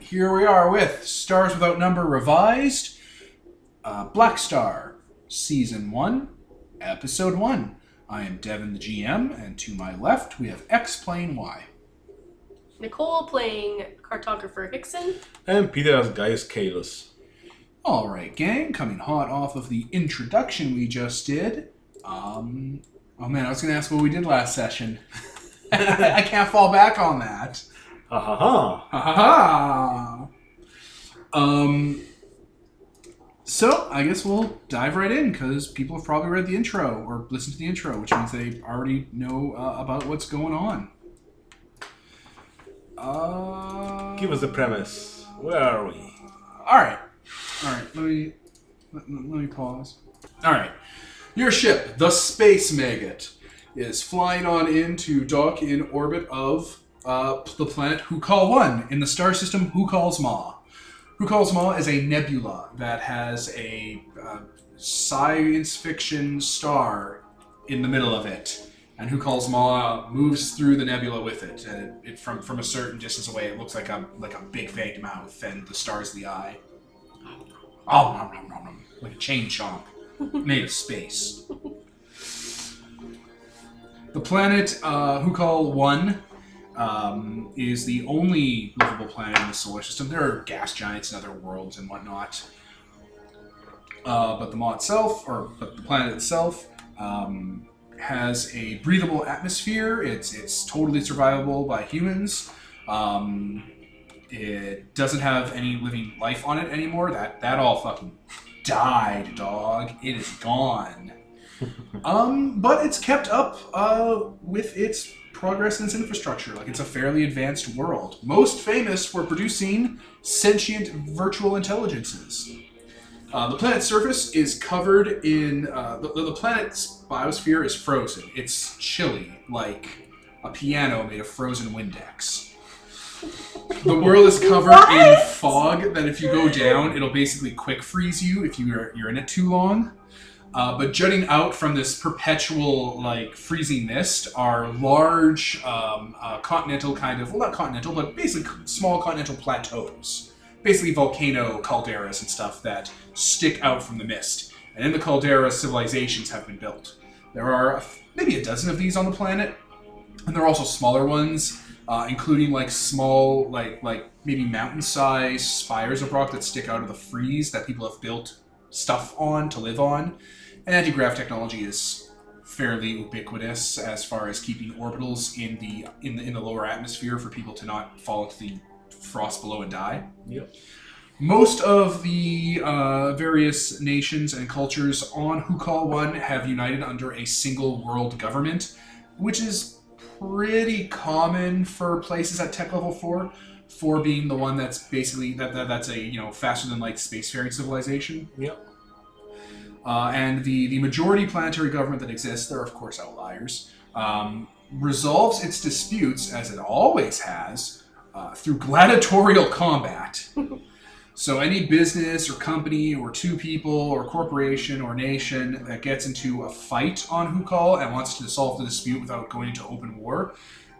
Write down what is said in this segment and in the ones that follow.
here we are with Stars Without Number Revised, uh, Black Star, Season 1, Episode 1. I am Devin, the GM, and to my left we have X Plane Y. Nicole playing cartographer Hickson. And Peter as Gaius Calus. All right, gang, coming hot off of the introduction we just did. Um, oh man, I was going to ask what we did last session. I can't fall back on that. Ha ha ha. Ha ha ha. Um. So I guess we'll dive right in because people have probably read the intro or listened to the intro, which means they already know uh, about what's going on. Uh, Give us the premise. Where are we? all right, all right. Let me let, let me pause. All right, your ship, the Space Maggot, is flying on in to dock in orbit of uh, p- the planet Hukal One in the star system Hukal's Ma. Hukal's Ma is a nebula that has a uh, science fiction star in the middle of it. And Hukal's Ma moves through the nebula with it, and it, it from from a certain distance away, it looks like a like a big fanged mouth, and the star's the eye. Oh, nom, nom, nom, nom. like a chain chomp made of space. The planet uh, Hukal 1 um, is the only livable planet in the solar system. There are gas giants and other worlds and whatnot. Uh, but the Maw itself, or but the planet itself, um, has a breathable atmosphere. It's, it's totally survivable by humans. Um, it doesn't have any living life on it anymore. That, that all fucking died, dog. It is gone. um, but it's kept up uh, with its progress in its infrastructure. Like it's a fairly advanced world. Most famous for producing sentient virtual intelligences. Uh, the planet's surface is covered in uh, the, the planet's biosphere is frozen. It's chilly, like a piano made of frozen Windex. The world is covered in What? fog that if you go down, it'll basically quick freeze you if you're you're in it too long. Uh, but jutting out from this perpetual like freezing mist are large um, uh, continental kind of well not continental but basically c- small continental plateaus basically volcano calderas and stuff that stick out from the mist and in the caldera civilizations have been built there are a f- maybe a dozen of these on the planet and there are also smaller ones uh, including like small like like maybe mountain sized spires of rock that stick out of the freeze that people have built stuff on to live on and anti-grav technology is fairly ubiquitous as far as keeping orbitals in the in the in the lower atmosphere for people to not fall into the frost below and die. Yep. Most of the uh, various nations and cultures on Hukal One have united under a single world government, which is pretty common for places at tech level four. Four being the one that's basically that, that that's a you know faster than light spacefaring civilization. Yep. Uh, and the, the majority planetary government that exists, there are of course outliers, um, resolves its disputes, as it always has, uh, through gladiatorial combat. so any business or company or two people or corporation or nation that gets into a fight on Hukal and wants to solve the dispute without going into open war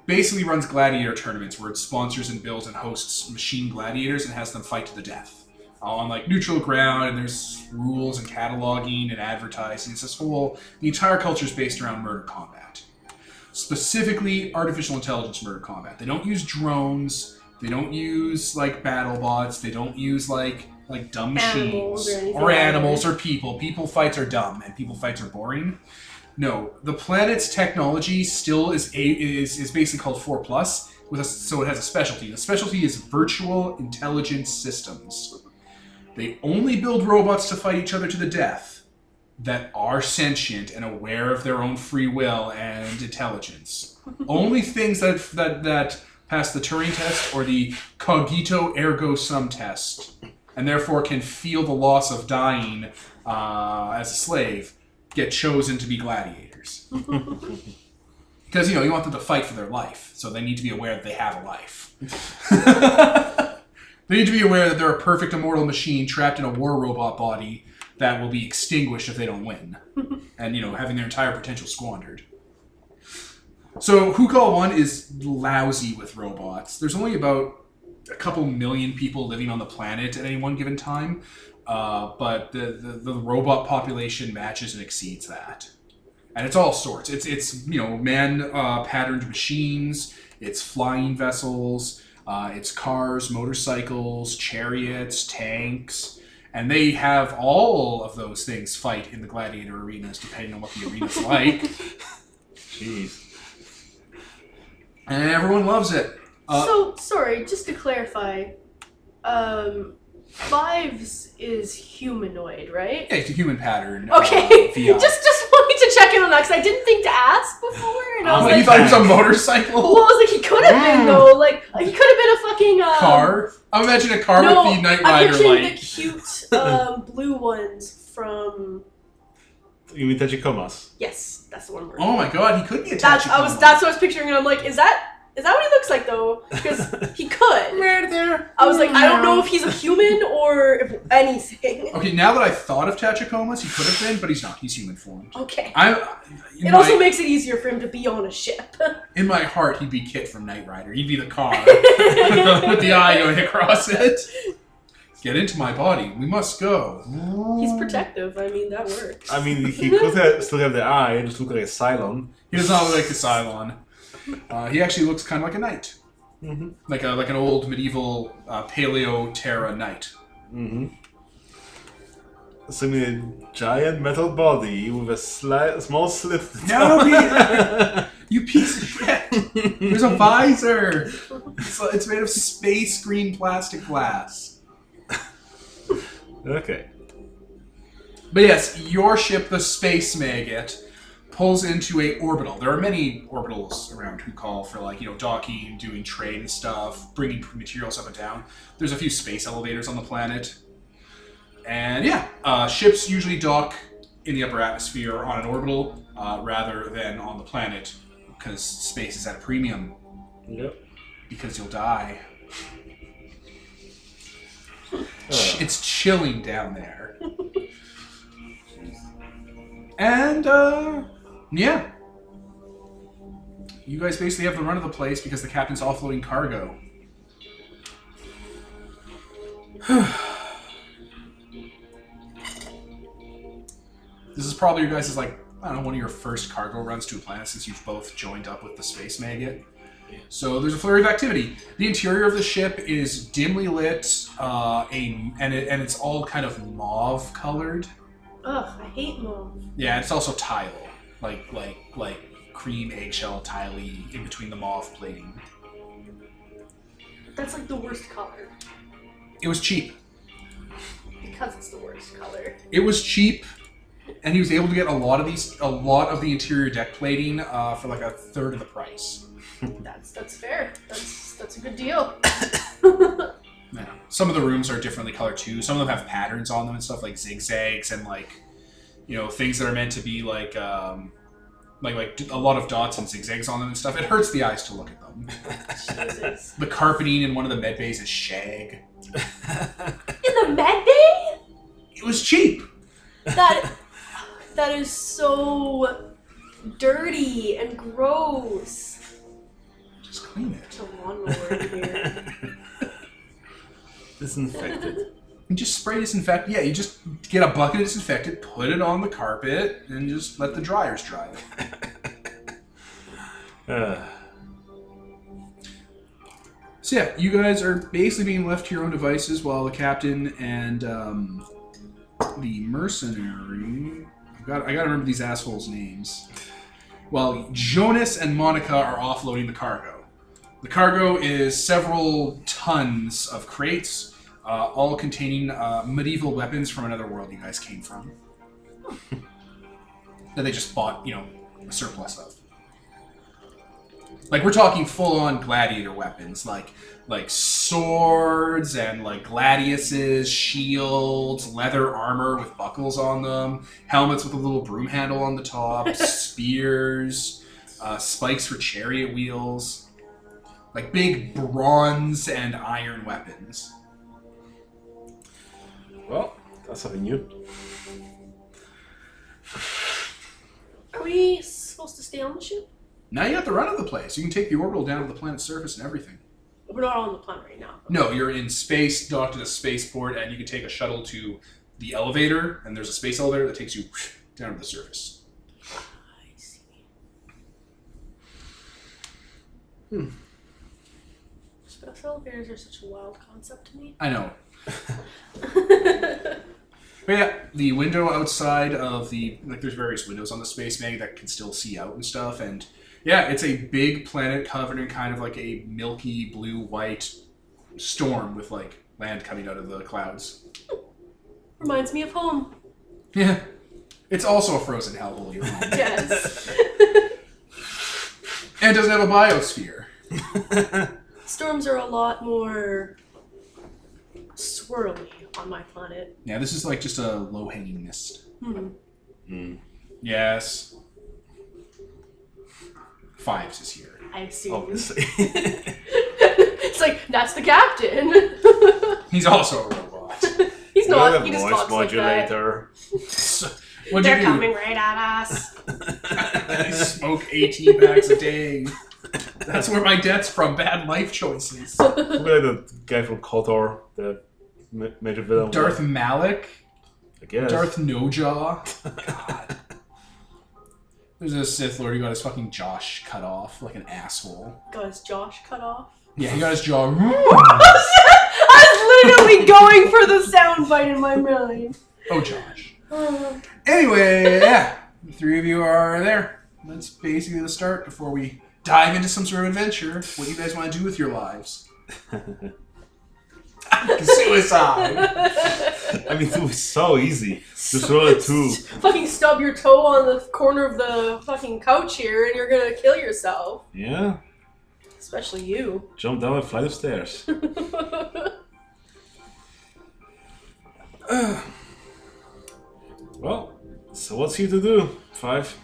basically runs gladiator tournaments where it sponsors and builds and hosts machine gladiators and has them fight to the death on like neutral ground and there's rules and cataloging and advertising it's this whole the entire culture is based around murder combat specifically artificial intelligence murder combat they don't use drones they don't use like battle bots they don't use like like dumb Animals or machines anything or like that. animals or people people fights are dumb and people fights are boring no the planet's technology still is a is, is basically called 4 plus with a, so it has a specialty the specialty is virtual intelligence systems they only build robots to fight each other to the death that are sentient and aware of their own free will and intelligence. only things that, that, that pass the Turing test or the cogito ergo sum test and therefore can feel the loss of dying uh, as a slave get chosen to be gladiators. Because, you know, you want them to fight for their life, so they need to be aware that they have a life. They need to be aware that they're a perfect immortal machine trapped in a war robot body that will be extinguished if they don't win. and, you know, having their entire potential squandered. So, Hukal 1 is lousy with robots. There's only about a couple million people living on the planet at any one given time, uh, but the, the the robot population matches and exceeds that, and it's all sorts. It's it's you know man uh, patterned machines, it's flying vessels, uh, it's cars, motorcycles, chariots, tanks. And they have all of those things fight in the gladiator arenas, depending on what the arena's like. Jeez. And everyone loves it. Uh, so sorry, just to clarify, um, Fives is humanoid, right? yeah, it's a human pattern. uh, Okay, VR. just just wanted to check in on that because I didn't think to ask before, and I was Um, What, like, you thought it was a motorcycle? well, I was like, he could have been Mm. though, like he could have been a fucking um, car. I imagine a car no, with the Knight I'm Rider picturing the like. cute um, blue ones from You mean Tachikomas? yes, that's the one word. Oh my god, he could be a that's I was Tachikoma. that's what I was picturing, and I'm like, is that is that what he looks like though? Because he could. Right there. I was like, I don't know if he's a human or if anything. Okay, now that I thought of Tachikomas, he could have been, but he's not. He's human formed. Okay. I, in, It my, also makes it easier for him to be on a ship. in my heart, he'd be Kit from Knight Rider. He'd be the car with the eye going across it. Get into my body. We must go. He's protective. I mean, that works. I mean, he could have, still have the eye and just look like a Cylon. He does not look like a Cylon. Uh, he actually looks kind of like a knight, Mm-hmm. like a like an old medieval uh, paleo Terra knight. Mm-hmm. Assuming a giant metal body with a sli- small slit. No, uh, You piece of shit! There's a visor. It's, it's made of space green plastic glass. okay. But yes, your ship, the Space Maggot, pulls into a orbital. There are many orbitals around who call for like you know docking, doing trade and stuff, bringing materials up and down. There's a few space elevators on the planet, and yeah, uh, ships usually dock in the upper atmosphere on an orbital uh, rather than on the planet because space is at a premium Yep. because you'll die. Ch- Uh, It's chilling down there. and, uh, yeah. You guys basically have the run of the place because the captain's offloading cargo. this is probably your guys' like, I don't know, one of your first cargo runs to a planet since you've both joined up with the space maggot. So there's a flurry of activity. The interior of the ship is dimly lit, uh, a, and it, and it's all kind of mauve colored. Ugh, I hate mauve. Yeah, it's also tile, like like like cream eggshell tiley in between the mauve plating. That's like the worst color It was cheap. because it's the worst color. It was cheap, and he was able to get a lot of these, a lot of the interior deck plating uh, for like a third of the price. That's that's fair. That's that's a good deal. Yeah. Some of the rooms are differently colored too. Some of them have patterns on them and stuff like zigzags and like, you know, things that are meant to be like, um, like like d- a lot of dots and zigzags on them and stuff. It hurts the eyes to look at them. Jesus. The carpeting in one of the med bays is shag. In the med bay? It was cheap. That that is so dirty and gross. Just clean it. There's a lawnmower in here. Disinfected. You just spray disinfect. Yeah, you just get a bucket of disinfectant, put it on the carpet, and just let the dryers dry it. Uh, So yeah, you guys are basically being left to your own devices while the captain and um, the mercenary. I've got I gotta remember these assholes' names. Well, Jonas and Monica are offloading the cargo. The cargo is several tons of crates, uh, all containing uh, medieval weapons from another world you guys came from. that they just bought, you know, a surplus of. Like we're talking full on gladiator weapons, like like swords and like gladiuses, shields, leather armor with buckles on them, helmets with a little broom handle on the top, spears, uh, spikes for chariot wheels, like big bronze and iron weapons. well, that's something new. Are we supposed to stay on the ship? Now you got the run of the place. You can take the orbital down to the planet's surface and everything. We're not on the planet right now. No, you're in space, docked at a spaceport, and you can take a shuttle to the elevator, and there's a space elevator that takes you down to the surface. I see. Hmm. Space elevators are such a wild concept to me. I know. But yeah, the window outside of the like there's various windows on the space mag that can still see out and stuff, and yeah, it's a big planet covered in kind of like a milky blue white storm with like land coming out of the clouds. Reminds me of home. Yeah. It's also a frozen hellhole you're on. Yes. and it doesn't have a biosphere. Storms are a lot more swirly on my planet. Yeah, this is like just a low hanging mist. Hmm. Mm. Yes. Fives is here. I see. Obviously. it's like that's the captain. He's also a robot. He's Not not. a He voice just talks like that. modulator. What'd They're you do? coming right at us. I smoke 18 packs a day. That's where my debt's from. Bad life choices. We're like the guy from KOTOR, the ma- major villain. Darth Malik. I guess. Darth Nojaw. God. There's a Sith Lord who got his fucking Josh cut off like an asshole. Got his Josh cut off. Yeah, he got his jaw. I was literally going for the soundbite in my mind. Oh, Josh. Oh, Anyway, yeah. The three of you are there. That's basically the start before we dive into some sort of adventure. What you guys want to do with your lives? Suicide. I mean, it was so easy. Just roll a two. Fucking stub your toe on the corner of the fucking couch here, and you're gonna kill yourself. Yeah. Especially you. Jump down a flight of stairs. Well, so what's he to do? Five.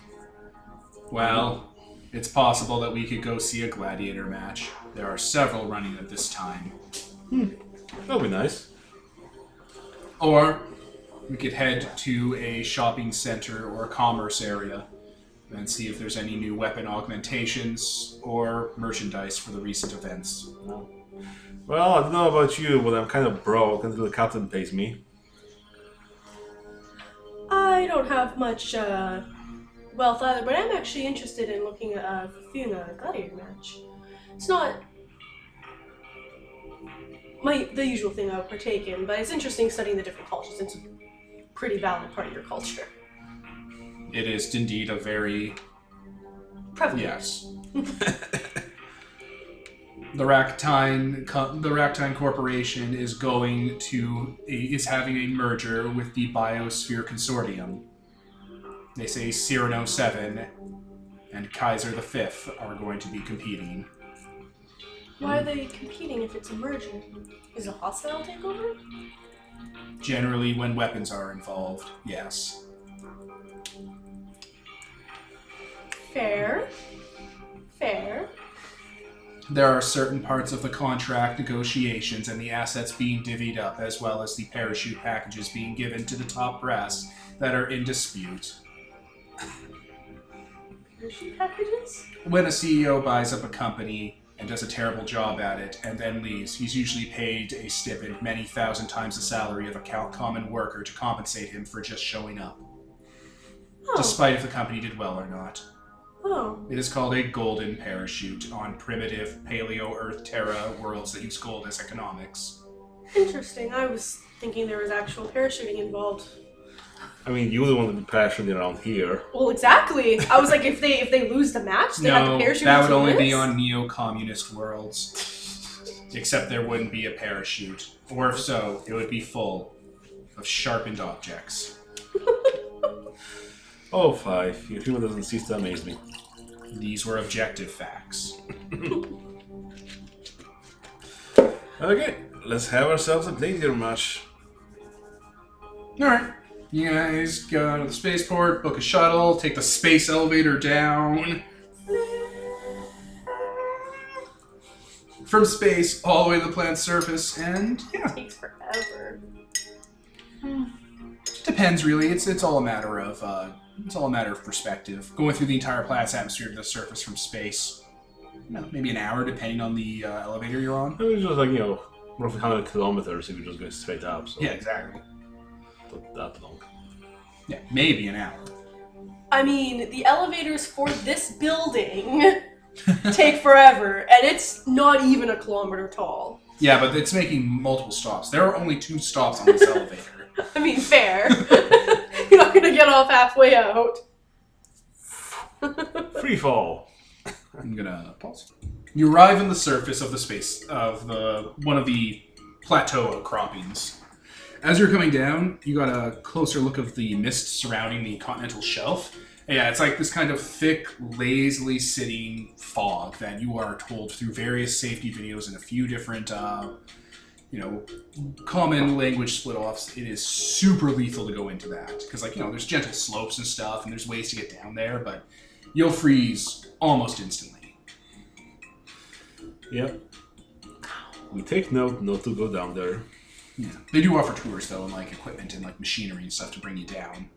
Well, it's possible that we could go see a gladiator match. There are several running at this time. That'll be nice. Or we could head to a shopping center or a commerce area and see if there's any new weapon augmentations or merchandise for the recent events. Well, I don't know about you, but I'm kind of broke until the captain pays me. I don't have much uh, wealth either, but I'm actually interested in looking at uh, Fafuna gladiator match. It's not my the usual thing I would partake in, but it's interesting studying the different cultures. It's a pretty valid part of your culture. It is indeed a very Prevalent. yes. the Racktine co- the Racktine Corporation is going to is having a merger with the Biosphere Consortium. They say Cyrano Seven and Kaiser the Fifth are going to be competing. Why are they competing if it's a merger? Is a hostile takeover? Generally, when weapons are involved, yes. Fair. Fair. There are certain parts of the contract negotiations and the assets being divvied up, as well as the parachute packages being given to the top brass, that are in dispute. Merchant packages? When a CEO buys up a company and does a terrible job at it and then leaves, he's usually paid a stipend many thousand times the salary of a co- common worker to compensate him for just showing up, Oh. despite if the company did well or not. oh. It is called a golden parachute on primitive Paleo Earth Terra worlds that use gold as economics. Interesting. I was thinking there was actual parachuting involved. I mean, you would want to be passionate around here. Well, exactly. I was like, if they if they lose the match, they have no, to parachute. that would into only this? be on neo communist worlds. Except there wouldn't be a parachute. Or if so, it would be full of sharpened objects. Oh, five. Your humor doesn't cease to amaze me. These were objective facts. Okay, let's have ourselves a gladiator match. Alright. You guys go out of the spaceport, book a shuttle, take the space elevator down. From space all the way to the planet's surface, and yeah, Takes forever. depends really. It's it's all a matter of uh, it's all a matter of perspective. Going through the entire planet's atmosphere to the surface from space. you know, maybe an hour, depending on the uh, elevator you're on. It was just like, you know, roughly how many kilometers if you're just going straight up. So Yeah, exactly. not that long. Yeah, maybe an hour. I mean, the elevators for this building take forever, and it's not even a kilometer tall. Yeah, but it's making multiple stops. There are only two stops on this elevator. I mean, fair. You're not gonna get off halfway out. Free fall. I'm gonna pause. You arrive on the surface of the space of the one of the plateau outcroppings. As you're coming down, you got a closer look of the mist surrounding the continental shelf. Yeah, it's like this kind of thick, lazily sitting fog that you are told through various safety videos and a few different, uh, you know, common language split offs. It is super lethal to go into that because, like, you know, there's gentle slopes and stuff, and there's ways to get down there, but you'll freeze almost instantly. Yep. We take note not to go down there. Yeah. They do offer tours though, and like equipment and like machinery and stuff to bring you down.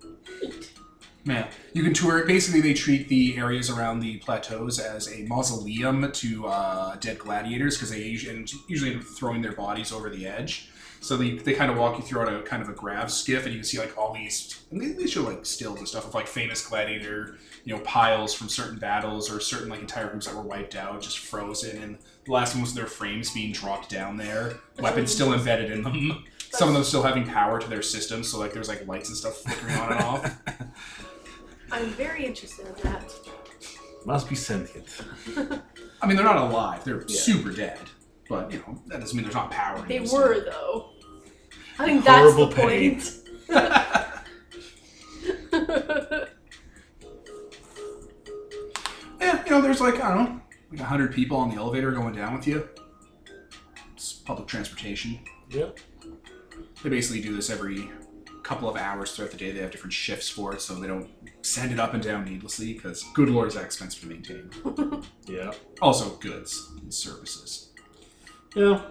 Yeah, you can tour. Basically, they treat the areas around the plateaus as a mausoleum to uh, dead gladiators because they usually, and usually end up throwing their bodies over the edge. So they, they kind of walk you through on a kind of a grav skiff, and you can see like all these. And they, they show like stills and stuff of like famous gladiator, you know, piles from certain battles or certain like entire groups that were wiped out, just frozen, and the last one was their frames being dropped down there, weapons still embedded in them. Some of them still having power to their systems, so like there's like lights and stuff flickering on and off. I'm very interested in that. Must be sentient. I mean, they're not alive. They're Yeah. super dead. But, you know, that doesn't mean there's not power. in They them. were though. I think that's Horrible the pain. point. Yeah, you know, there's like, I don't know, like 100 people on the elevator going down with you. It's public transportation. Yep. They basically do this every couple of hours throughout the day. They have different shifts for it, so they don't send it up and down needlessly, because good lord is that expensive to maintain. Yeah. Also, goods and services. Yeah.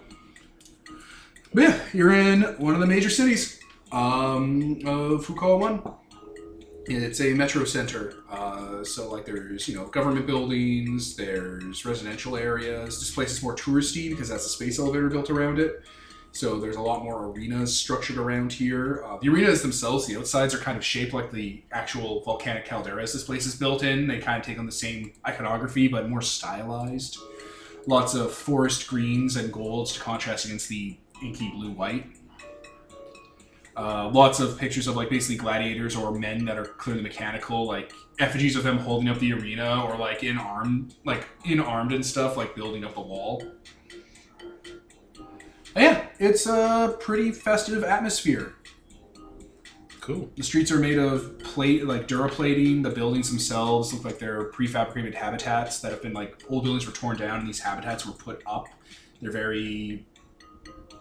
But yeah, you're in one of the major cities um, of Fukuoka One. It's a metro center, uh, so like there's you know government buildings, there's residential areas. This place is more touristy because that's a space elevator built around it. So there's a lot more arenas structured around here. Uh, the arenas themselves, the outsides are kind of shaped like the actual volcanic calderas this place is built in. They kind of take on the same iconography, but more stylized lots of forest greens and golds to contrast against the inky blue white. Uh, lots of pictures of like basically gladiators or men that are clearly mechanical, like effigies of them holding up the arena or like in armed, like in armed and stuff, like building up the wall. And yeah, it's a pretty festive atmosphere. Cool. The streets are made of plate, like duraplating. The buildings themselves look like they're prefabricated habitats that have been like old buildings were torn down and these habitats were put up. They're very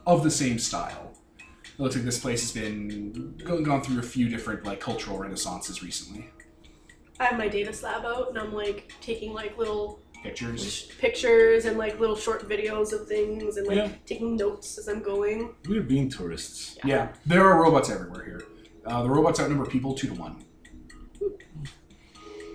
of the same style. It looks like this place has been go- gone through a few different like cultural renaissances recently. I have my data slab out and I'm like taking like little Pictures. sh- pictures and like little short videos of things and like Yeah. taking notes as I'm going. We're being tourists. Yeah, there are robots everywhere here. Uh, the robots outnumber people two to one.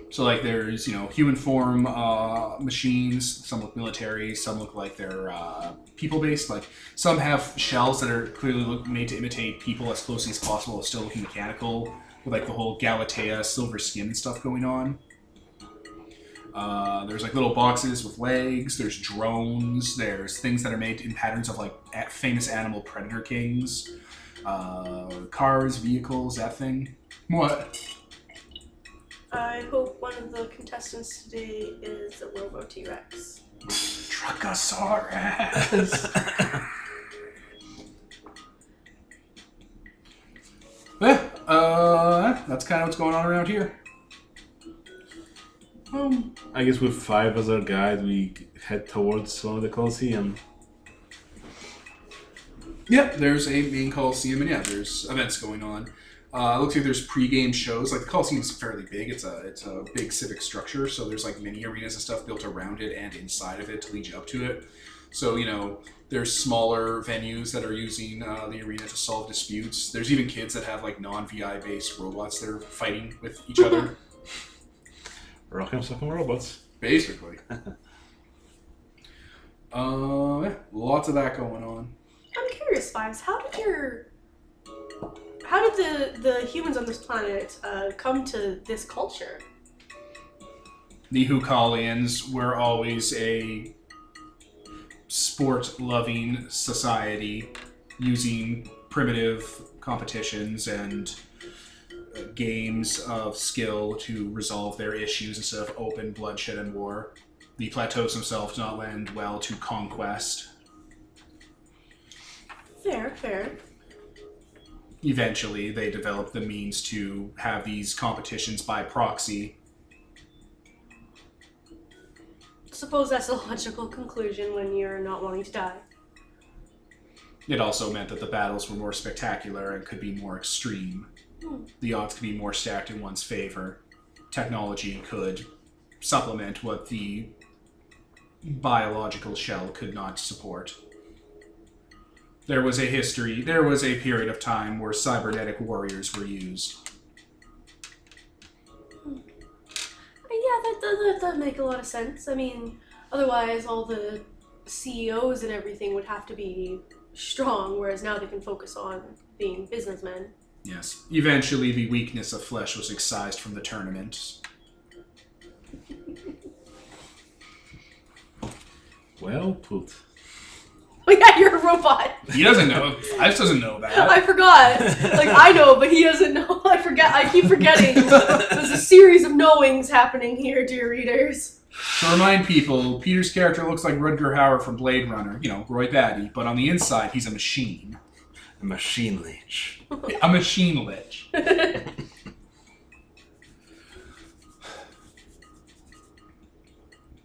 So like, there's you know human form uh, machines. Some look military. Some look like they're uh, people based. Like some have shells that are clearly look, made to imitate people as closely as possible, while still looking mechanical. With like the whole Galatea silver skin and stuff going on. Uh, there's like little boxes with legs. There's drones. There's things that are made in patterns of like a- famous animal predator kings uh, cars, vehicles, that thing. What? I hope one of the contestants today is a Robo T Rex. Truckosaurus. yeah, uh, that's kind of what's going on around here. Hmm. Um, I guess with five as our guide, we head towards one of the Colosseum. Yep, there's a main Coliseum, and yeah, there's events going on. Uh, it looks like there's pre-game shows. Like the Coliseum's fairly big. It's a it's a big civic structure, so there's like mini arenas and stuff built around it and inside of it to lead you up to it. So you know, there's smaller venues that are using uh, the arena to solve disputes. There's even kids that have like non-VI based robots that are fighting with each other, Rock'em sock'em robots. basically. Um, yeah, lots of that going on. I'm curious, Fives. How did your how did the the humans on this planet uh, come to this culture? The Hukalians were always a sport loving society using primitive competitions and uh, games of skill to resolve their issues instead of open bloodshed and war. The plateaus themselves do not lend well to conquest. Fair, fair. Eventually, they developed the means to have these competitions by proxy Suppose that's a logical conclusion when you're not wanting to die. It also meant that the battles were more spectacular and could be more extreme. Hmm. The odds could be more stacked in one's favor. Technology could supplement what the biological shell could not support. There was a history, there was a period of time where cybernetic warriors were used. Uh, Yeah, that, that, that does make a lot of sense. I mean, otherwise, all the CEOs and everything would have to be strong, whereas now they can focus on being businessmen. Yes. Eventually, the weakness of flesh was excised from the tournament. Well put. Oh, yeah, you're a robot. He doesn't know. Ives doesn't know that. I forgot. Like, I know, but he doesn't know. I forget. I keep forgetting. There's a series of knowings happening here, dear readers. To remind people, Peter's character looks like Rudger Hauer from Blade Runner, you know, Roy Batty, but on the inside, he's a machine. A machine leech. A machine lich.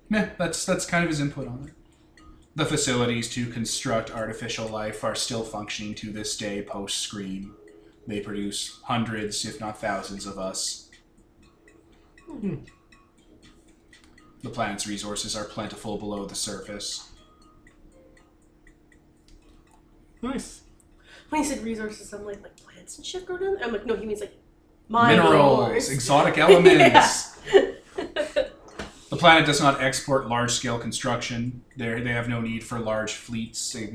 Meh, that's, that's kind of his input on it. The facilities to construct artificial life are still functioning to this day post Scream. They produce hundreds, if not thousands, of us. The planet's resources are plentiful below the surface. Nice. When he said resources, I'm like, like plants and shit grow down there? I'm like, no, he means like mine minerals, exotic elements. Yeah. The planet does not export large-scale construction. They they have no need for large fleets eh,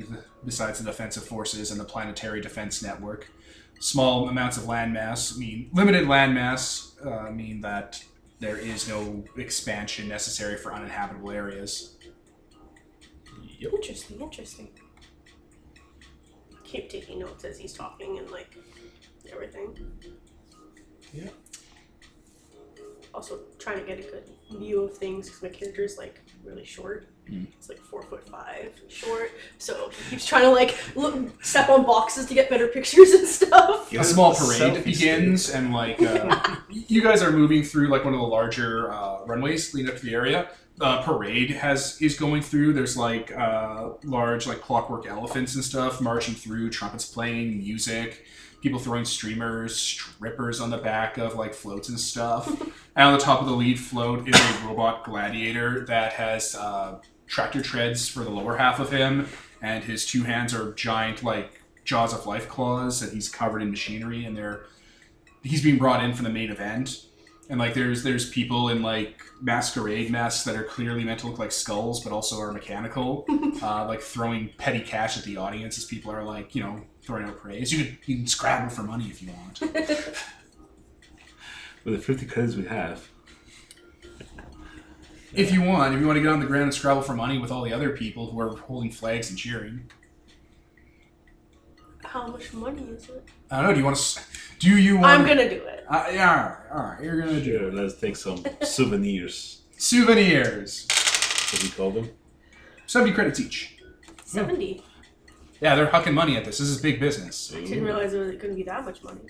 besides the defensive forces and the planetary defense network. Small amounts of landmass mean limited landmass uh, mean that there is no expansion necessary for uninhabitable areas. Yep. Interesting, interesting. I keep taking notes as he's talking and like everything. Yeah. Also trying to get a good view of things because my character is like really short. Mm. It's like four foot five short, so he keeps trying to like look, step on boxes to get better pictures and stuff. a small parade begins, and like uh, you guys are moving through like one of the larger uh, runways leading up to the area. Uh, parade has is going through. There's like uh, large like clockwork elephants and stuff marching through. Trumpets playing, music, people throwing streamers, strippers on the back of like floats and stuff. and on the top of the lead float is a robot gladiator that has uh, tractor treads for the lower half of him, and his two hands are giant like jaws of life claws and he's covered in machinery and they're he's being brought in for the main event and like there's there's people in like masquerade masks that are clearly meant to look like skulls but also are mechanical uh, like throwing petty cash at the audience as people are like you know throwing out praise you can, you can scrabble for money if you want With the 50 credits we have. if you want if you want to get on the ground and scrabble for money with all the other people who are holding flags and cheering How much money is it? Um, i don't know do you want to s- do you want I'm gonna do it. uh, yeah all right, all right you're gonna do it Here, let's take some souvenirs, souvenirs what we call them. 70 credits each hmm. Seventy. Yeah, they're hucking money at this. This is big business. I didn't realize it was- it couldn't be that much money.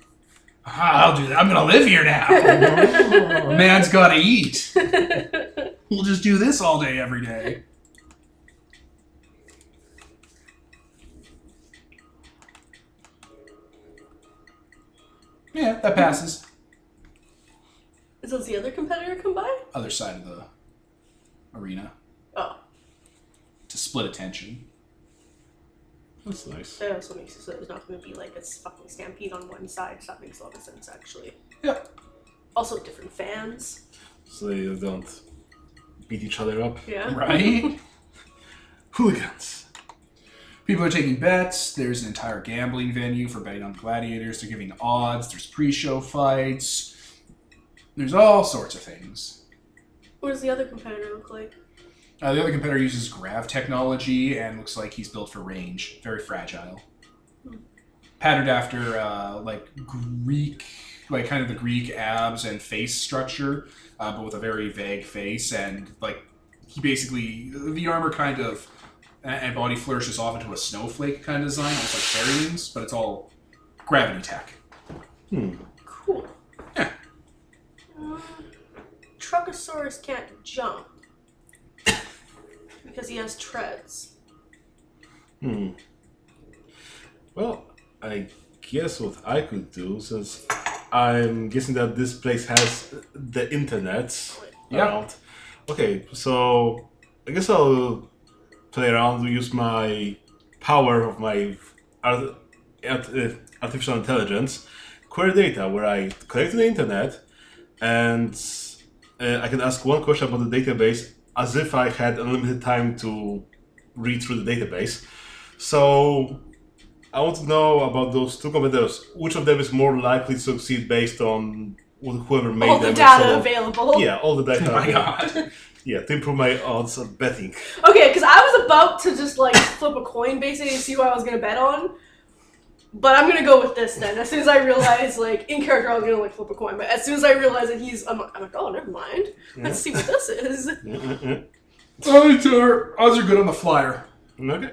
Aha, Ah, I'll do that. I'm gonna live here now. Man's gotta eat. We'll just do this all day, every day. Yeah, that passes. Does the other competitor come by? Other side of the arena Oh, to split attention. That's nice. that also makes it so there's not going to be like a s- fucking stampede on one side. So that makes a lot of sense, actually. Yep. Also, different fans. So they don't beat each other up. Yeah. Right? Hooligans. People are taking bets. There's an entire gambling venue for betting on gladiators. They're giving odds. There's pre-show fights. There's all sorts of things. What does the other competitor look like? Uh, the other competitor uses grav technology and looks like he's built for range. Very fragile. Hmm. Patterned after uh, like Greek, like kind of the Greek abs and face structure, uh, but with a very vague face and like he basically the armor kind of a- and body flourishes off into a snowflake kind of design, almost like fairy but it's all gravity tech. Cool. Yeah. Uh, Truckosaurus can't jump because he has treads. Hmm. Well, I guess what I could do, since I'm guessing that this place has the internet Yeah. around. Okay, so I guess I'll play around, use my power of my art, art, uh, artificial intelligence, query data where I connect to the internet and uh, I can ask one question about the database as if I had unlimited time to read through the database. So I want to know about those two competitors. Which of them is more likely to succeed based on wh- whoever made All Oh, the them? data so- available. Yeah, all the data. Oh my available. god. Yeah, to improve my odds of betting. Okay, because I was about to just like flip a coin basically and see who I was gonna bet on. But I'm gonna go with this then. As soon as I realize, like in character, I was gonna like flip a coin. But as soon as I realize that he's, I'm, I'm like, oh, never mind. Let's see what this is. Mm-mm-mm. Odds are, odds are good on the flyer. Okay.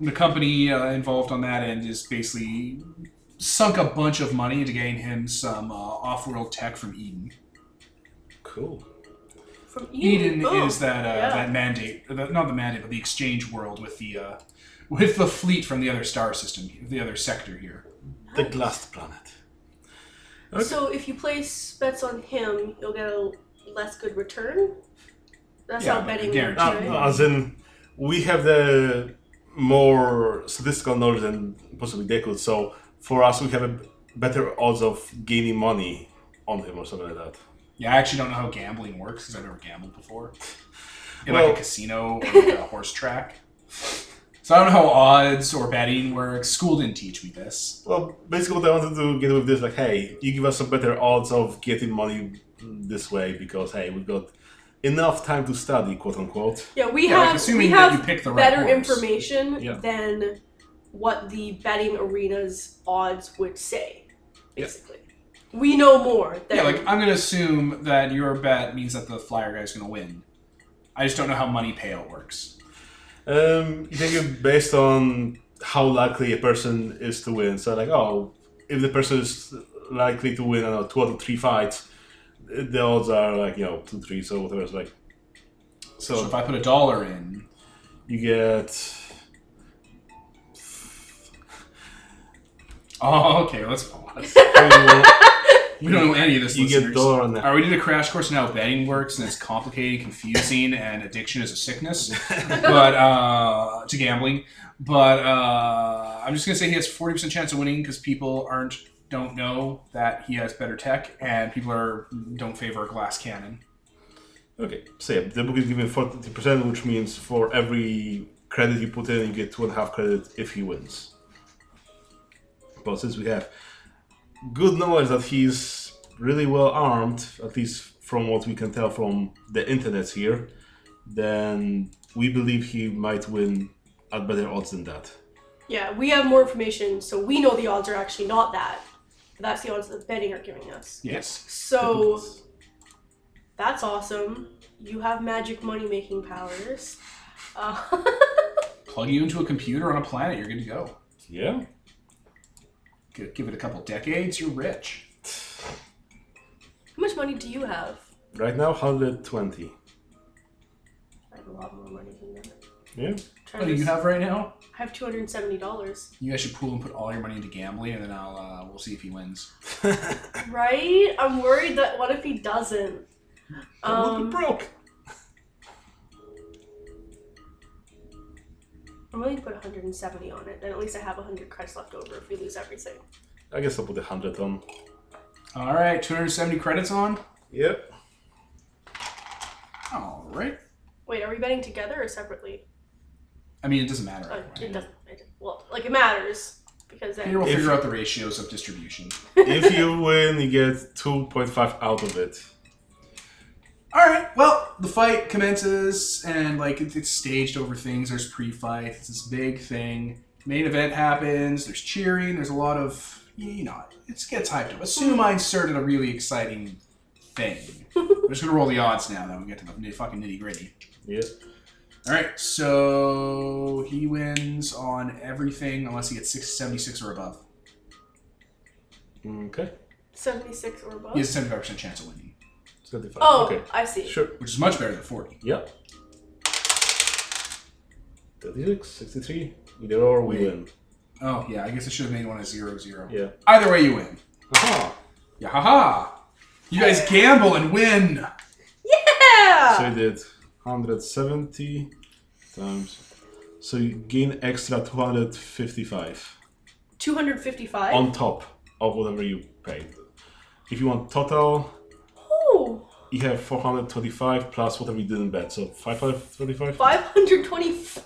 the company uh, involved on that end is basically sunk a bunch of money to gain him some uh, off-world tech from Eden. Cool. From Eden boom. is that uh, Yeah. that mandate, the, not the mandate, but the exchange world with the uh, with the fleet from the other star system, the other sector here. The glass planet. Okay. So if you place bets on him, you'll get a less good return. That's Yeah, how but betting works, guaranteed. Uh, right? Yeah. As in, we have the more statistical knowledge than possibly they could. So for us, we have a better odds of gaining money on him or something like that. Yeah, I actually don't know how gambling works because I've never gambled before. In Well- like a casino or like a horse track. So I don't know how odds or betting works. School didn't teach me this. Well, basically, what I wanted to get with this, like, hey, you give us some better odds of getting money this way because hey, we've got enough time to study, quote unquote. Yeah, we Yeah, like, have assuming we that have you pick the right better horse. information Yeah. than what the betting arena's odds would say. Yeah. Basically, we know more. Than, Yeah, like I'm gonna assume that your bet means that the flyer guy's gonna win. I just don't know how money payout works. Um, you take it based on how likely a person is to win. So like, oh, if the person is likely to win, I don't know, two out of three fights, the odds are like you know two, three, so whatever. It's like, So, so if I put a dollar in, you get oh, okay, let's pause. We don't know any of this. you get listeners. dollar on All that. right, we did a crash course in how betting works, and it's complicated, confusing, and addiction is a sickness. but uh, to gambling, but uh, I'm just gonna say he has 40 percent chance of winning because people aren't don't know that he has better tech, and people are don't favor a glass cannon. Okay, so yeah, the book is giving forty percent, which means for every credit you put in, you get two and a half credit if he wins. But since we have good knowledge that he's really well armed, at least from what we can tell from the internet here, then we believe he might win at better odds than that. yeah, we have more information, so we know the odds are actually not that. That's the odds that betting are giving us. Yes. So that's awesome. You have magic money making powers. Uh, plug you into a computer on a planet, you're good to go. Yeah. G- Give it a couple decades, you're rich. how much money do you have? Right now, hundred twenty. I have a lot more money than that. Yeah. What do you have right now? I have two hundred and seventy dollars. You guys should pool and put all your money into gambling, and then I'll uh, we'll see if he wins. Right? I'm worried that what if he doesn't? we'll be Um, broke. I'm willing to put 170 on it. Then at least I have 100 credits left over if we lose everything. I guess I'll put a hundred on. All right, 270 credits on. Yep. All right. Wait, are we betting together or separately? I mean, it doesn't matter. Uh, anyway. it doesn't. It, well, like it matters because then. Here we'll If- figure out the ratios of distribution. if you win, you get 2.5 out of it. All right. Well, the fight commences, and like it, it's staged over things. There's pre-fight. It's this big thing. Main event happens. There's cheering. There's a lot of you know. It gets hyped up. Assume I inserted a really exciting thing. I'm just gonna roll the odds now. Then we get to the nitty- fucking nitty gritty. Yeah. All right. So he wins on everything unless he gets six seventy six or above. Okay. 76 or above? He has a seventy five percent chance of winning, 75. Oh, Okay. I see. Sure. which is much better than forty. Yep. 36, 63. Either or we win. Oh yeah. I guess I should have made one a zero zero. Yeah. Either way, you win. Aha. Yeah, ha ha! You guys gamble and win. Yeah! So you did 170 times. So you gain extra 255 255? on top of whatever you paid. If you want total, oh, you have 425 plus whatever you didn't bet. So 535? 525.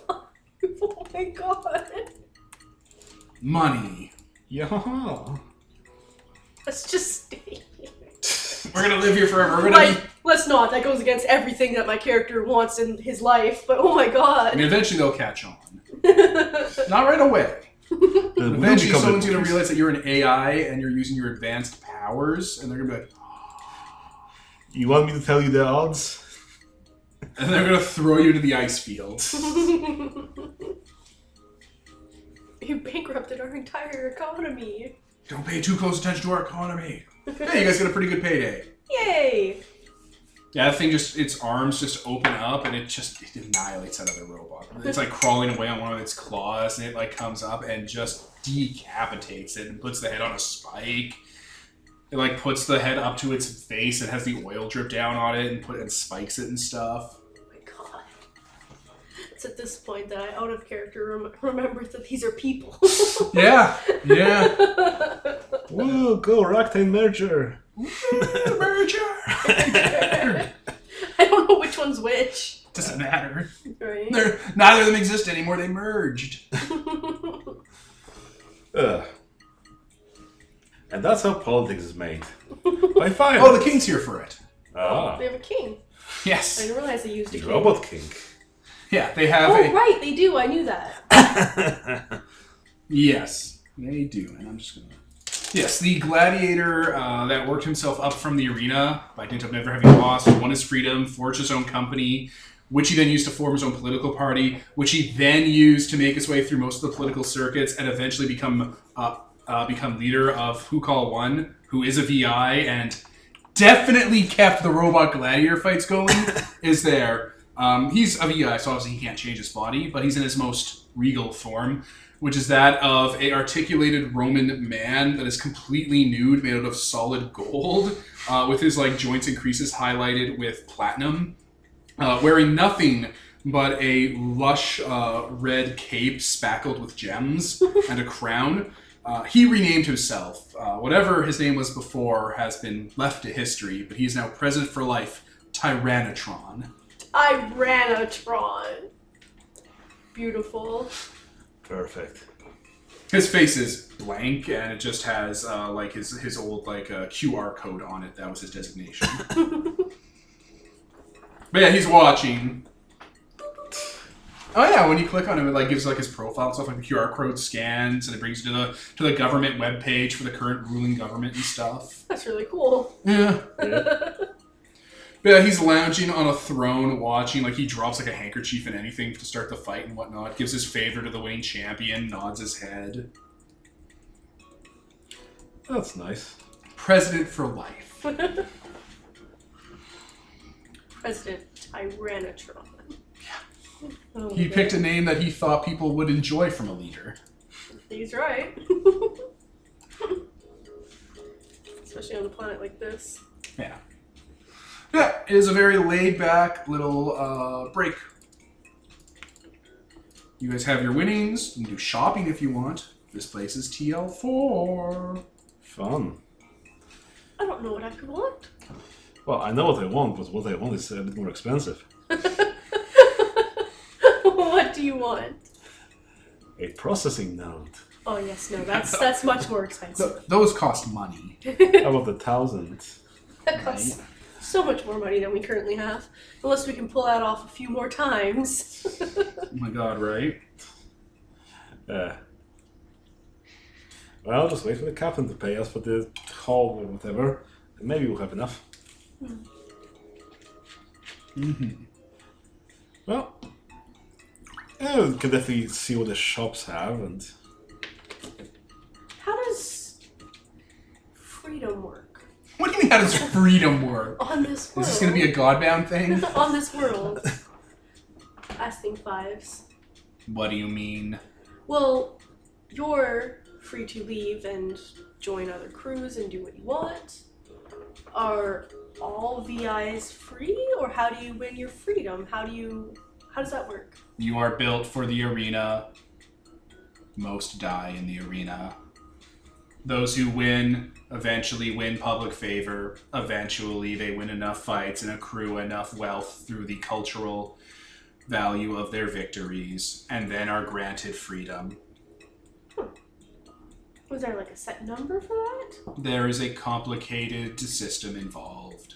Oh my god. Money. Yeah. haha. Let's just stay here. We're gonna live here forever. We're gonna. Like, let's not. That goes against everything that my character wants in his life, but oh my I god. mean, eventually they'll catch on. Not right away. That will Eventually, become someone's a- gonna realize that you're an AI and you're using your advanced powers, and they're gonna be like, You want me to tell you the odds? and they're gonna throw you to the ice fields. you bankrupted our entire economy. Don't pay too close attention to our economy. Hey, you guys got a pretty good payday. Yay! Yeah, that thing just its arms just open up and it just it annihilates that other robot. It's like crawling away on one of its claws and it like comes up and just decapitates it and puts the head on a spike. It like puts the head up to its face and has the oil drip down on it and put and spikes it and stuff. Oh my god. It's at this point that I, out of character, rem- remember that these are people. Yeah, yeah. Woo, go, Rocktane merger! Merger I don't know which one's which. doesn't matter. Right? They're, neither of them exist anymore. They merged. Ugh. And that's how politics is made. By fire. Oh, the king's here for it. Ah, They have a king. I Yes. didn't realize they used a the king. robot king. Yeah, they have Oh a right, they do. I knew that. Yes, they do, and I'm just gonna. Yes, the gladiator uh, that worked himself up from the arena by dint of never having lost, won his freedom, forged his own company, which he then used to form his own political party, which he then used to make his way through most of the political circuits and eventually become uh, uh, become leader of Who Call One, who is a VI and definitely kept the robot gladiator fights going. is there? Um, he's a VI, so obviously he can't change his body, but he's in his most regal form which is that of a articulated Roman man that is completely nude, made out of solid gold, uh, with his like joints and creases highlighted with platinum, uh, wearing nothing but a lush uh, red cape spackled with gems and a crown. Uh, he renamed himself. Uh, whatever his name was before has been left to history, but he is now president for life, Tyrannotron. I ran a Tron. Beautiful. Perfect. His face is blank, and it just has uh, like his his old like uh, QR code on it. That was his designation. but yeah, he's watching. Oh yeah, when you click on him, it like gives like his profile and stuff. Like the QR code scans, and it brings you to the to the government webpage for the current ruling government and stuff. That's really cool. Yeah. Yeah. Yeah, he's lounging on a throne watching, like he drops like a handkerchief and anything to start the fight and whatnot, gives his favor to the winning champion, nods his head. That's nice. President for life. President Tyrannotron. Oh, He my picked a name that he thought people would enjoy from a leader. God. He's right. Especially on a planet like this. Yeah. Yeah, it is a very laid back little uh, break. You guys have your winnings. You can do shopping if you want. This place is TL4. Fun. I don't know what I could want. Well, I know what I want, but what I want is a bit more expensive. what do you want? a processing node. Oh yes, no, that's that's much more expensive. Th- those cost money. Oh that How about the thousand? costs so much more money than we currently have, unless we can pull that off a few more times. Oh my god, right? Uh, well, just wait for the captain to pay us for the haul or whatever, and maybe we'll have enough. Mm-hmm. Well, yeah, we can definitely see what the shops have, and How does freedom work What do you mean? How does freedom work? on this world? Is this going to be a godbound thing? on this world? Asking fives. What do you mean? Well, you're free to leave and join other crews and do what you want. Are all VIs free, or how do you win your freedom? How do you? How does that work? You are built for the arena. Most die in the arena. Those who win eventually win public favor. Eventually, they win enough fights and accrue enough wealth through the cultural value of their victories, and then are granted freedom. Was there like a set number for that? There is a complicated system involved.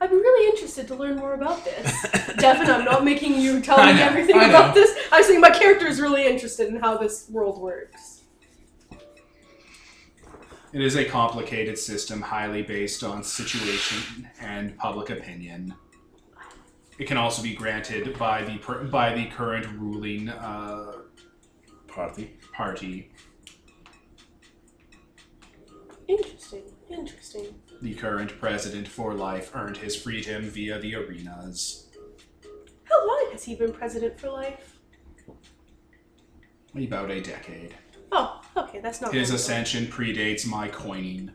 I'd be really interested to learn more about this. Devin, I'm not making you tell I me know, everything I about know. this. I was saying my character is really interested in how this world works. It is a complicated system, highly based on situation and public opinion. It can also be granted by the per- by the current ruling uh, party. party. Interesting. Interesting. The current president for life earned his freedom via the arenas How long has he been president for life? about a decade. Oh, okay, that's not His long ago. ascension predates my coining.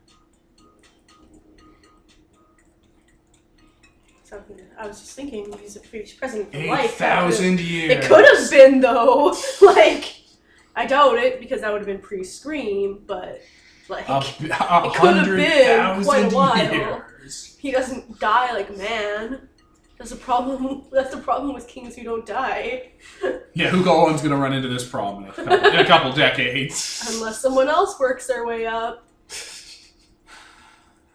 Something I was just thinking he's a previous president for Eight life. That would've- thousand years. It could have been though. like I doubt it because that would have been pre scream, but like A, a It could have hundred been quite a thousand while. years. he doesn't die like man. That's the problem. That's the problem with kings who don't die, Yeah, who Golan's gonna run into this problem in a couple, in a couple decades? unless someone else works their way up.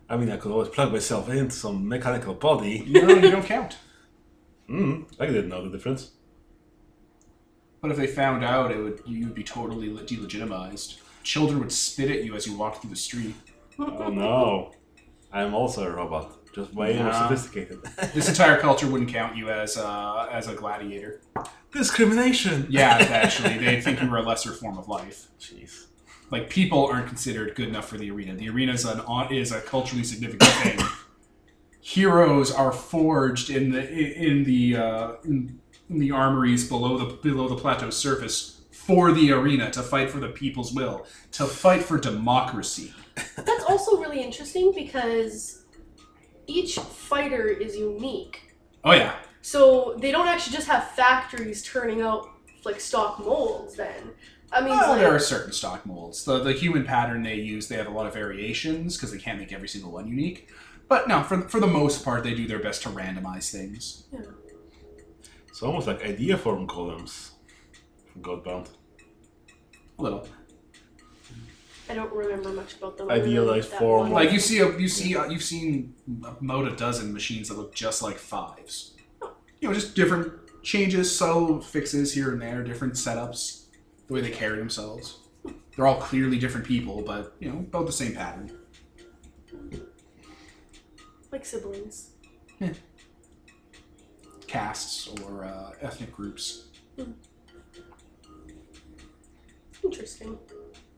I mean, I could always plug myself into some mechanical body. no, you don't count. Mm, I didn't know the difference. But if they found out, it would you'd be totally le- delegitimized. Children would spit at you as you walked through the street. Oh no, I'm also a robot, just way more Nah. sophisticated. This entire culture wouldn't count you as uh, as a gladiator. Discrimination. Yeah, actually, they think you were a lesser form of life. Jeez. Like people aren't considered good enough for the arena. The arena is an on- is a culturally significant thing. Heroes are forged in the in the uh, in, in the armories below the below the plateau's surface for the arena to fight for the people's will to fight for democracy. That's also really interesting because each fighter is unique. Oh yeah, So they don't actually just have factories turning out like stock molds. Then I mean, Well, like, there are certain stock molds. The, the human pattern they use, they have a lot of variations because they can't make every single one unique. But no, for, for the most part, they do their best to randomize things. It's almost like idea form columns from Godbound. A little. I don't remember much about them. Idealized That form one. of- Like you see, a, you see, uh you've seen about a dozen machines that look just like fives. You know, just different changes, subtle fixes here and there, different setups, the way they carry themselves. They're all clearly different people, but you know, about the same pattern. like siblings. Castes or uh, ethnic groups. Interesting.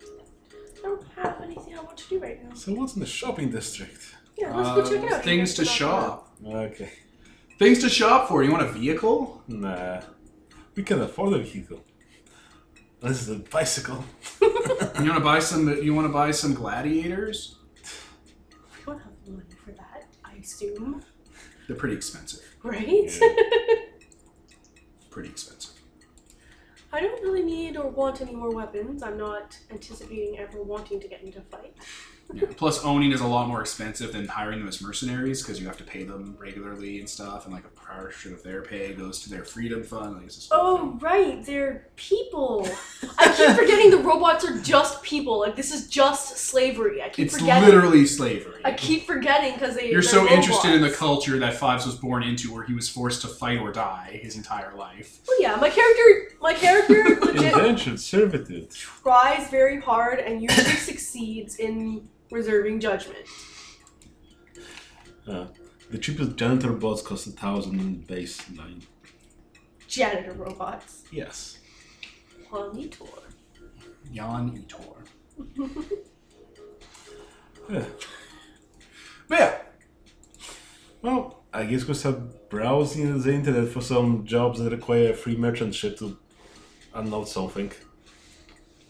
I don't have anything I want to do right now. So what's in the shopping district? Yeah, let's go check it Uh, out. Things to Let's go check it out. shop. Okay. Things to shop for. You want a vehicle? Nah. We can afford a vehicle. This is a bicycle. You want to buy some? You want to buy some gladiators? We don't have the money for that, I assume. They're pretty expensive. Right? Pretty expensive. I don't really need or want any more weapons. I'm not anticipating ever wanting to get into a fight. Yeah. Plus, owning is a lot more expensive than hiring them as mercenaries because you have to pay them regularly and stuff, and like a portion of their pay goes to their freedom fund. Like, it's this whole Oh, right, they're people. I keep forgetting the robots are just people. Like, this is just slavery. I thing. keep it's forgetting. literally slavery. I keep forgetting because they. You're they're so interested in the robots. culture that Fives was born into, where he was forced to fight or die his entire life. Well, yeah, my character, my character legit Indentured servitude. tries very hard and usually succeeds in reserving judgment. The cheapest janitor bots cost a thousand in baseline. Janitor robots. Yes. Juanitor. Jan Itor. But yeah, Well, I guess we start browsing the internet for some jobs that require free merchant ship to unload something.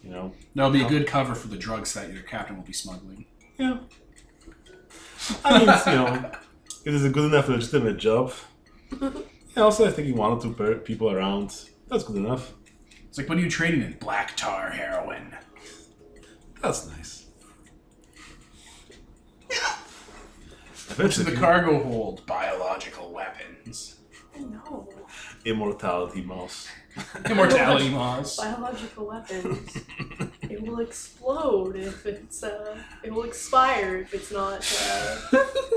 You know. that'll be a good cover for the drugs that your captain will be smuggling. Yeah. I mean, it's, you know, it is a good enough legitimate job. And also, I think you one or two per- people around. That's good enough. It's like, what are you trading in? Black tar heroin. That's nice. To Eventually, the cargo hold, biological weapons. I know. immortality mouse. Immortality laws. Biological weapons. it will explode if it's, uh, it will expire if it's not, uh,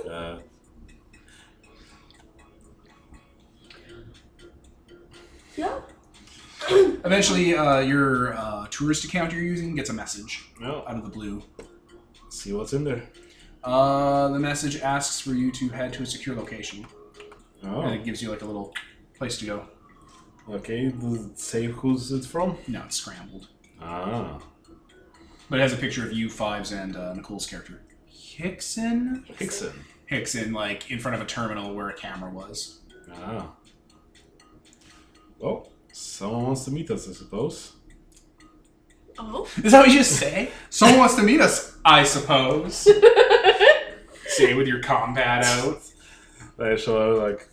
Uh, yeah. Eventually, uh, your uh, tourist account you're using gets a message well, out of the blue. see what's in there. Uh, the message asks for you to head to a secure location, and Oh, it gives you like a little place to go. okay. Does it say who's it from? No, it's scrambled, Ah, but it has a picture of you, Fives, and uh, Nicole's character, Hickson. Hickson. Hickson, like in front of a terminal where a camera was. Ah. Well, someone wants to meet us, I suppose. Oh. Is that what you say? Someone wants to meet us, I suppose. say with your combat out. They show her like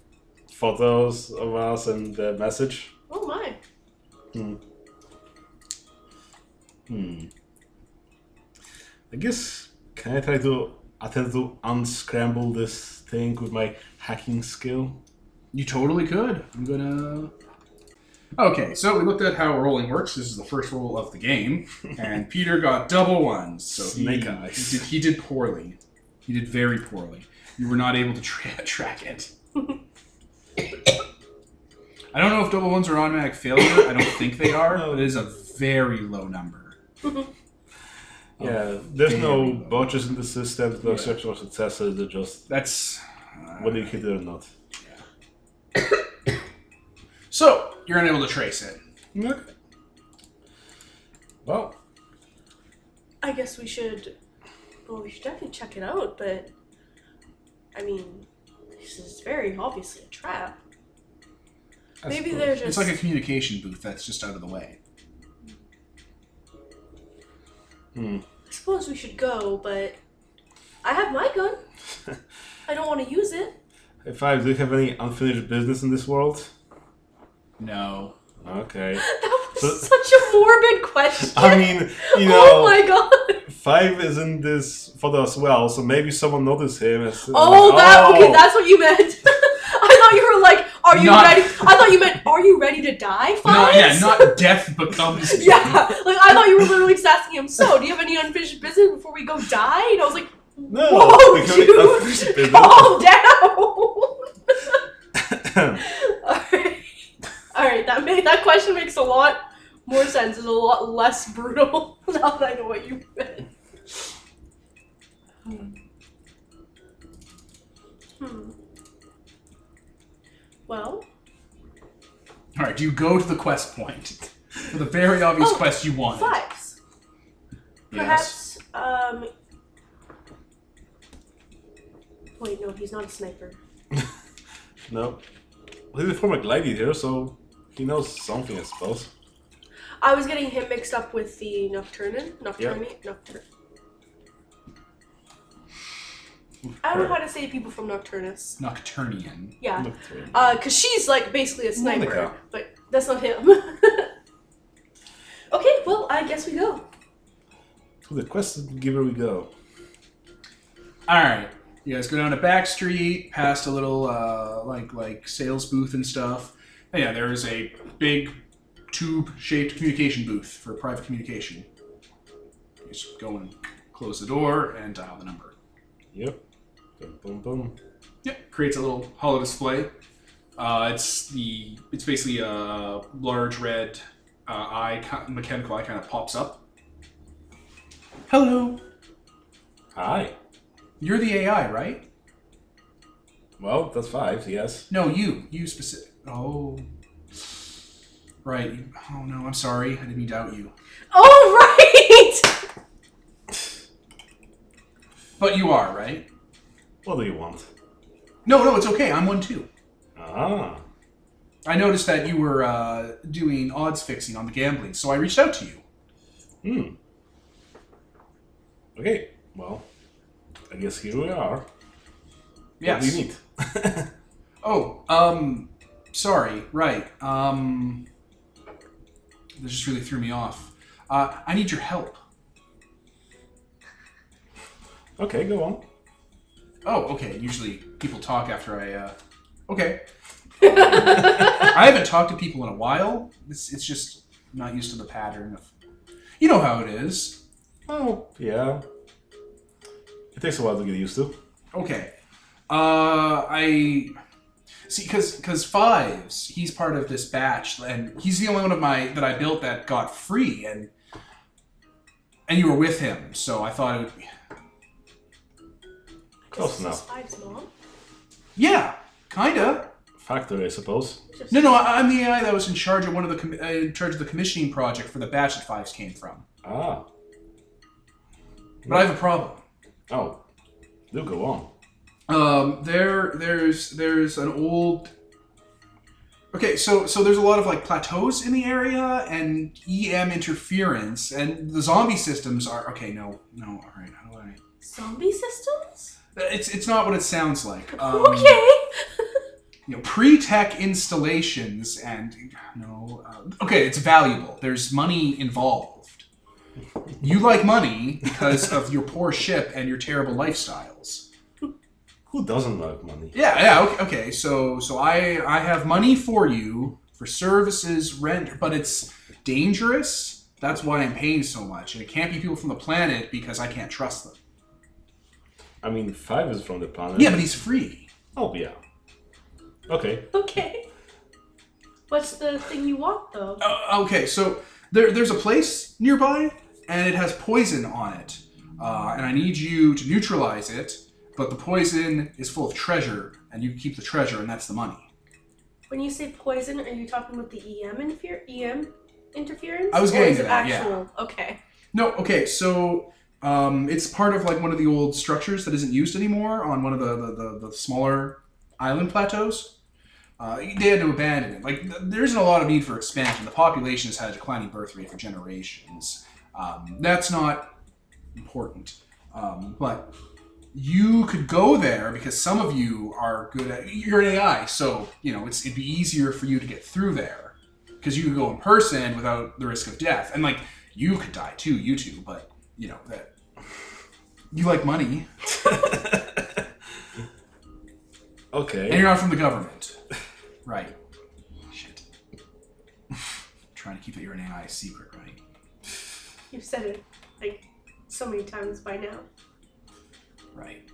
photos of us and the message. Oh my. Hmm. I guess can I try to attempt to unscramble this thing with my hacking skill? You totally could. I'm gonna. Okay, so we looked at how rolling works. This is the first roll of the game, and Peter got double ones, so Snake he, eyes. He did, he did poorly. He did very poorly. You were not able to tra- track it. I don't know if double ones are automatic failure. I don't think they are. But it is a very low number. Yeah, there's no damn. botches in the system, no Yeah. exceptional successes. They're just That's uh, whether you hit it or not. so you're unable to trace it. Okay. Well, I guess we should. Well, we should definitely check it out, but. I mean, this is very obviously a trap. I Maybe suppose. they're just. It's like a communication booth that's just out of the way. Hmm. I suppose we should go, but. I have my gun. I don't want to use it. If I do you have any unfinished business in this world? No. Okay. That was So- such a morbid question. I mean, you know, oh my god. Five is in this photo as well, so maybe someone noticed him. and said, Oh, that. "Oh." Okay, that's what you meant. I thought you were like, are you Not- ready? I thought you meant, are you ready to die, No, Fives? yeah, not death becomes. Yeah, like I thought you were literally just asking him. So, do you have any unfinished business before we go die? And I was like, No, Whoa, because dude! that's his business. calm down. All right, all right. That made that question makes a lot more sense. It's a lot less brutal now that I know what you meant. Hmm. Hmm. Well, All right, do you go to the quest point for the very obvious Oh, quest you wanted? fives. Perhaps. Um. Wait, no, he's not a sniper. no. Well, he's a former gladiator, so he knows something, I suppose. I was getting him mixed up with the Nocturnin. Nocturni? Nocturne. I don't know how to say people from Nocturnus. Nocturnian. Yeah. Look to him. Uh, cause she's like basically a sniper, Monica. but that's not him. okay, well, I guess we go. To the quest giver we go. All right. You guys go down a back street, past a little uh, like like sales booth and stuff. And yeah, there is a big tube-shaped communication booth for private communication. You just go and close the door and dial the number. Yep. Boom, boom, boom. Yeah, creates a little hollow display. Uh, it's the it's basically a large red uh, eye ki- mechanical eye kind of pops up. Hello, Hi. you're the AI, right? Well, that's five, yes. No, you, you specific. Oh, right. you- Oh no, I'm sorry. I didn't mean to out you, Oh right. but you are right. What do you want? No, no, it's okay. I'm one too. Ah. I noticed that you were uh, doing odds fixing on the gambling, so I reached out to you. Hmm. Okay. Well, I guess here we are. Yes. What do you need? Oh, um, sorry, right. Um, this just really threw me off. Uh, I need your help. Okay, go on. Oh, okay. Usually people talk after I, uh, okay. I haven't talked to people in a while. It's, it's just I'm not used to the pattern of, you know how it is. Oh, yeah. It takes a while to get used to. Okay. Uh, I see because because fives he's part of this batch and he's the only one of my that I built that got free and and you were with him so I thought it would be Close This is enough. Five's mom. yeah kinda Factory, I suppose. Just- no no I, I'm the AI that was in charge of one of the com- uh, in charge of the commissioning project for the batch that fives came from Ah. but I have a problem Oh. Do go on. um there there's there's an old okay so so there's a lot of like plateaus in the area and em interference and the zombie systems are okay no no all right how do i Zombie systems. it's it's not what it sounds like um, okay. you know pre-tech installations and no uh, okay it's valuable there's money involved you like money because of your poor ship and your terrible lifestyles Who doesn't like money? Yeah, yeah, okay, okay. So, so I I have money for you for services, rent, but it's dangerous. That's why I'm paying so much, and it can't be people from the planet because I can't trust them. I mean, five is from the planet. Yeah, but he's free. Oh, yeah. Okay. Okay. What's the thing you want though? Uh, okay, so there there's a place nearby, and it has poison on it, uh, and I need you to neutralize it. But the poison is full of treasure, and you keep the treasure, and that's the money. When you say poison, are you talking with the E EM interfer- EM interference? I was Or getting is to it that, yeah. actual? Okay. No, okay, so um, it's part of like one of the old structures that isn't used anymore on one of the the, the, the smaller island plateaus. Uh, they had to abandon it. Like th- there isn't a lot of need for expansion. The population has had a declining birth rate for generations. Um, that's not important, um, but you could go there because some of you are good at you're an AI, so you know it's it'd be easier for you to get through there because you could go in person without the risk of death, and like you could die too, you two, but you know that you like money and Okay. you're not from the government, right? Shit, trying to keep that you're an AI secret, right? You've said it like so many times by now. Right.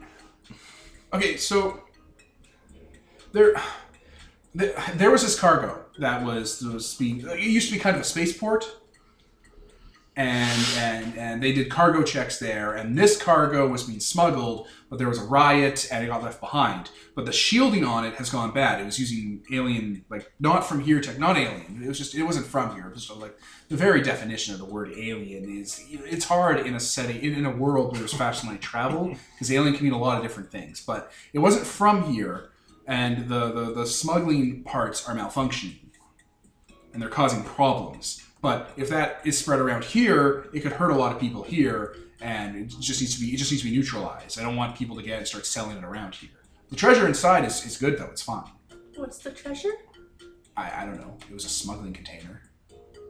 Okay, so there, there, there was this cargo that was was being. It used to be kind of a spaceport, and and and they did cargo checks there. And this cargo was being smuggled, but there was a riot, and it got left behind. But the shielding on it has gone bad. It was using alien, like not from here tech, not alien. It was just it wasn't from here. It was just like the very definition of the word alien is it's hard in a setting in, in a world where there's fast light travel because alien can mean a lot of different things but it wasn't from here and the, the, the smuggling parts are malfunctioning and they're causing problems but if that is spread around here it could hurt a lot of people here and it just needs to be it just needs to be neutralized i don't want people to get and start selling it around here the treasure inside is, is good though it's fine What's the treasure? I, I don't know it was a smuggling container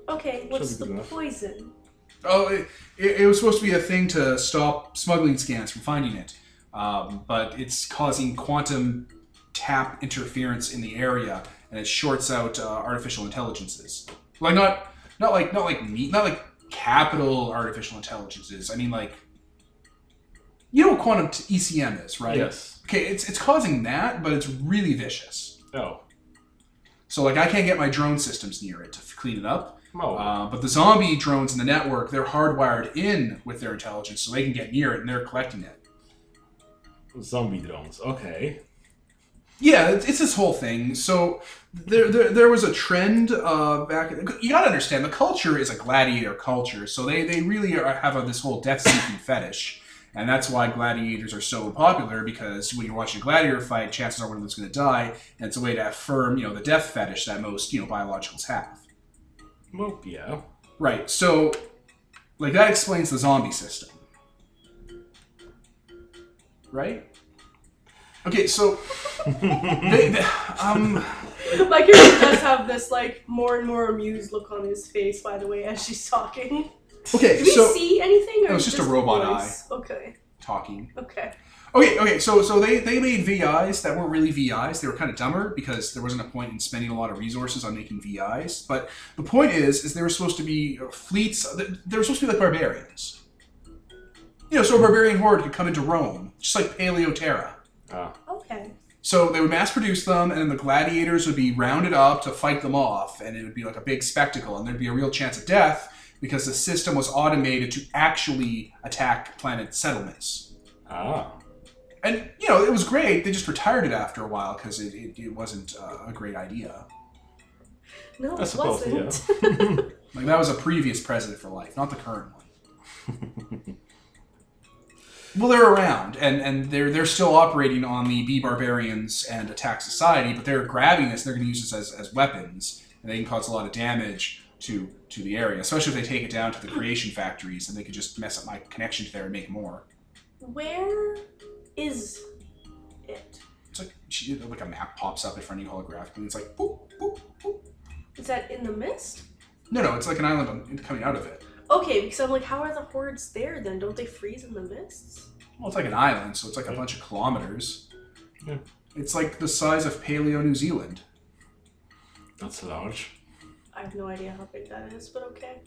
Okay, what's Should be the good enough. poison? Oh, it, it, it was supposed to be a thing to stop smuggling scans from finding it, um, but it's causing quantum tap interference in the area, and it shorts out uh, artificial intelligences. Like not not like not like me not like capital artificial intelligences. I mean like you know what quantum t- ECM is, right? Yes. Okay, it's it's causing that, but it's really vicious. Oh. So like I can't get my drone systems near it to f- clean it up. Oh. Uh, but the zombie drones in the network, they're hardwired in with their intelligence, so they can get near it and they're collecting it. Uh, Zombie drones. Okay. Yeah, it's, it's this whole thing. So there, there, there was a trend uh, back. You gotta understand the culture is a gladiator culture, so they they really are, have a, this whole death seeking fetish, and that's why gladiators are so popular because when you're watching a gladiator fight, chances are one of them's gonna die, and it's a way to affirm you know the death fetish that most you know biologicals have. Well, yeah. Right. So, like that explains the zombie system. Right. Okay. So they, they- um. My character does have this like more and more amused look on his face, by the way, as she's talking. Okay. Do we So see anything? Or No, it's just a robot voice? Okay, talking. okay. Okay. Okay. So so they they made VIs that weren't really VIs. They were kind of dumber because there wasn't a point in spending a lot of resources on making VIs. But the point is, is they were supposed to be uh, fleets. They were supposed to be like barbarians. You know, so a barbarian horde could come into Rome, just like Paleo Terra. Ah. Okay. So they would mass produce them, and then the gladiators would be rounded up to fight them off, and it would be like a big spectacle, and there'd be a real chance of death because the system was automated to actually attack planet settlements. Ah. And, you know, it was great. They just retired it after a while because it, it, it wasn't uh, a great idea. No, I it suppose, yeah. wasn't. Like, that was a previous president for life, not the current one. well, they're around, and, and they're, they're still operating on the Be Barbarians and attack society, but they're grabbing this, and they're going to use this as, as weapons, and they can cause a lot of damage to, to the area, especially if they take it down to the creation factories, and they could just mess up my connection to there and make more. Where is it? It's like, she- like a map pops up in front of you holographically. It's like, boop, boop, boop. Is that in the mist? No, no, it's like an island on, coming out of it. Okay, because I'm like, how are the hordes there then? Don't they freeze in the mists? Well, it's like an island, so it's like a bunch of kilometers. Yeah. It's like the size of Paleo New Zealand. That's large. I have no idea how big that is, but okay.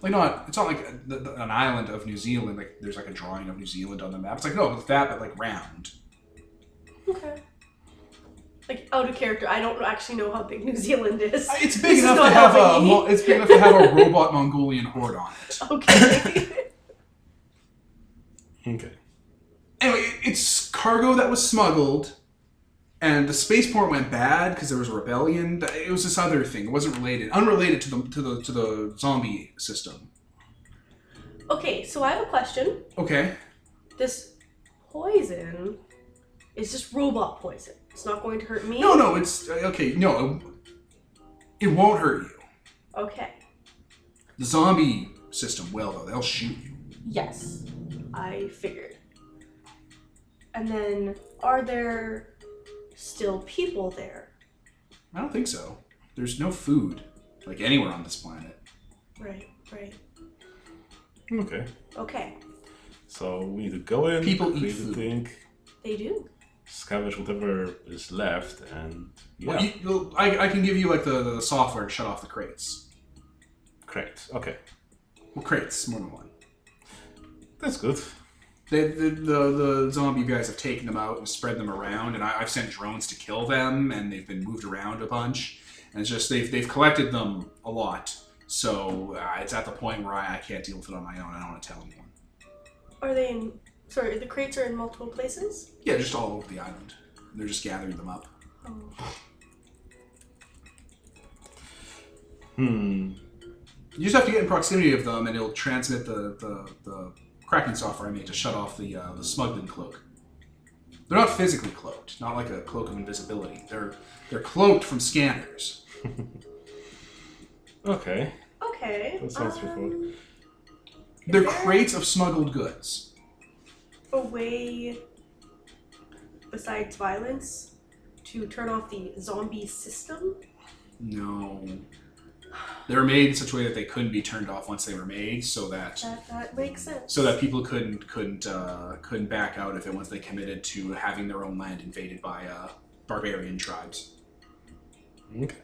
Like not, it's not like a, the- the- an island of New Zealand. Like there's like a drawing of New Zealand on the map. It's like no, it's that, but like round. Okay. Like out of character, I don't actually know how big New Zealand is. It's big This is enough to not have a. helping me. mo- It's big enough to have a robot Mongolian horde on it. Okay. Okay. Anyway, it- it's cargo that was smuggled, and the spaceport went bad because there was a rebellion. It was this other thing. It wasn't related, unrelated to the to the to the zombie system. okay, so I have a question. Okay. This poison is just robot poison. It's not going to hurt me. No, no, it's okay. No, it won't hurt you. Okay. The zombie system will though. They'll shoot you. Yes. I figured. And then, are there still people there? I don't think so. There's no food like anywhere on this planet. Right, right. Okay. Okay, So we need to go in. People we eat need to food. think, they do. scavenge whatever is left, and yeah, Well, you, you'll- I, I can give you like the, the software to shut off the crates. great. Okay, Well, crates, more than one. that's good. They, the, the the zombie guys have taken them out and spread them around, and I, I've sent drones to kill them, and they've been moved around a bunch. And it's just they've they've collected them a lot, so uh, it's at the point where I, I can't deal with it on my own. I don't want to tell anyone. Are they in. Sorry, the crates are in multiple places? Yeah, just all over the island. They're just gathering them up. Oh. Hmm. You just have to get in proximity of them, and it'll transmit the the, the cracking software I made to shut off the uh, the smuggling cloak. They're not physically cloaked, not like a cloak of invisibility. They're they're cloaked from scanners. Okay. Okay. um, That sounds straightforward. They're there- crates of smuggled goods. a way besides violence to turn off the zombie system? No, They were made in such a way that they couldn't be turned off once they were made, so that That, that makes sense. so that people couldn't couldn't uh, couldn't back out if it once they committed to having their own land invaded by uh, barbarian tribes. Okay.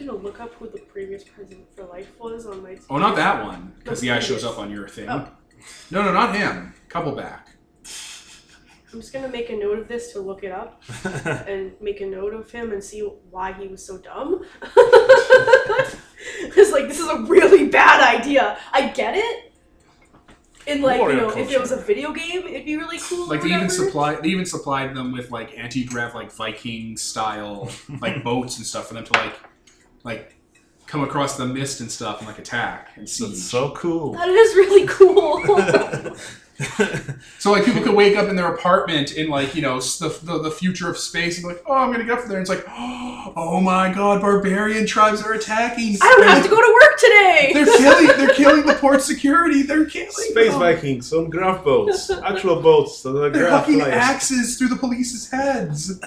I'm gonna look up who the previous president for life was on my. Oh, not that one, because the guy shows up on your thing. Oh. No, no, not him. Couple back. I'm just gonna make a note of this to look it up and make a note of him and see why he was so dumb. It's like this is a really bad idea. I get it. And like you Warrior know, if it was a culture. video game, it'd be really cool. or Like they even whatever. supply they even supplied them with like anti grav like Viking style like boats and stuff for them to like like come across the mist and stuff and like attack and siege. That's so cool. That is really cool. So like people could wake up in their apartment in like you know s- the, the, the future of space and be like oh I'm gonna get up from there and it's like oh my god barbarian tribes are attacking I don't have to go to work today. they're killing they're killing the port security they're killing Space them. Vikings on graph boats, actual boats that are they're graph hucking flyers. axes through the police's heads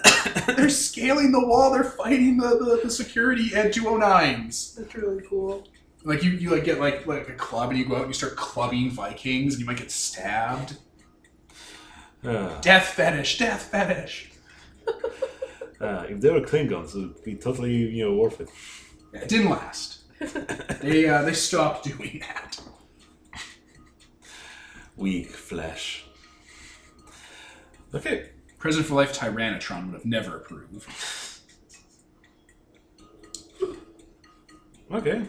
they're scaling the wall they're fighting the, the, the security at 209s That's really cool. like you, you like get like like a club and you go out and you start clubbing Vikings and you might get stabbed Ah, death fetish death fetish ah, if they were Klingons, it would be totally you know worth it. Yeah, it didn't last. they uh, they stopped doing that. Weak flesh. Okay. President for Life Tyrannotron would have never approved. Okay.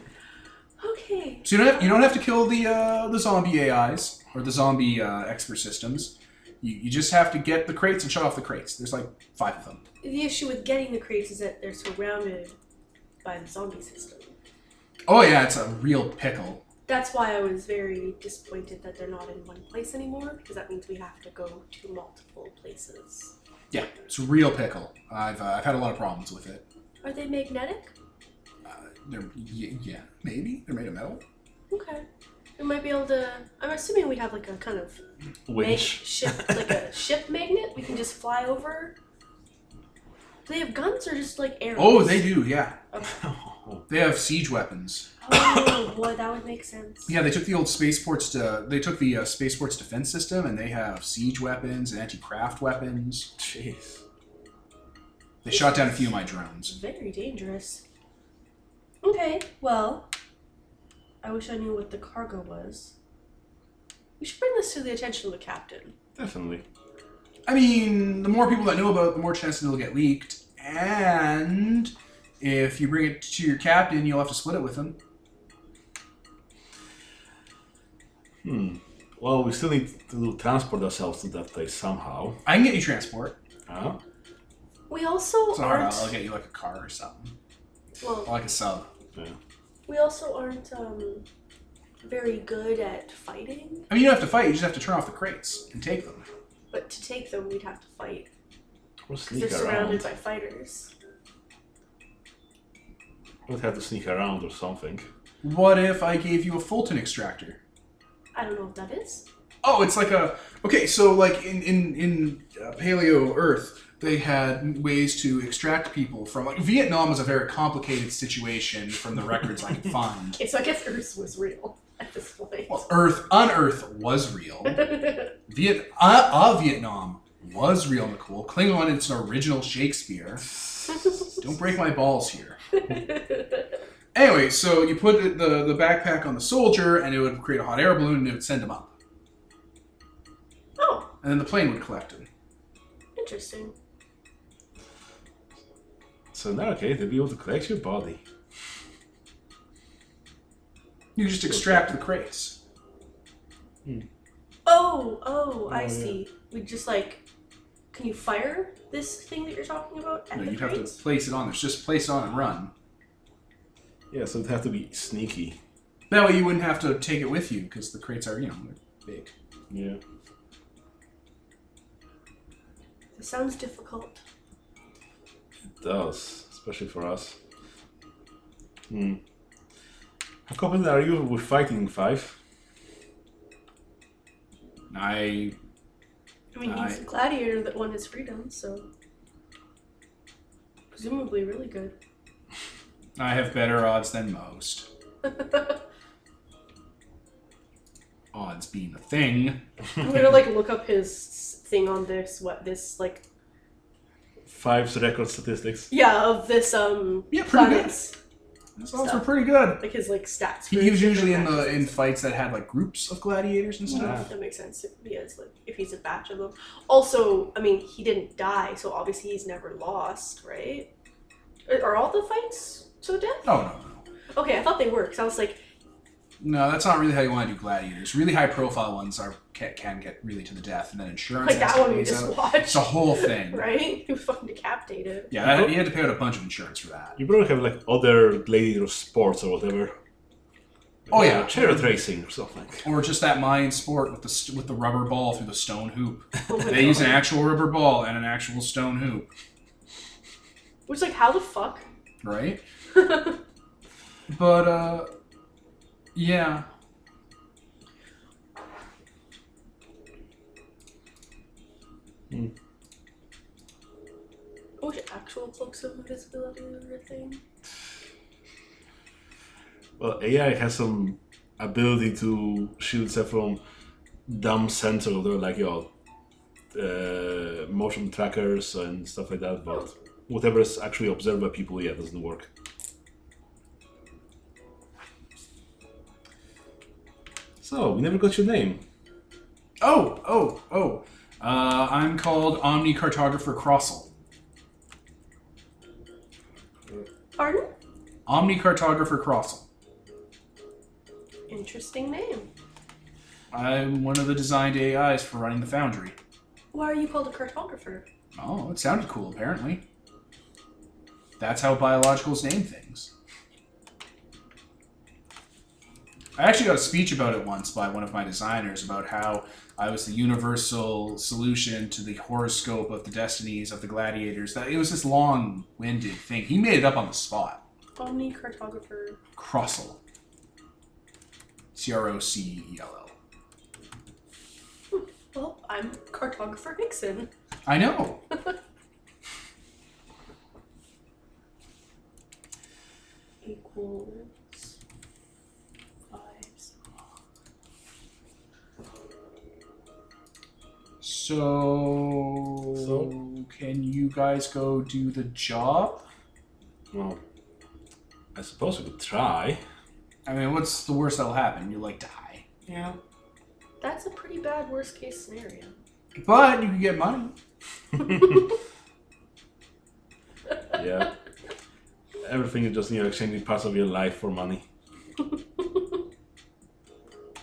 Okay. So you don't have, you don't have to kill the uh, the zombie AIs or the zombie uh, expert systems. You, you just have to get the crates and shut off the crates. There's like five of them. The issue with getting the crates is that they're surrounded by the zombie system. Oh yeah, it's a real pickle. That's why I was very disappointed that they're not in one place anymore, because that means we have to go to multiple places. Yeah, it's a real pickle. I've uh, I've had a lot of problems with it. Are they magnetic? Uh, they're y- yeah maybe they're made of metal. Okay. We might be able to. I'm assuming we have like a kind of Winch. ship, like a ship magnet. We can just fly over. Do they have guns or just like arrows? Oh, they do. Yeah, Okay. Oh, they have siege weapons. Oh boy, that would make sense. Yeah, they took the old spaceports. To, they took the uh, spaceports defense system, and they have siege weapons and anti-craft weapons. Jeez. They shot down a few of my drones. Very dangerous. Okay, well, I wish I knew what the cargo was. We should bring this to the attention of the captain. Definitely. I mean, the more people that know about it, the more chance it'll get leaked. And if you bring it to your captain, you'll have to split it with him. Hmm. Well, we still need to transport ourselves to that place somehow. Ah, I can get you transport. Huh? We also So I don't aren't. know, I'll get you like a car or something, or Well, like a sub. we also aren't um, very good at fighting. I mean, you don't have to fight. You just have to turn off the crates and take them. But to take them, we'd have to fight We'll because they're sneak surrounded around. by fighters. We'll have to sneak around or something. What if I gave you a Fulton extractor? I don't know what that is. Oh, it's like a okay. So like in in in uh, Paleo Earth, they had ways to extract people from like Vietnam is a very complicated situation from the records I can find. Okay, so I guess Earth was real at this point. Well, Earth unearth was real. Viet uh, uh, Vietnam was real, Nicole. Klingon, it's an original Shakespeare. Don't break my balls here. Anyway, so you put the, the the backpack on the soldier, and it would create a hot air balloon, and it would send him up, oh, and then the plane would collect him. interesting. So now, okay, they'll be able to collect your body. You just extract the crates. Oh, oh, I Oh, yeah. see. We just like, can you fire this thing that you're talking about at No, the you'd have to crates? place it on there. It's Just place it on and run. Yeah, so it'd have to be sneaky. That way you wouldn't have to take it with you because the crates are, you know, they're big. Yeah. This sounds difficult. It does, especially for us. Hmm. How confident are you with fighting five? I I mean, he's I- a gladiator that won his freedom, so presumably really good. I have better odds than most. odds being a thing. I'm gonna like look up his thing on this what this like Five's record statistics. yeah of this um Yeah, pretty good. planets His odds were pretty good. like his like stats. He for was different usually in the in factions. fights that had like groups of gladiators and stuff. Yeah. That makes sense. If he has like if he's a batch of them. Also, I mean, he didn't die, so obviously he's never lost, right? Are, are all the fights so death? Oh no, no. Okay, I thought they were because I was like, No, that's not really how you want to do gladiators. Really high profile ones are can, can get really to the death, and then insurance like has that to one pay we us just out. It's watched, a whole thing. right? He was fucking decapitated. Yeah, that, you had to pay out a bunch of insurance for that. You probably have like other gladiator sports or whatever. Oh, yeah. chariot racing or something. Or just that Mayan sport with the st- with the rubber ball through the stone hoop. Oh my They use an God. actual rubber ball and an actual stone hoop, Which like, how the fuck? right? But uh, yeah. Oh, shit, actual cloaks of invisibility or a thing? Well, AI has some ability to shield itself from dumb sensors, though, like your uh, motion trackers and stuff like that. But whatever is actually observed by people, yeah, doesn't work. So we never got your name. Oh, oh, oh. Uh, I'm called Omni Cartographer Crossel. Pardon? Omni Cartographer Crossel. Interesting name. I'm one of the designed AIs for running the foundry. Why are you called a cartographer? Oh, it sounded cool, apparently. That's how biologicals name things. I actually got a speech about it once by one of my designers about how I was the universal solution to the horoscope of the destinies of the gladiators. That it was this long-winded thing. He made it up on the spot. Omni cartographer. Crossel. C R O C E L L. Well, I'm cartographer Nixon. I know. equals fives. So, can you guys go do the job? Well, I suppose we could try. I mean, what's the worst that'll happen? You like die. Yeah. That's a pretty bad worst case scenario. But you can get money. Yeah. Everything is just you know exchanging parts of your life for money.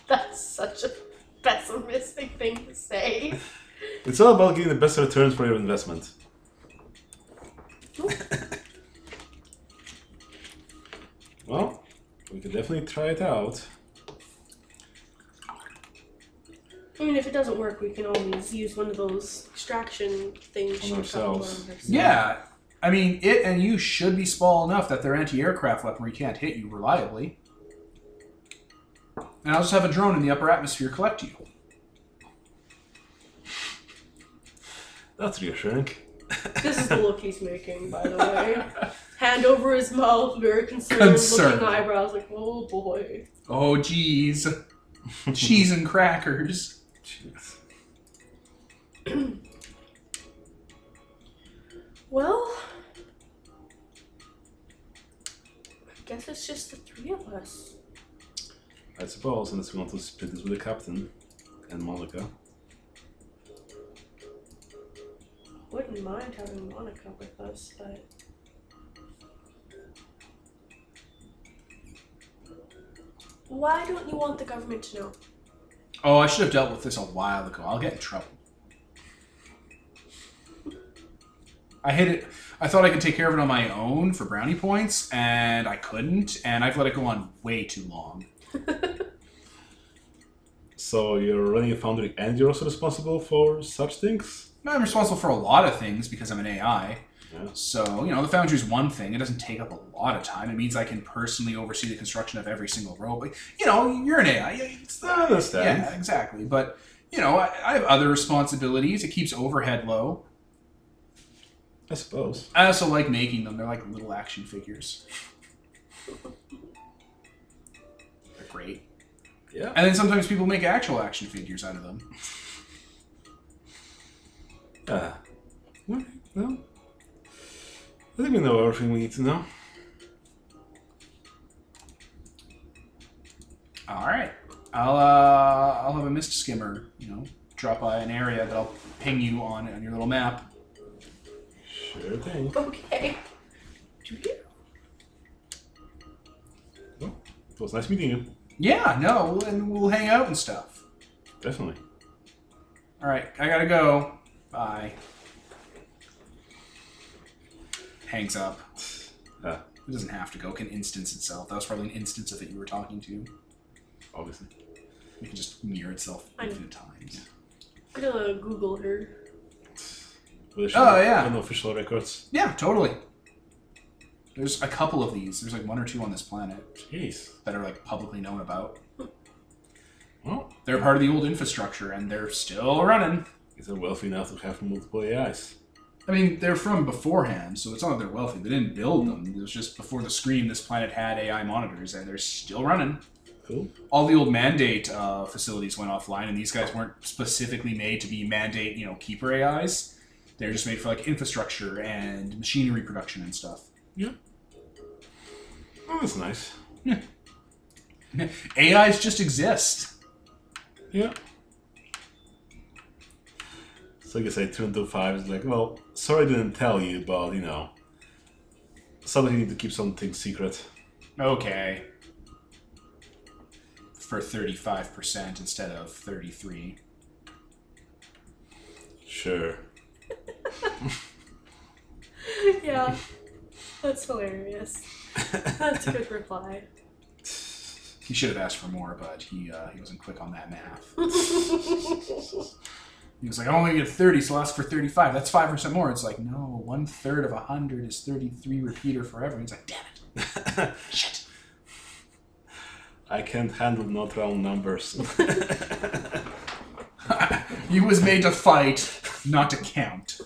That's such a pessimistic thing to say. It's all about getting the best returns for your investment. well, we could definitely try it out. I mean, if it doesn't work, we can always use one of those extraction things. On she ourselves. talked about on herself. Yeah. I mean, it and you should be small enough that their anti aircraft weaponry can't hit you reliably. And I'll just have a drone in the upper atmosphere collect you. That's reassuring. This is the look he's making, by the way. Hand over his mouth, very concerned, Concerned. looking eyebrows, like, oh boy. Oh, geez. Cheese and crackers. Jeez. Well, I guess it's just the three of us. I suppose, unless we want to split this with the captain and Monica. Wouldn't mind having Monica with us, but why don't you want the government to know? Oh, I should have dealt with this a while ago. I'll get in trouble. I hit it. I thought I could take care of it on my own for brownie points, and I couldn't, and I've let it go on way too long. So you're running a foundry and you're also responsible for such things? I'm responsible for a lot of things because I'm an AI. Yeah. So, you know, the foundry is one thing. It doesn't take up a lot of time. It means I can personally oversee the construction of every single row. But, you know, you're an AI. It's the, I understand. yeah, exactly. But, you know, I, I have other responsibilities. It keeps overhead low. I suppose. I also like making them. They're like little action figures. They're great. Yeah. And then sometimes people make actual action figures out of them. Uh, well, well, I think we know everything we need to know. All right, I'll uh, I'll have a mist skimmer, you know, drop by an area that I'll ping you on on your little map. Sure thing. Okay. It was nice meeting you. Yeah, no, and we'll hang out and stuff. Definitely. All right, I gotta go. Bye. Hangs up. Ah. It doesn't have to go. It can instance itself. That was probably an instance of it you were talking to. Obviously. It can just mirror itself I know. infinite times. I'm gonna Google her. But Oh, yeah. No official records. Yeah, totally. There's a couple of these. There's like one or two on this planet Jeez. that are like publicly known about. Well, They're part of the old infrastructure and they're still running. is it wealthy enough to have multiple AIs? I mean, they're from beforehand, so it's not that they're wealthy. They didn't build them. It was just before the scream, this planet had AI monitors and they're still running. Cool. all the old mandate uh, facilities went offline, and these guys weren't specifically made to be mandate, you know, keeper AIs. They're just made for like infrastructure and machinery production and stuff. Oh, that's nice. AIs just exist. Yeah. So I guess I turned to five. It's like, well, sorry I didn't tell you, but you know, sometimes you need to keep some things secret. Okay. For thirty-five percent instead of thirty-three. Sure. yeah. That's hilarious. That's a good reply. He should have asked for more, but he uh, he wasn't quick on that math. He was like, "I only get thirty, so I'll ask for thirty-five. That's five percent more." It's like, no, one third of a hundred is thirty-three repeater forever. He's like, "Damn it, shit." I can't handle not round numbers. He was made to fight, not to count.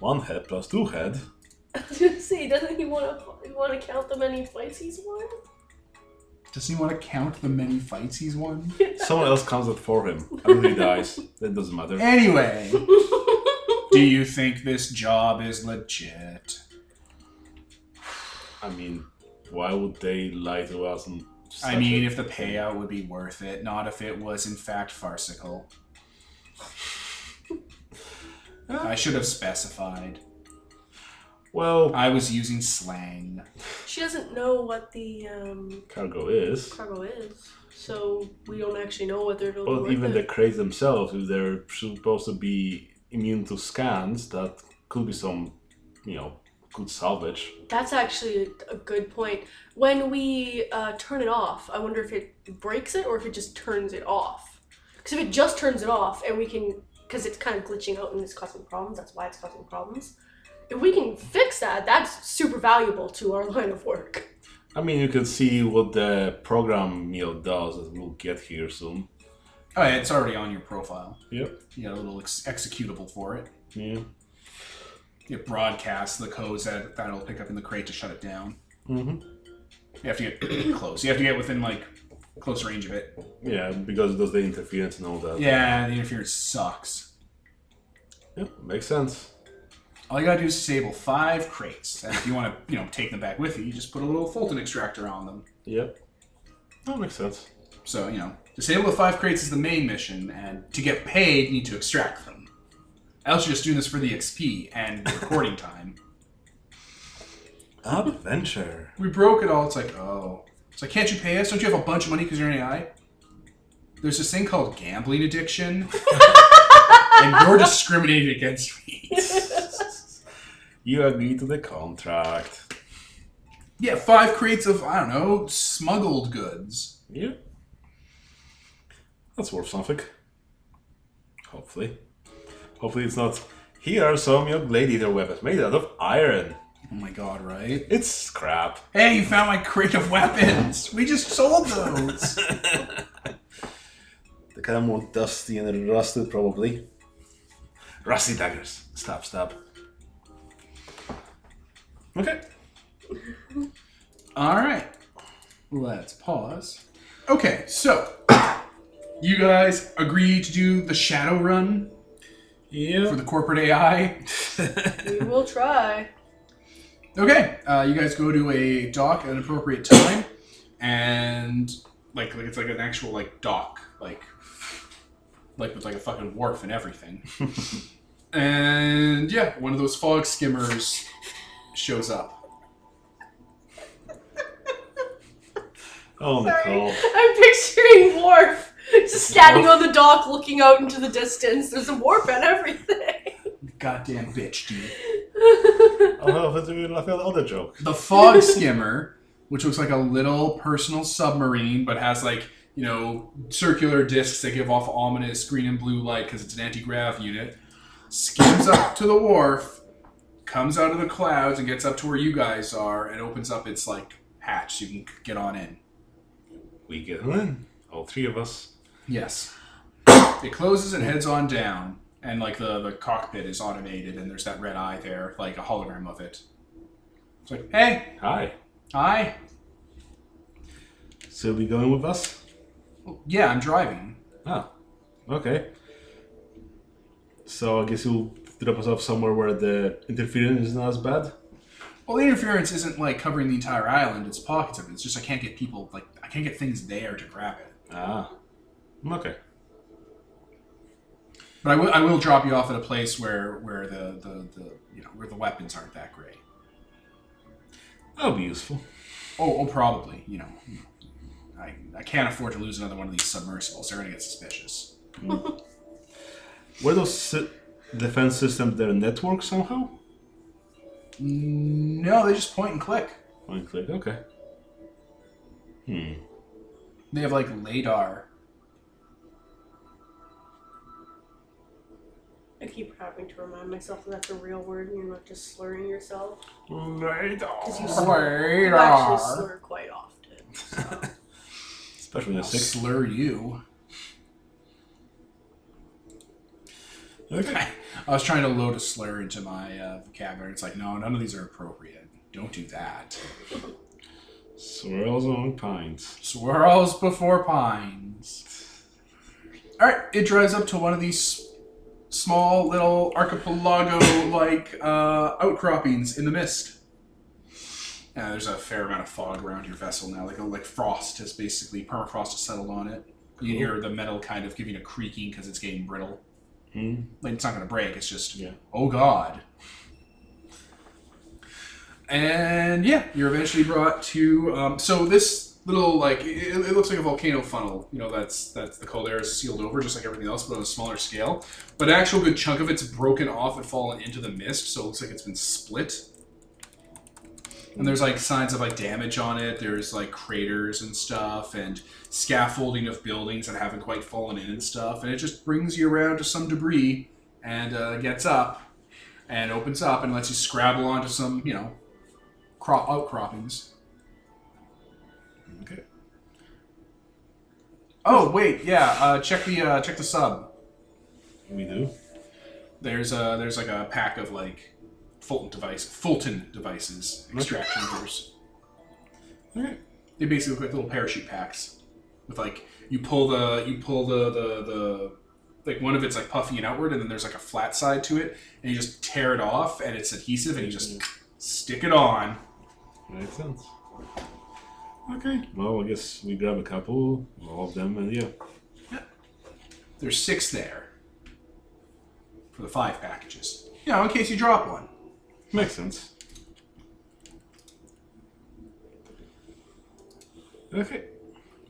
One head plus two head. I was gonna say, doesn't he want to want to count the many fights he's won? Does he want to count the many fights he's won? Someone else comes up for him. And he dies. That doesn't matter. Anyway, do you think this job is legit? I mean, why would they lie to us? And I mean, if the payout would be worth it, not if it was in fact farcical. I should have specified. well, I was using slang. She doesn't know what the um, cargo is. cargo is, so we don't actually know what they're doing. Well, even the crates themselves, if they're supposed to be immune to scans, that could be some, you know, good salvage. That's actually a good point. When we uh, turn it off, I wonder if it breaks it or if it just turns it off. Because if it just turns it off and we can, because it's kind of glitching out and it's causing problems, that's why it's causing problems. If we can fix that, that's super valuable to our line of work. I mean, you can see what the program meal does that we'll get here soon. Oh, yeah, it's already on your profile. Yep. You got a little ex- executable for it. Yeah. It broadcasts the codes that, that'll pick up in the crate to shut it down. hmm You have to get close. You have to get within like close range of it. Yeah, because it does the interference and all that. Yeah, the interference sucks. Yep, makes sense. All you gotta do is disable five crates, and if you want to, you know, take them back with you, you just put a little Fulton extractor on them. Yep. That makes sense. So you know, disable the five crates is the main mission, and to get paid, you need to extract them. Else, you're just doing this for the XP and the recording time. Adventure. We broke it all. It's like, oh, it's like, can't you pay us? Don't you have a bunch of money because you're an AI? There's this thing called gambling addiction, and you're discriminated against me. you agree to the contract. Yeah, five crates of I don't know smuggled goods. Yeah. That's worth something. Hopefully. Hopefully it's not. Here are some young lady their weapons made out of iron. Oh my god, right? It's scrap. Hey, you found my crate of weapons. We just sold those. They're kind of more dusty and rusted, probably. Rusty daggers. Stab, stab. Okay. All right. Let's pause. Okay, so you guys agree to do the shadow run for Yeah. the corporate AI. We will try. Okay, uh, you guys go to a dock at an appropriate time, and like, like it's like an actual like dock, like like with like a fucking wharf and everything. and yeah, one of those fog skimmers shows up. Oh, Nicole. Sorry. I'm picturing Worf just standing on the dock looking out into the distance. There's a warp and everything. Goddamn bitch, dude. Oh, no, that's we laughing at the other joke. the fog skimmer, which looks like a little personal submarine, but has like you know circular discs that give off ominous green and blue light because it's an anti-grav unit, skims up to the wharf, comes out of the clouds and gets up to where you guys are, and opens up its like hatch. so You can get on in. We get in. All three of us. Yes. it closes and heads on down, and like the the cockpit is automated, and there's that red eye there, like a hologram of it. It's like, hey, Hi. hi. So we going with us? Yeah, I'm driving. Ah. Okay. So I guess you'll drop us off somewhere where the interference is not as bad. Well, the interference isn't like covering the entire island; it's pockets of it. It's just I can't get people like I can't get things there to grab it. Ah. Okay. But I will I will drop you off at a place where where the the, the you know where the weapons aren't that great. That'll be useful. Oh, oh, probably. You know, I I can't afford to lose another one of these submersibles. They're gonna get suspicious. Were those si- defense systems their network somehow? Mm, No, they just point and click. One click. Okay. Hmm. They have like LADAR. I keep having to remind myself that that's a real word and you're not just slurring yourself. Because you slur. You actually LADAR. slur quite often. Especially when I'll you're sick. slur you. Okay. I was trying to load a slur into my uh, vocabulary. It's like, no, none of these are appropriate. Don't do that. Swirls along pines. Swirls before pines. All right, it drives up to one of these s- small little archipelago-like uh, outcroppings in the mist. Uh, there's a fair amount of fog around your vessel now, like like frost has basically permafrost has settled on it. You Cool. hear the metal kind of giving a creaking because it's getting brittle. Hmm. Like it's not going to break. It's just Yeah. oh god. And yeah, you're eventually brought to. Um, so this little like it, it looks like a volcano funnel. You know that's that's the cold air is sealed over just like everything else, but on a smaller scale. But an actual good chunk of it's broken off and fallen into the mist, so it looks like it's been split. And there's like signs of like damage on it. There's like craters and stuff, and scaffolding of buildings that haven't quite fallen in and stuff. And it just brings you around to some debris and uh, gets up and opens up and lets you scrabble onto some, you know, crop outcroppings. Okay. Oh wait, yeah. Uh, check the uh, check the sub. We do. There's a there's like a pack of like Fulton device Fulton devices extraction gears. Okay. They basically look like little parachute packs with like you pull the you pull the the, the like one of it's like puffy and outward, and then there's like a flat side to it, and you just tear it off, and it's adhesive, and you just stick it on. Makes sense. Okay. Well, I guess we grab a couple, all of them, and yeah. There's six there for the five packages. You know, in case you drop one. Makes sense. Okay.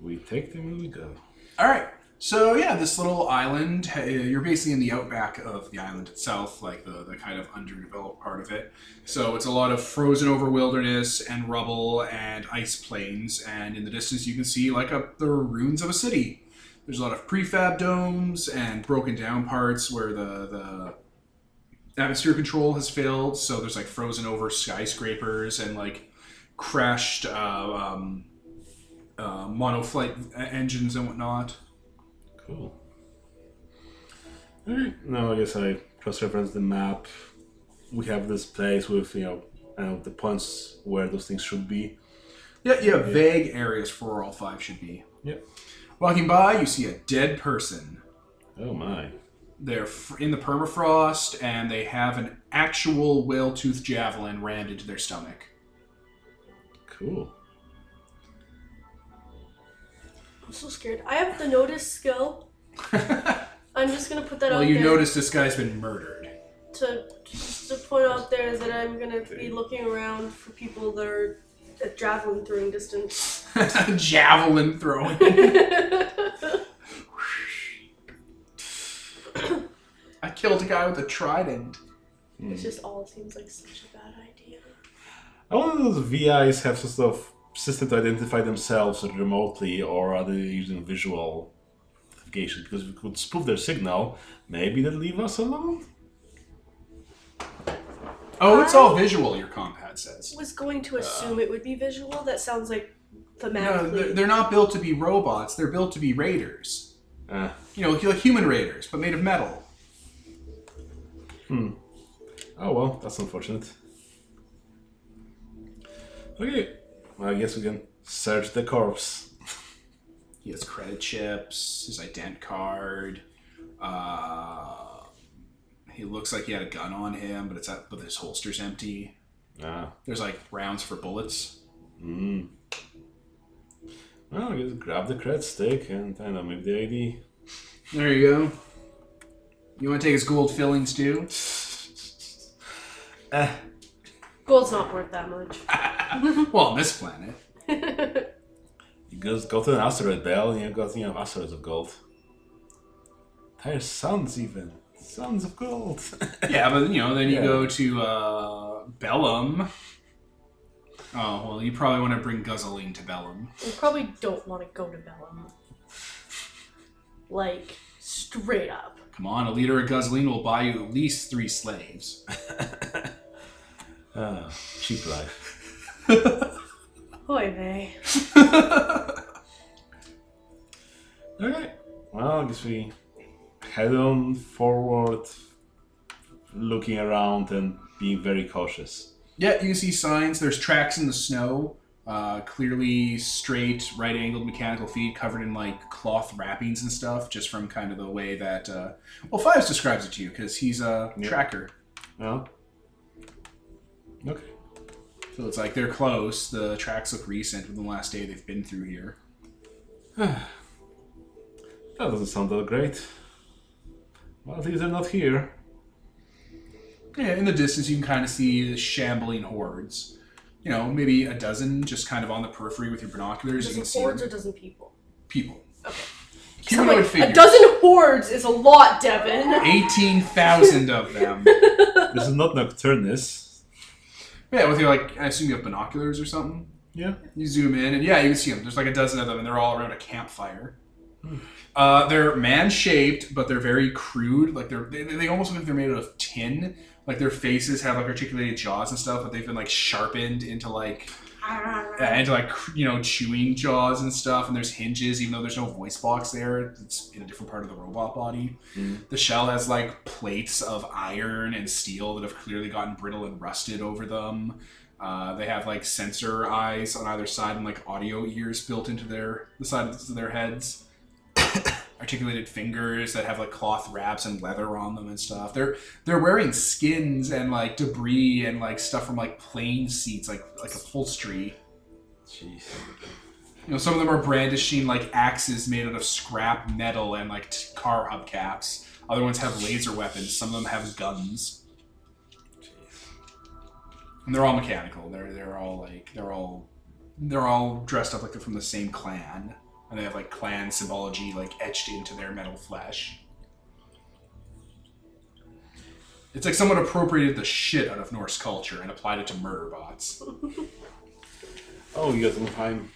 We take them and we go. All right. So yeah, this little island. uh, You're basically in the outback of the island itself, like the, the kind of underdeveloped part of it. So it's a lot of frozen over wilderness and rubble and ice plains, and in the distance you can see like a, the ruins of a city. There's a lot of prefab domes and broken down parts where the the atmosphere control has failed. So there's like frozen over skyscrapers and like crashed uh, um, uh, monoflight uh, engines and whatnot. Cool. Alright. Now I guess I cross reference the map. We have this place with, you know, and the points where those things should be. Yeah, you have vague areas for where all five should be. Yep. Walking by, you see a dead person. Oh my. They're f- in the permafrost, and they have an actual whale tooth javelin rammed into their stomach. Cool. I'm so scared. I have the notice skill. I'm just gonna put that well, out you there notice this guy's been murdered. to just to point out there that I'm gonna be looking around for people that are at javelin throwing distance. javelin throwing. That's I killed a guy with a trident. Hmm. just all seems like such a bad idea. I wonder if those VIs have some sort of system to identify themselves remotely, or are they using visual identification? Because if we could spoof their signal, maybe they'd leave us alone? Oh, it's all visual, your compad says. Was going to assume it would be visual. That sounds like Uh, No, they're, thematically. they're not built to be robots, they're built to be raiders. Uh, You know, like human raiders, but made of metal. oh well, that's unfortunate. Okay, I guess we can search the corpse. He has credit chips, his ident card. Uh, he looks like he had a gun on him, but it's at, but his holster's empty. Ah, There's like rounds for bullets. hmm. Well, I guess grab the cred stick and I don't know, maybe the ID. There you go. You want to take his gold fillings too? Eh, Gold's not worth that much. Well, on this planet. You just go to an asteroid belt and you got you know asteroids of gold. Entire suns even. Suns of gold. Yeah, but you know, then you Yeah. go to uh, Bellum. Oh well, you probably want to bring Guzzoline to Bellum. We probably don't want to go to Bellum. Like, straight up. Come on, a liter of Guzzoline will buy you at least three slaves. ah, cheap life. Hoy vey. Okay. Well I guess we head on forward looking around and being very cautious. Yeah, you can see signs. There's tracks in the snow. Uh, clearly straight, right-angled mechanical feet covered in like cloth wrappings and stuff, just from kind of the way that. Uh, well, Fives describes it to you because he's a Yeah. tracker, Yeah. Okay. so it's like they're close. The tracks look recent, within the last day they've been through here. That doesn't sound that great. Well at least they're not here. Yeah, in the distance you can kind of see the shambling hordes. You know, maybe a dozen just kind of on the periphery with your binoculars. You Dozen can see hordes or them. dozen people? people. Okay. Humanoid Like, figures. a dozen hordes is a lot, Devin. 18,000 of them. This is not Nocturnus. yeah, with your, like, I assume you have binoculars or something. Yeah. You zoom in, and yeah, you can see them. There's like a dozen of them, and they're all around a campfire. Uh, they're man-shaped, but they're very crude. Like they're they, they almost look like they're made out of tin. Like their faces have like articulated jaws and stuff, but they've been like sharpened into like uh, into like cr- you know chewing jaws and stuff. And there's hinges, even though there's no voice box there. It's in a different part of the robot body. Mhm. The shell has like plates of iron and steel that have clearly gotten brittle and rusted over them. Uh, they have like sensor eyes on either side and like audio ears built into their the sides of their heads. Articulated fingers that have like cloth wraps and leather on them and stuff. They're they're wearing skins and like debris and like stuff from like plane seats, like like upholstery. Jeez. You know, some of them are brandishing like axes made out of scrap metal and like t- car hubcaps. Other ones have laser weapons. Some of them have guns, Jeez. and they're all mechanical. They're they're all like they're all they're all dressed up like they're from the same clan, and they have like clan symbology like etched into their metal flesh. It's like someone appropriated the shit out of Norse culture and applied it to murder bots. Oh, you got some time.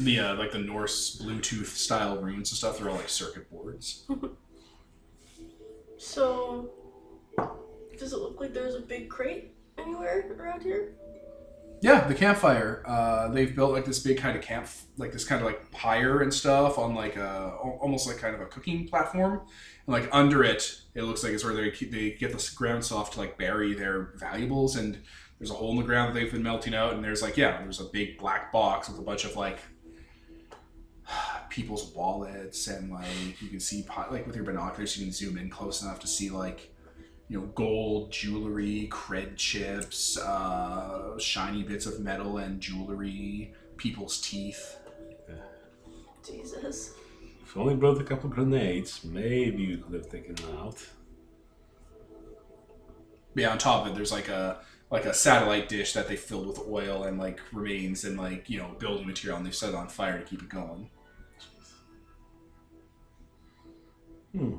The uh, like the Norse Bluetooth style runes and stuff. They're all like circuit boards. so, does it look like there's a big crate anywhere around here? Yeah, the campfire. Uh, they've built like this big kind of camp, like this kind of like pyre and stuff on like a al- almost like kind of a cooking platform, and like under it, it looks like it's where they keep, they get this ground soft to like bury their valuables. And there's a hole in the ground that they've been melting out, and there's like yeah, there's a big black box with a bunch of like people's wallets and like you can see pot like with your binoculars you can zoom in close enough to see like you know gold jewelry cred chips uh, shiny bits of metal and jewelry people's teeth Jesus. If we only brought a couple grenades, maybe we could have taken them out. but yeah on top of it there's like a like a satellite dish that they filled with oil and like remains and like you know building material and they set it on fire to keep it going Hmm.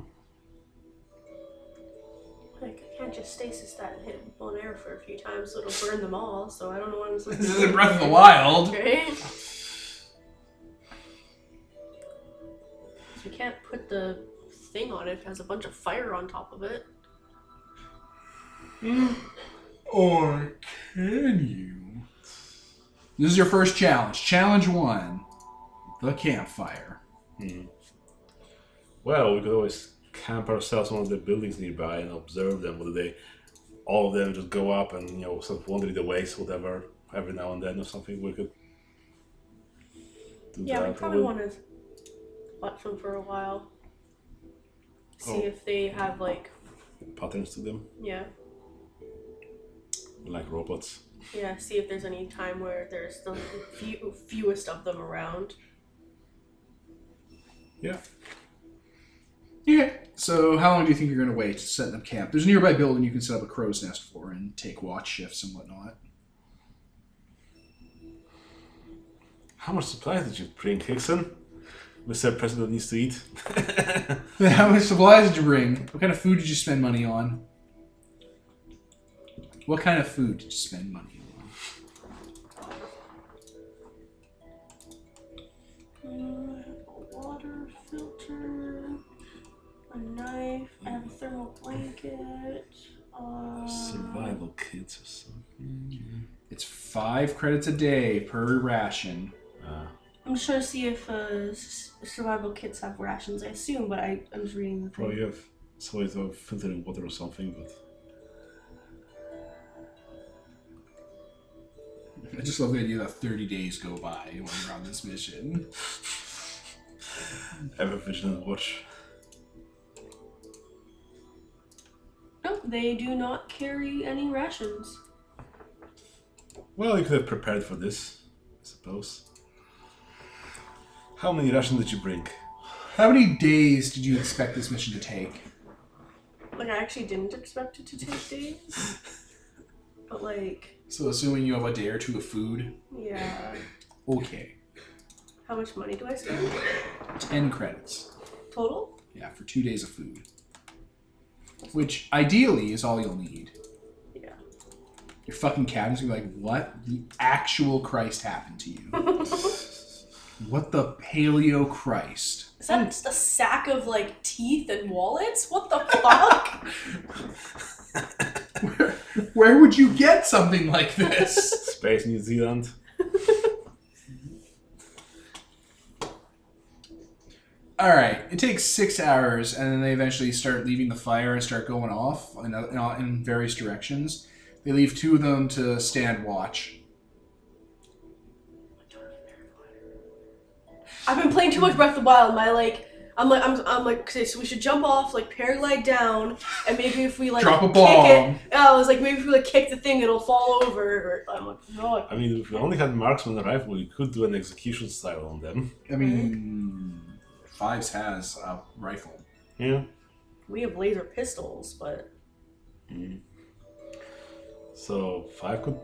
Like, I can't just stasis that and hit it with ball and arrow for a few times, so it'll burn them all, so I don't know what I'm supposed this to do. isn't breath of the wild Right? 'Cause We can't put the thing on it if it has a bunch of fire on top of it. Or can you? This is your first challenge. Challenge one the campfire. Hmm. Well, we could always camp ourselves in one of the buildings nearby and observe them. Whether they, all of them, just go up and you know sort of wander the waste, whatever, every now and then or something. We could. Do Yeah, we that, probably or- want to watch them for a while. See Oh. if they have, like, patterns to them, yeah, like robots. yeah, see if there's any time where there's the few, fewest of them around. Yeah. Okay. So, how long do you think you're going to wait to set up camp? There's a nearby building you can set up a crow's nest for and take watch shifts and whatnot. How much supplies did you bring, Hickson? Mr. President needs to eat. How much supplies did you bring? What kind of food did you spend money on? What kind of food did you spend money on? Mm, I have a water filter, a knife, I have a thermal blanket. Uh, Survival kits or something. It's five credits a day per ration. Uh, I'm just trying to see if uh, s- survival kits have rations. I assume, but I, I'm just reading the thing. probably have some way of filtering water or something, but I just love the idea that 30 days go by when you're on this mission. ever vigilant watch. Nope, they do not carry any rations. Well, you could have prepared for this, I suppose. How many rations did you bring? How many days did you expect this mission to take? Like I actually didn't expect it to take days, but like, So, assuming you have a day or two of food, yeah. okay, How much money do I spend ten credits. total? Yeah, for two days of food, which ideally is all you'll need. Yeah. Your fucking cabin's gonna be like, "What the actual Christ happened to you? What the paleo Christ?" Is that just a sack of like teeth and wallets? What the fuck? Where, where would you get something like this? Space New Zealand. All right, it takes six hours, and then they eventually start leaving the fire and start going off in, in, all- in various directions. They leave two of them to stand watch. I've been playing too much Breath of the Wild. My like, I'm like, I'm, I'm like, okay, so we should jump off, like paraglide down, and maybe if we like Drop a kick bomb. it, I was like, maybe if we like kick the thing, it'll fall over. Or, I'm like, no, I mean, if we only had marksman rifle, we could do an execution style on them. I mean, Fives has a rifle. Yeah. we have laser pistols, but So five could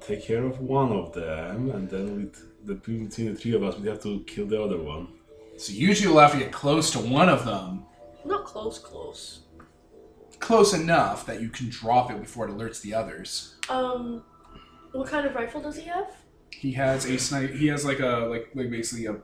take care of one of them, and then with the between the three of us, we'd have to kill the other one. So you two will have to get close to one of them, not close, close. close enough that you can drop it before it alerts the others. Um, what kind of rifle does he have? He has a snipe. He has like a like like basically a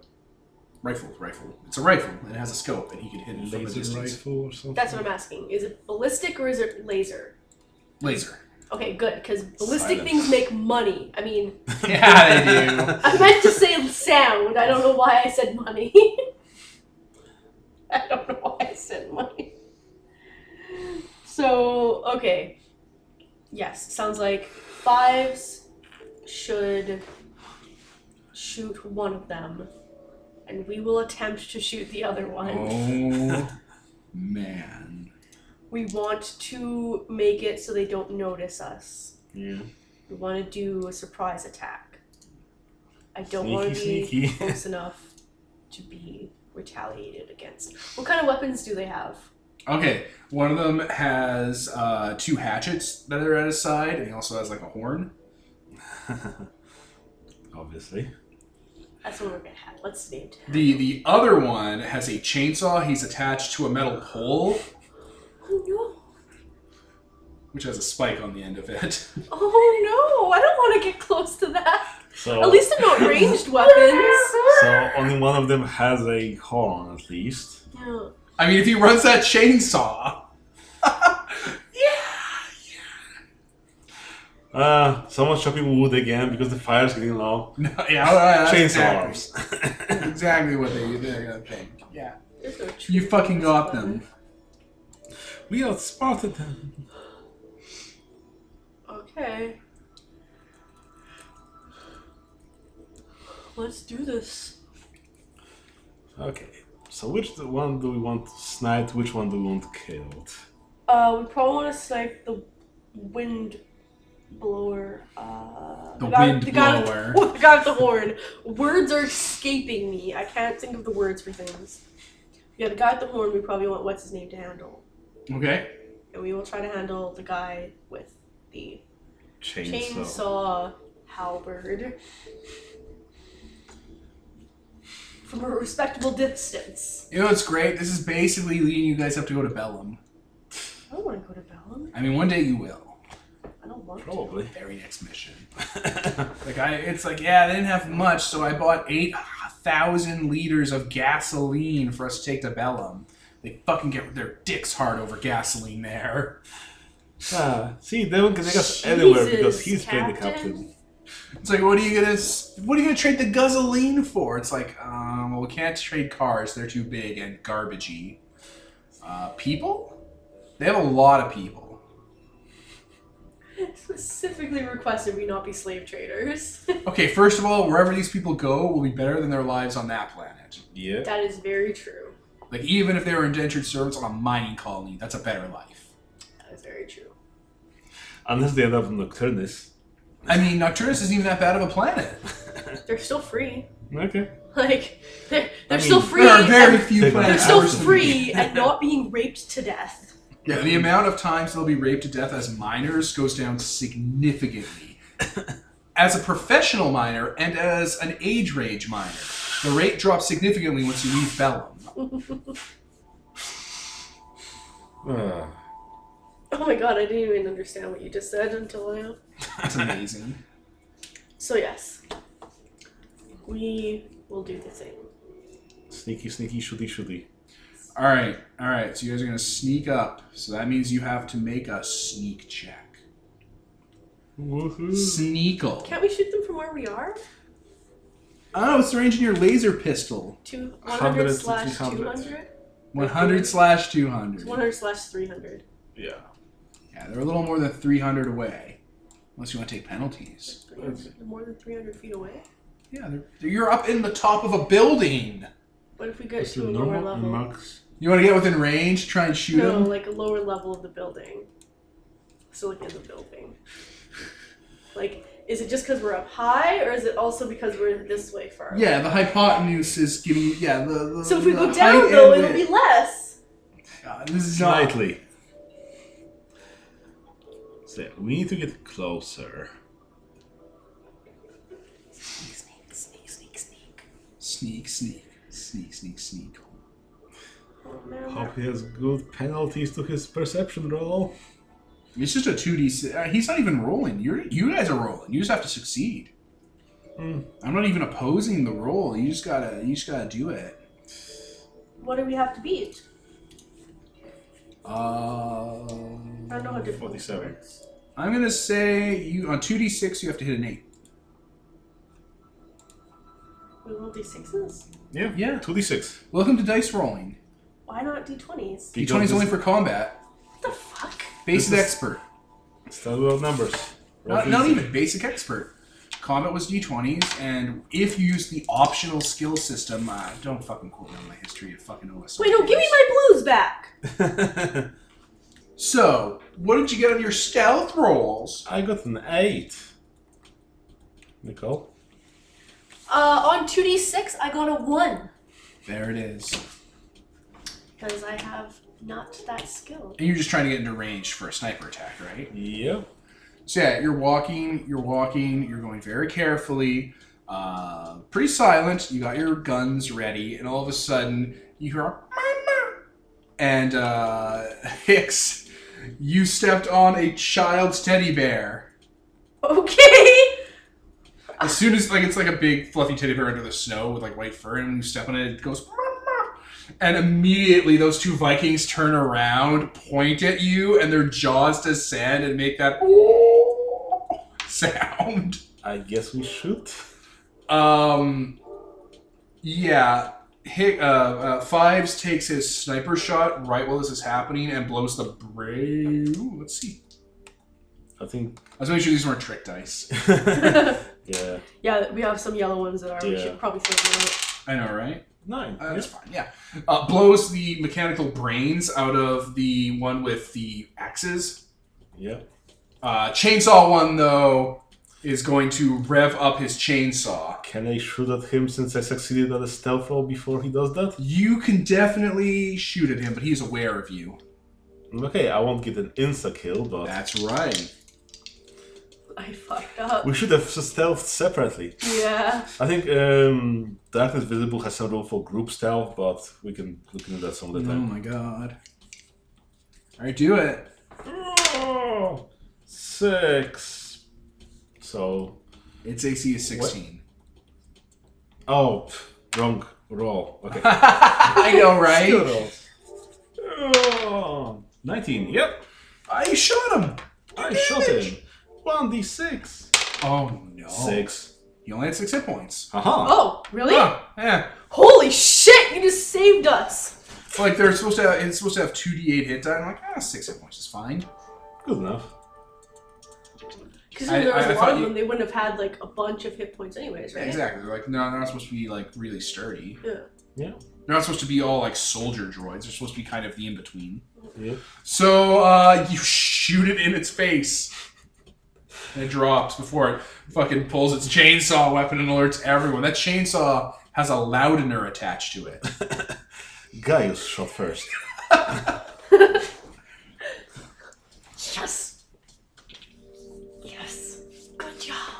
rifle. Rifle. It's a rifle, and it has a scope, and he can hit it from a Laser distance. rifle or something. That's what I'm asking. Is it ballistic or is it laser? Laser. Okay, good, because ballistic Silence. things make money. I mean, Yeah, they I meant to say sound. I don't know why I said money. I don't know why I said money. So, okay. Yes, sounds like fives should shoot one of them, and we will attempt to shoot the other one. Oh man. We want to make it so they don't notice us. Yeah. We want to do a surprise attack. I don't want Sneaky, to be sneaky. close enough to be retaliated against. What kind of weapons do they have? Okay, one of them has uh, two hatchets that are at his side, and he also has like a horn. Obviously. That's what we're gonna have. Let's name it. The the other one has a chainsaw. He's attached to a metal pole, Oh which has a spike on the end of it. no! Oh no! I don't want to get close to that. So, At least they're not ranged weapons. so only one of them has a horn, at least. Yeah. I mean, if he runs that chainsaw, Uh, someone's chopping wood again because the fire's getting low. no, yeah, all right, that's Chainsaw exactly- arms. Exactly what they they're gonna think. Yeah, There's no tree. you fucking got them. we outsmarted them. Okay. Let's do this. Okay. So which the one do we want to snipe? Which one do we want killed? Uh, we probably want to snipe the wind blower. Uh, The guy- wind guy with- blower. the guy with the horn. Words are escaping me. I can't think of the words for things. Yeah, the guy with the horn. We probably want what's his name to handle, Okay. and we will try to handle the guy with the Chainsaw. chainsaw halberd from a respectable distance. You know what's great? This is basically leading you guys up to go to Bellum. I don't want to go to Bellum. I mean, one day you will. I don't want to. Probably. Very next mission. Like I, it's like yeah, they didn't have much, so I bought eight thousand liters of gasoline for us to take to Bellum. They fucking get their dicks hard over gasoline there. ah, see, they don't take us anywhere because Jesus, he's playing the Captain. captain. It's like, what are you gonna, s- what are you gonna trade the gasoline for? It's like, um, well, we can't trade cars; they're too big and garbagey. Uh, people? They have a lot of people. Specifically requested we not be slave traders. Okay, first of all, wherever these people go will be better than their lives on that planet. Yeah. That is very true. Like, even if they were indentured servants on a mining colony, that's a better life. That is very true. Unless they end up in Nocturnus. I mean, Nocturnus isn't even that bad of a planet. They're still free. Okay. Like they're I they're mean, still free. There are very and- few They're they're planets. still worse than these. free and not being raped to death. Yeah, the amount of times they'll be raped to death as minors goes down significantly. as a professional miner and as an age range miner, the rate drops significantly once you leave Bellum. Oh Uh, Oh my god, I didn't even understand what you just said until now. That's amazing. So yes, we will do the thing. sneaky, sneaky, shooty, shooty. all right, all right. So you guys are gonna sneak up. So that means you have to make a sneak check. Woohoo. Sneakle. Can't we shoot them from where we are? Oh, it's the range in your laser pistol. Two one 100 hundred to slash two 300. hundred. One hundred slash two hundred. One hundred slash three hundred. Yeah. Yeah, they're a little more than three hundred away. Unless you want to take penalties. More than three hundred feet away. Yeah, they're, they're- you're up in the top of a building. What if we go Is to a it lower normal and level? max? You want to get within range, try and shoot No, him. like a lower level of the building. So like in the building. Like, is it just because we're up high, or is it also because we're this way far? away? Yeah, the hypotenuse is giving you. Yeah, the. the So if we the go height down and though, it'll the- be less. God, this is not. Slightly. So we need to get closer. Sneak, sneak, sneak, sneak. Sneak, sneak, sneak, sneak, sneak. Oh man. Hope he has good penalties to his perception roll. It's just a two d. Uh, he's not even rolling. You're you guys are rolling. You just have to succeed. Mm. I'm not even opposing the roll. You just gotta you just gotta do it. What do we have to beat? Uh, I don't know how difficult. 47. it is. I'm gonna say you on two d six you have to hit an eight. We roll d6s? Yeah. Yeah. 2d6. Welcome to dice rolling. Why not d20s? D twenty is only this- for combat. What the fuck? Basic This is- expert. Start without numbers. Roll Not, not 2d6. even basic expert. Combat was d20s, and if you use the optional skill system, uh, don't fucking quote me on my history. You fucking OS. Wait, no, give me my blues back! So, what did you get on your stealth rolls? I got an 8. Nicole? Uh, on 2d6, I got a 1. There it is. Because I have not that skill. And you're just trying to get into range for a sniper attack, right? Yep. So yeah, you're walking, you're walking, you're going very carefully, uh, pretty silent. You got your guns ready, and all of a sudden you hear, a "Mama!" and uh, Hicks, you stepped on a child's teddy bear. Okay! As soon as like it's like a big fluffy teddy bear under the snow with like white fur, and when you step on it, it goes. "Mama!" And immediately those two Vikings turn around, point at you, and their jaws descend and make that sound. I guess we shoot. Um, yeah. Hick, uh, uh, Fives takes his sniper shot right while this is happening and blows the brain. Ooh, let's see. I think. I was making sure these weren't trick dice. yeah. yeah, we have some yellow ones that are. We Yeah. should probably throw them I out. know, right? Nine. Uh, yeah. That's fine. Yeah. Uh, blows the mechanical brains out of the one with the axes. yeah. Uh, chainsaw one though is going to rev up his chainsaw. Can I shoot at him since I succeeded at a stealth roll before he does that? You can definitely shoot at him, but he's aware of you. Okay, I won't get an insta kill, but That's right. I fucked up. we should have stealthed separately. Yeah. I think um, Darkness Visible has some rule for group stealth, but we can look into that some other Oh time. my god. Alright, do it. Oh, six. So, Its AC is 16. oh, pff, wrong roll. Okay. I know, Skill right? rolls. Oh, 19. Yep. I shot him. I shot him. 1d6. Oh no. Six. You only had six hit points. Haha. Oh, really? Huh, yeah. Holy shit, you just saved us! Like they're supposed to have, it's supposed to have 2d8 hit die. I'm like, ah, six hit points is fine. Good enough. Because I- if there was I- I a thought lot of you- them, they wouldn't have had like a bunch of hit points, anyways, right? Exactly. They're like, no, they're not supposed to be like really sturdy. Yeah. They're not supposed to be all like soldier droids. They're supposed to be kind of the in between. Yep. So uh, you shoot it in its face. And it drops before it fucking pulls its chainsaw weapon and alerts everyone. That chainsaw has a loudener attached to it. Gaius shot first. Yes! Yes. Good job.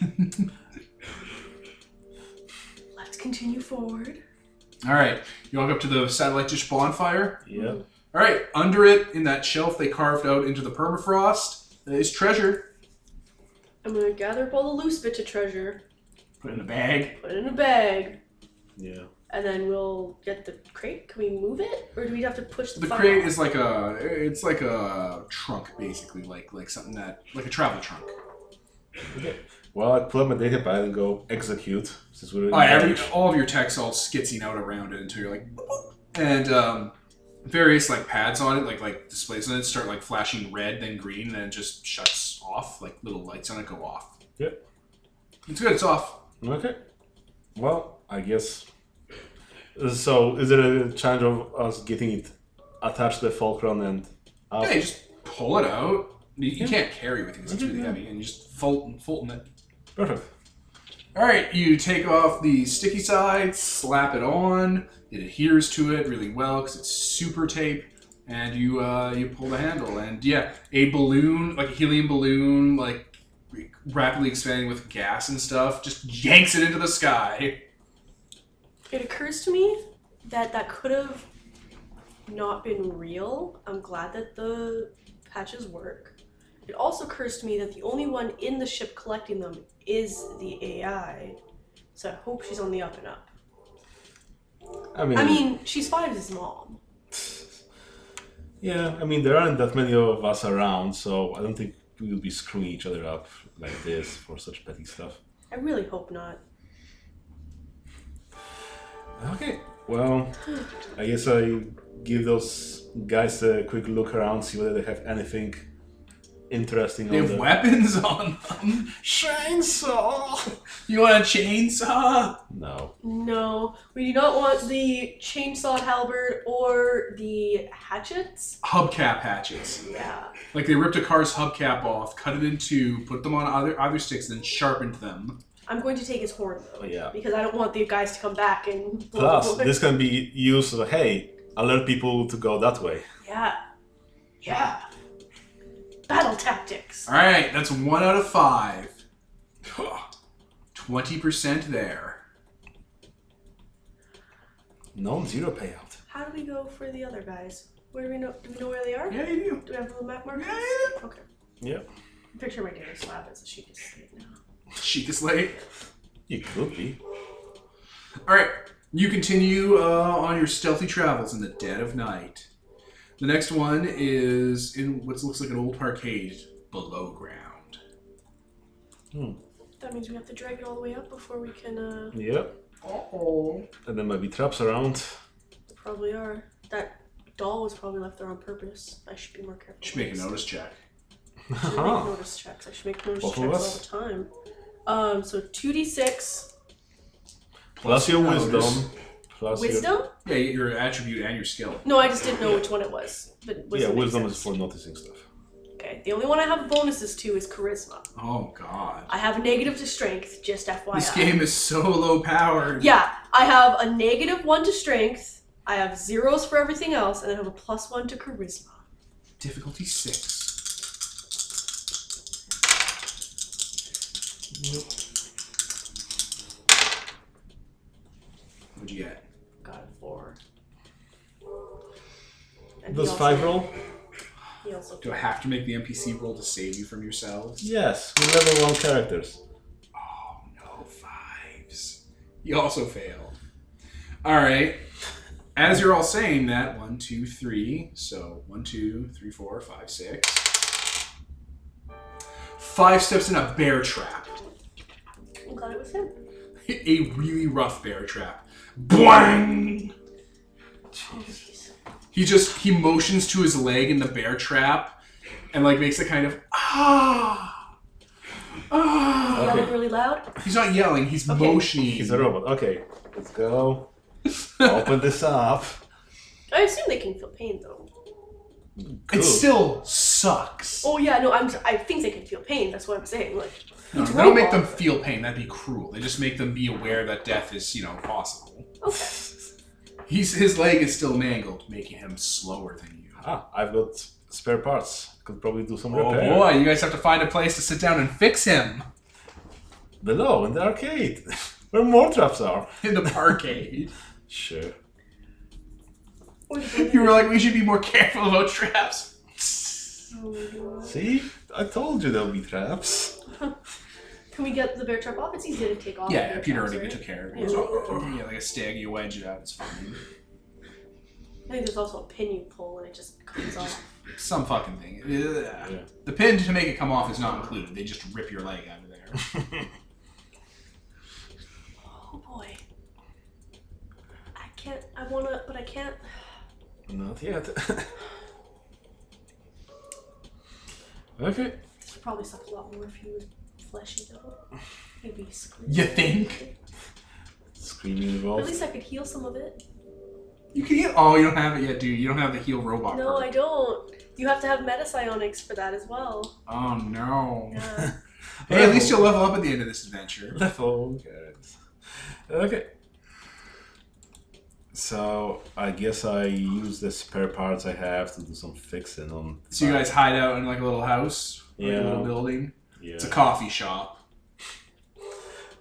Let's continue forward. All right, you walk up to the satellite dish bonfire. Yep. All right, under it in that shelf they carved out into the permafrost is treasure. I'm gonna gather up all the loose bits of treasure, Put in a bag. put it in a bag, Yeah. and then we'll get the crate. Can we move it? Or do we have to push the, The fuck crate out? is like a it's like a trunk basically, like like something that like a travel trunk. Well, I pull up my data pad and go execute since we're in Oh, yeah, every, range. all of your text all skitzing out around it until you're like, and um, various like pads on it, like like displays on it, start like flashing red, then green, and then it just shuts off. Like little lights on it go off. Yep. It's good. It's off. Okay. Well, I guess. uh, So, is there a chance of us getting it attached to the fulcrum and up? Yeah, you just pull it out. You, you Yeah. can't carry with you because it's Okay, really yeah. heavy, and you just fold fold it. Perfect. All right, you take off the sticky side, slap it on. It adheres to it really well because it's super tape, and you uh, you pull the handle, and yeah, a balloon like a helium balloon, like rapidly expanding with gas and stuff, just yanks it into the sky. It occurs to me that that could have not been real. I'm glad that the patches work. It also occurs to me that the only one in the ship collecting them is the AI. So I hope she's on the up and up. I mean, I mean, she's Fives' mom. Yeah, I mean, there aren't that many of us around, so I don't think we would be screwing each other up like this for such petty stuff. I really hope not. Okay, well, I guess I give those guys a quick look around, see whether they have anything interesting They on have them. weapons on them. Chainsaw. You want a chainsaw? No. No, we do not want the chainsaw halberd or the hatchets. Hubcap hatchets. Yeah. Like they ripped a car's hubcap off, cut it in two, put them on either either sticks, then sharpened them. I'm going to take his horn though. Oh, yeah. Because I don't want the guys to come back and Oh blow Plus, up the- this can be used as a hey, alert people to go that way. Yeah. Yeah. Battle tactics. All right, that's one out of five. Twenty percent there. Non zero payout. How do we go for the other guys? Where do we know? Do we know where they are? Yeah, you do. Do we have little map markers? Yeah, yeah. Okay. Yeah, Picture my dinner slab as a sheet of slate now. Sheik is late. it could be. All right, you continue uh, on your stealthy travels in the dead of night. The next one is in what looks like an old parkade below ground. That means we have to drag it all the way up before we can. uh... Yeah, Uh-oh. and there might be traps around. Probably are. That doll was probably left there on purpose. I should be more careful. Should make a notice check. I should make notice checks. I should make notice Both of checks all us? the time. Um, so two d six Plus your Notice. wisdom. Plus wisdom. Yeah, your attribute and your skill. No, I just didn't know which one it was. But Your, yeah, wisdom makes wisdom sense. is for noticing stuff. Okay. The only one I have bonuses to is charisma. Oh God. I have a negative to strength. Just FYI. This game is so low powered. Yeah, I have a negative one to strength. I have zeros for everything else, and I have a plus one to charisma. Difficulty six. What'd you get? Got a four. And he Does also- five roll? He also Do I have to make the NPC roll to save you from yourselves? Yes, we level one characters. Oh no, fives. You also failed. All right. As you're all saying that, one, two, three. So one, two, three, four, five, six. Five steps in a bear trap. I'm glad it was him. a really rough bear trap. Boing! He just he motions to his leg in the bear trap, and like makes a kind of ah ah. Yelling Okay. really loud. He's not yelling. He's Okay. motioning. He's a robot. Okay, let's go. Open this up. I assume they can feel pain though. It Cool. still sucks. Oh yeah, no, I'm. I think they can feel pain. That's what I'm saying. Like, No, it's they don't make robot. them feel pain. That'd be cruel. They just make them be aware that death is you know possible. Okay. He's his leg is still mangled, making him slower than you. Ah, I've got spare parts. Could probably do some Oh repair. boy, you guys have to find a place to sit down and fix him Below in the arcade, where more traps are. in the eh? parkade. Sure. Or the You were like, we should be more careful about traps. See, I told you there'll be traps. Can we get the bear trap off? It's easy to take off. Yeah, yeah, Peter traps, already right? took care of it. Yeah. It's all- Yeah, like a stag, you wedge it out, it's fine. I think there's also a pin you pull and it just comes off. Some fucking thing. Ugh. The pin to make it come off is not included. They just rip your leg out of there. Oh boy. I can't. I wanna, but I can't. Not yet. okay. This would probably suck a lot more if he was fleshy though. He'd be screaming. You think? Screaming At involved. least I could heal some of it. You can eat. Oh, you don't have it yet, dude. You don't have the heel robot. No, part. I don't. You have to have metacionics for that as well. Oh no. Yeah. Hey, at least you'll level up at the end of this adventure. Level carrots. Okay. So I guess I use the spare parts I have to do some fixing on. So you guys hide out in like a little house, or like a Yeah. little building. Yeah. It's a coffee shop.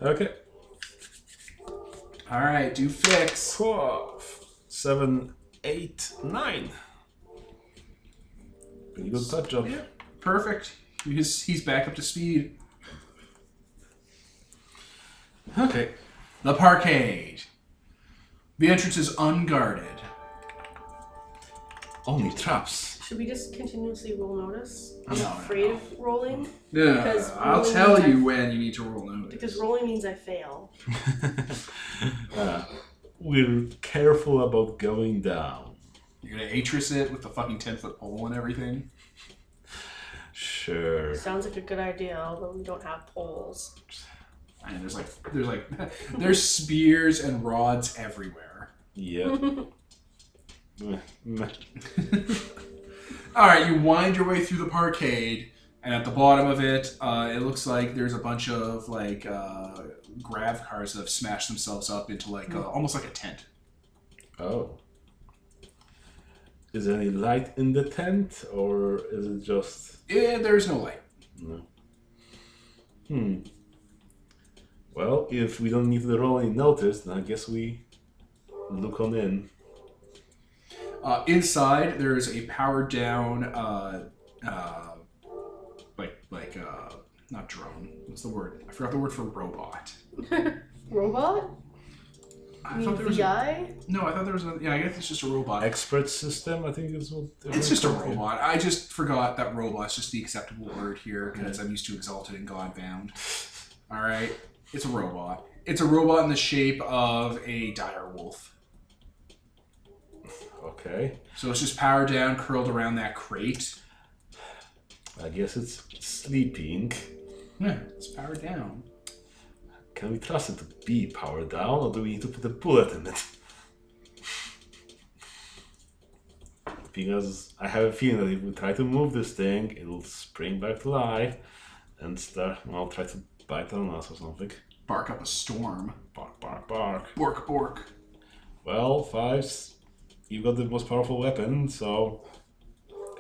Okay. All right, do fix. Twelve, seven, eight, nine. Pretty good touch up. Yeah, perfect. He's he's back up to speed. Okay. The parkade. The entrance is unguarded. Only traps. Should we just continuously roll notice? I'm No, no, afraid no. of rolling No, Because I'll rolling tell means you I- when you need to roll notice. because rolling means I fail. Uh, we're careful about going down. You're gonna atrus it with the fucking ten foot pole and everything. Sure. Sounds like a good idea, although we don't have poles. And there's like there's like there's spears and rods everywhere. Yep. Meh, meh. All right, you wind your way through the parkade, and at the bottom of it, uh, it looks like there's a bunch of like uh, grav cars that have smashed themselves up into like a, almost like a tent. oh. Is there any light in the tent, or is it just Yeah, Eh, there's no light. no? Hmm. Well, if we don't need to roll any notice, then I guess we look on in. Uh, inside, there's a powered down, uh, uh, like like uh, not drone. What's the word? I forgot the word for robot. Robot? I I mean, thought there was a- VI? no. I thought there was another. Yeah, I guess it's just a robot. Expert system, I think is what. It's just a robot. I just forgot that robot's just the acceptable word here because I'm used to exalted and godbound. All right, it's a robot. It's a robot in the shape of a dire wolf. Okay. So it's just powered down, curled around that crate. I guess it's sleeping. Yeah, it's powered down. Can we trust it to be powered down, or do we need to put a bullet in it? Because I have a feeling that if we try to move this thing, it'll spring back to life and start, well, try to bite on us or something. Bark up a storm. Bark, bark, bark. Bork, bork. Well, Fives, you got the most powerful weapon, so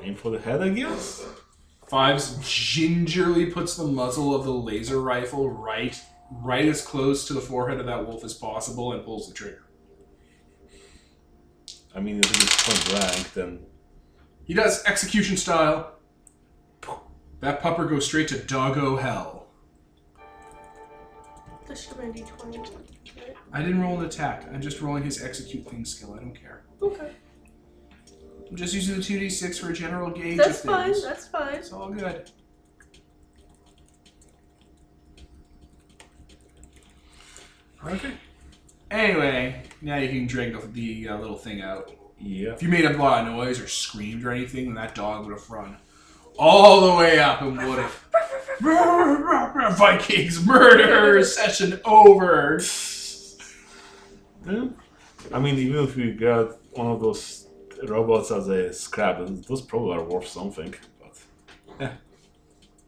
aim for the head, I guess? Fives gingerly puts the muzzle of the laser rifle right, right as close to the forehead of that wolf as possible, and pulls the trigger. I mean, if it's point blank, then He does execution style. That pupper goes straight to doggo hell. That should have been D20. right? I didn't roll an attack. I'm just rolling his execute thing skill. I don't care. Okay. I'm just using the 2d6 for a general gauge That's of fine, things. that's fine. It's all good. Okay. Anyway, now you can drag the- the uh, little thing out. yeah. If you made a lot of noise or screamed or anything, then that dog would have run all the way up and would have. Vikings murder session over. Yeah. I mean, even if we got one of those robots as a scrap, those probably are worth something. But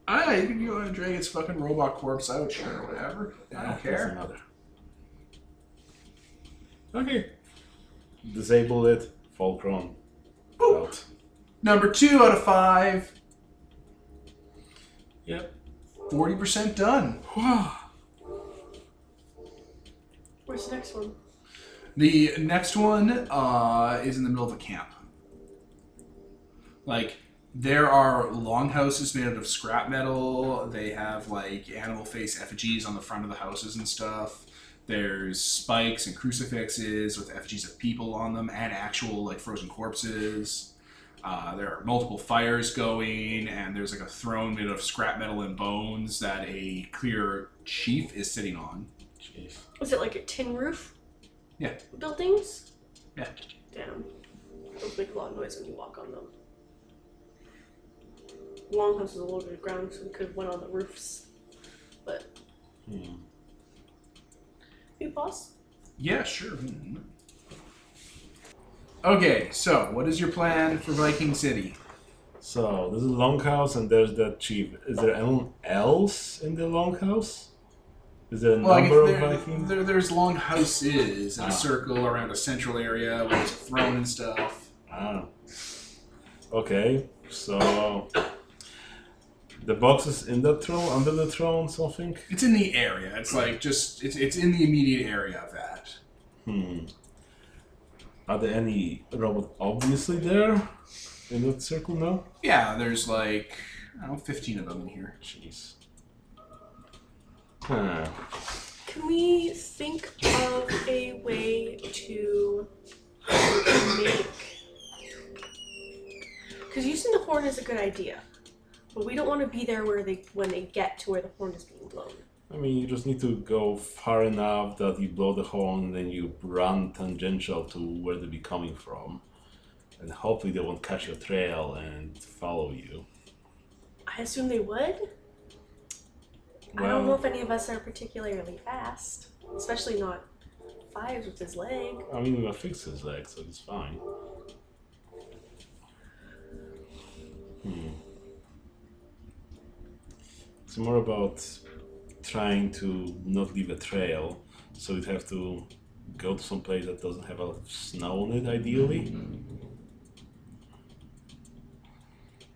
Ah, you can go and drag its fucking robot corpse out, sure, whatever. I don't doesn't care. matter. Okay. Disable it. Fulcrum. Boop. Out. Number two out of five. Yep. 40% done. Where's the next one? The next one uh, is in the middle of a camp. Like, there are longhouses made out of scrap metal. They have, like, animal face effigies on the front of the houses and stuff. There's spikes and crucifixes with effigies of people on them and actual, like, frozen corpses. Uh, there are multiple fires going, and there's, like, a throne made out of scrap metal and bones that a clear chief is sitting on. Jeez. Was it like a tin roof? Yeah. Buildings? Yeah. Damn. Those make a lot of noise when you walk on them. Longhouse is a little bit of ground, so we could have went on the roofs. But Hmm. you boss? Yeah, sure. Hmm. Okay, so what is your plan for Viking City? So this is longhouse, and there's that chief. Is there anyone else in the longhouse? Is there a Well, I guess number of there- Vikings? there- there's long houses in Ah. a circle around a central area where there's a throne and stuff. Ah. Okay, so the box is in the throne, under the throne, something. It's in the area. It's like just it's it's in the immediate area of that. Hmm. Are there any robot obviously there in that circle now? Yeah, there's like I don't know, 15 of them in here. Jeez. Huh. Can we think of a way to make Because using the horn is a good idea, but we don't want to be there where they when they get to where the horn is being blown. I mean, you just need to go far enough that you blow the horn, then you run tangential to where they be coming from. And hopefully they won't catch your trail and follow you. I assume they would. I don't know if any of us are particularly fast, especially not fives with his leg. I mean, we'll fix his leg, so it's fine. Hmm. It's more about trying to not leave a trail, so you'd have to go to some place that doesn't have a lot of snow on it, ideally.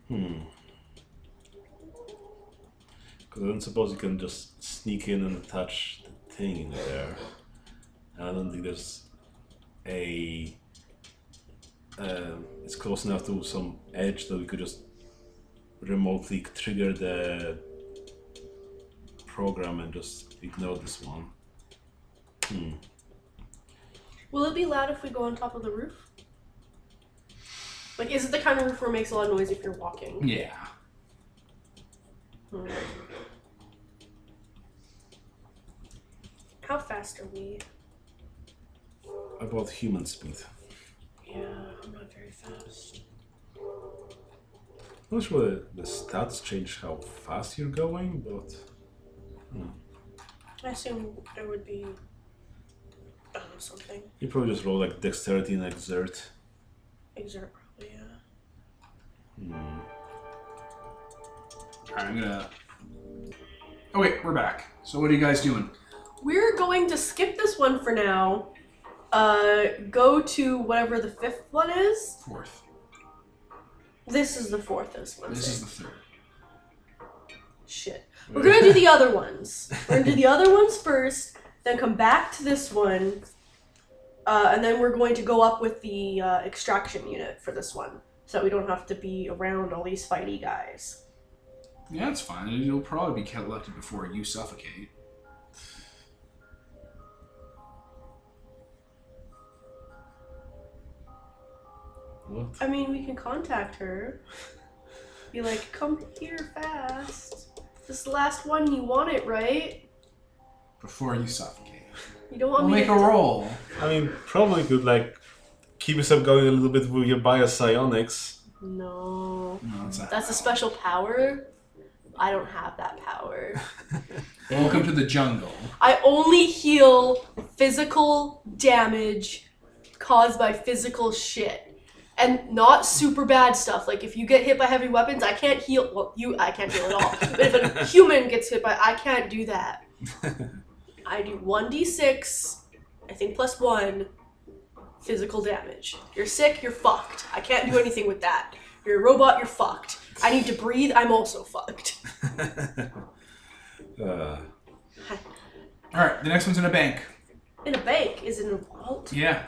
Hmm. Because I don't suppose you can just sneak in and attach the thing in there. And I don't think there's a. um it's close enough to some edge that we could just remotely trigger the program and just ignore this one. Hmm. Will it be loud if we go on top of the roof? Like, is it the kind of roof where it makes a lot of noise if you're walking? Yeah. Hmm. How fast are we? About human speed. Yeah, I'm not very fast. Not sure whether the stats change how fast you're going, but I assume there would be. I don't know, something. you probably just roll like dexterity and exert. Exert, probably, yeah. Hmm. All right, I'm gonna. Oh wait, we're back. So what are you guys doing? We're going to skip this one for now. Uh, go to whatever the fifth one is. Fourth. This is the fourth, this one. This is the third. Shit. We're gonna do the other ones. We're gonna do the other ones first, then come back to this one, uh, and then we're going to go up with the uh, extraction unit for this one, so we don't have to be around all these fighty guys. Yeah, it's fine. You'll probably be collected before you suffocate. What? I mean, we can contact her. Be like, come here fast. This is the last one, you want it, right? Before you suffocate. You don't want We'll me make to a roll. I mean, probably could like keep yourself going a little bit with your biosionics. No. No, it's not. That's a special power. I don't have that power. Welcome to the jungle. I only heal physical damage caused by physical shit. And not super bad stuff. Like if you get hit by heavy weapons, I can't heal. Well, you, I can't heal at all. but if a human gets hit by, I can't do that. I do one d six, I think plus one, physical damage. You're sick. You're fucked. I can't do anything with that. You're a robot. You're fucked. I need to breathe. I'm also fucked. uh, All right, the next one's in a bank. In a bank is in a vault. Yeah.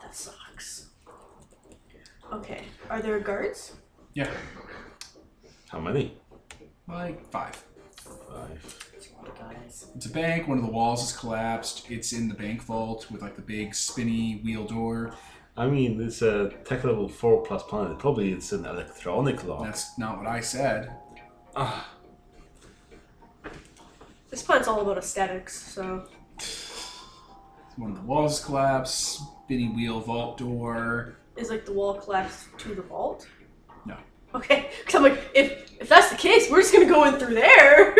That sucks. Okay. Are there guards? Yeah. how many? Like five. Five. There's a lot of guys. It's a bank. One of the walls is collapsed. It's in the bank vault with like the big spinny wheel door. I mean, it's a tech level four plus planet. Probably it's an electronic lock. That's not what I said. Ah, This plan's all about aesthetics, so One of the walls is collapsed. Spinny wheel vault door. is like the wall collapsed to the vault? No. Okay, because I'm like, if if that's the case, we're just gonna go in through there.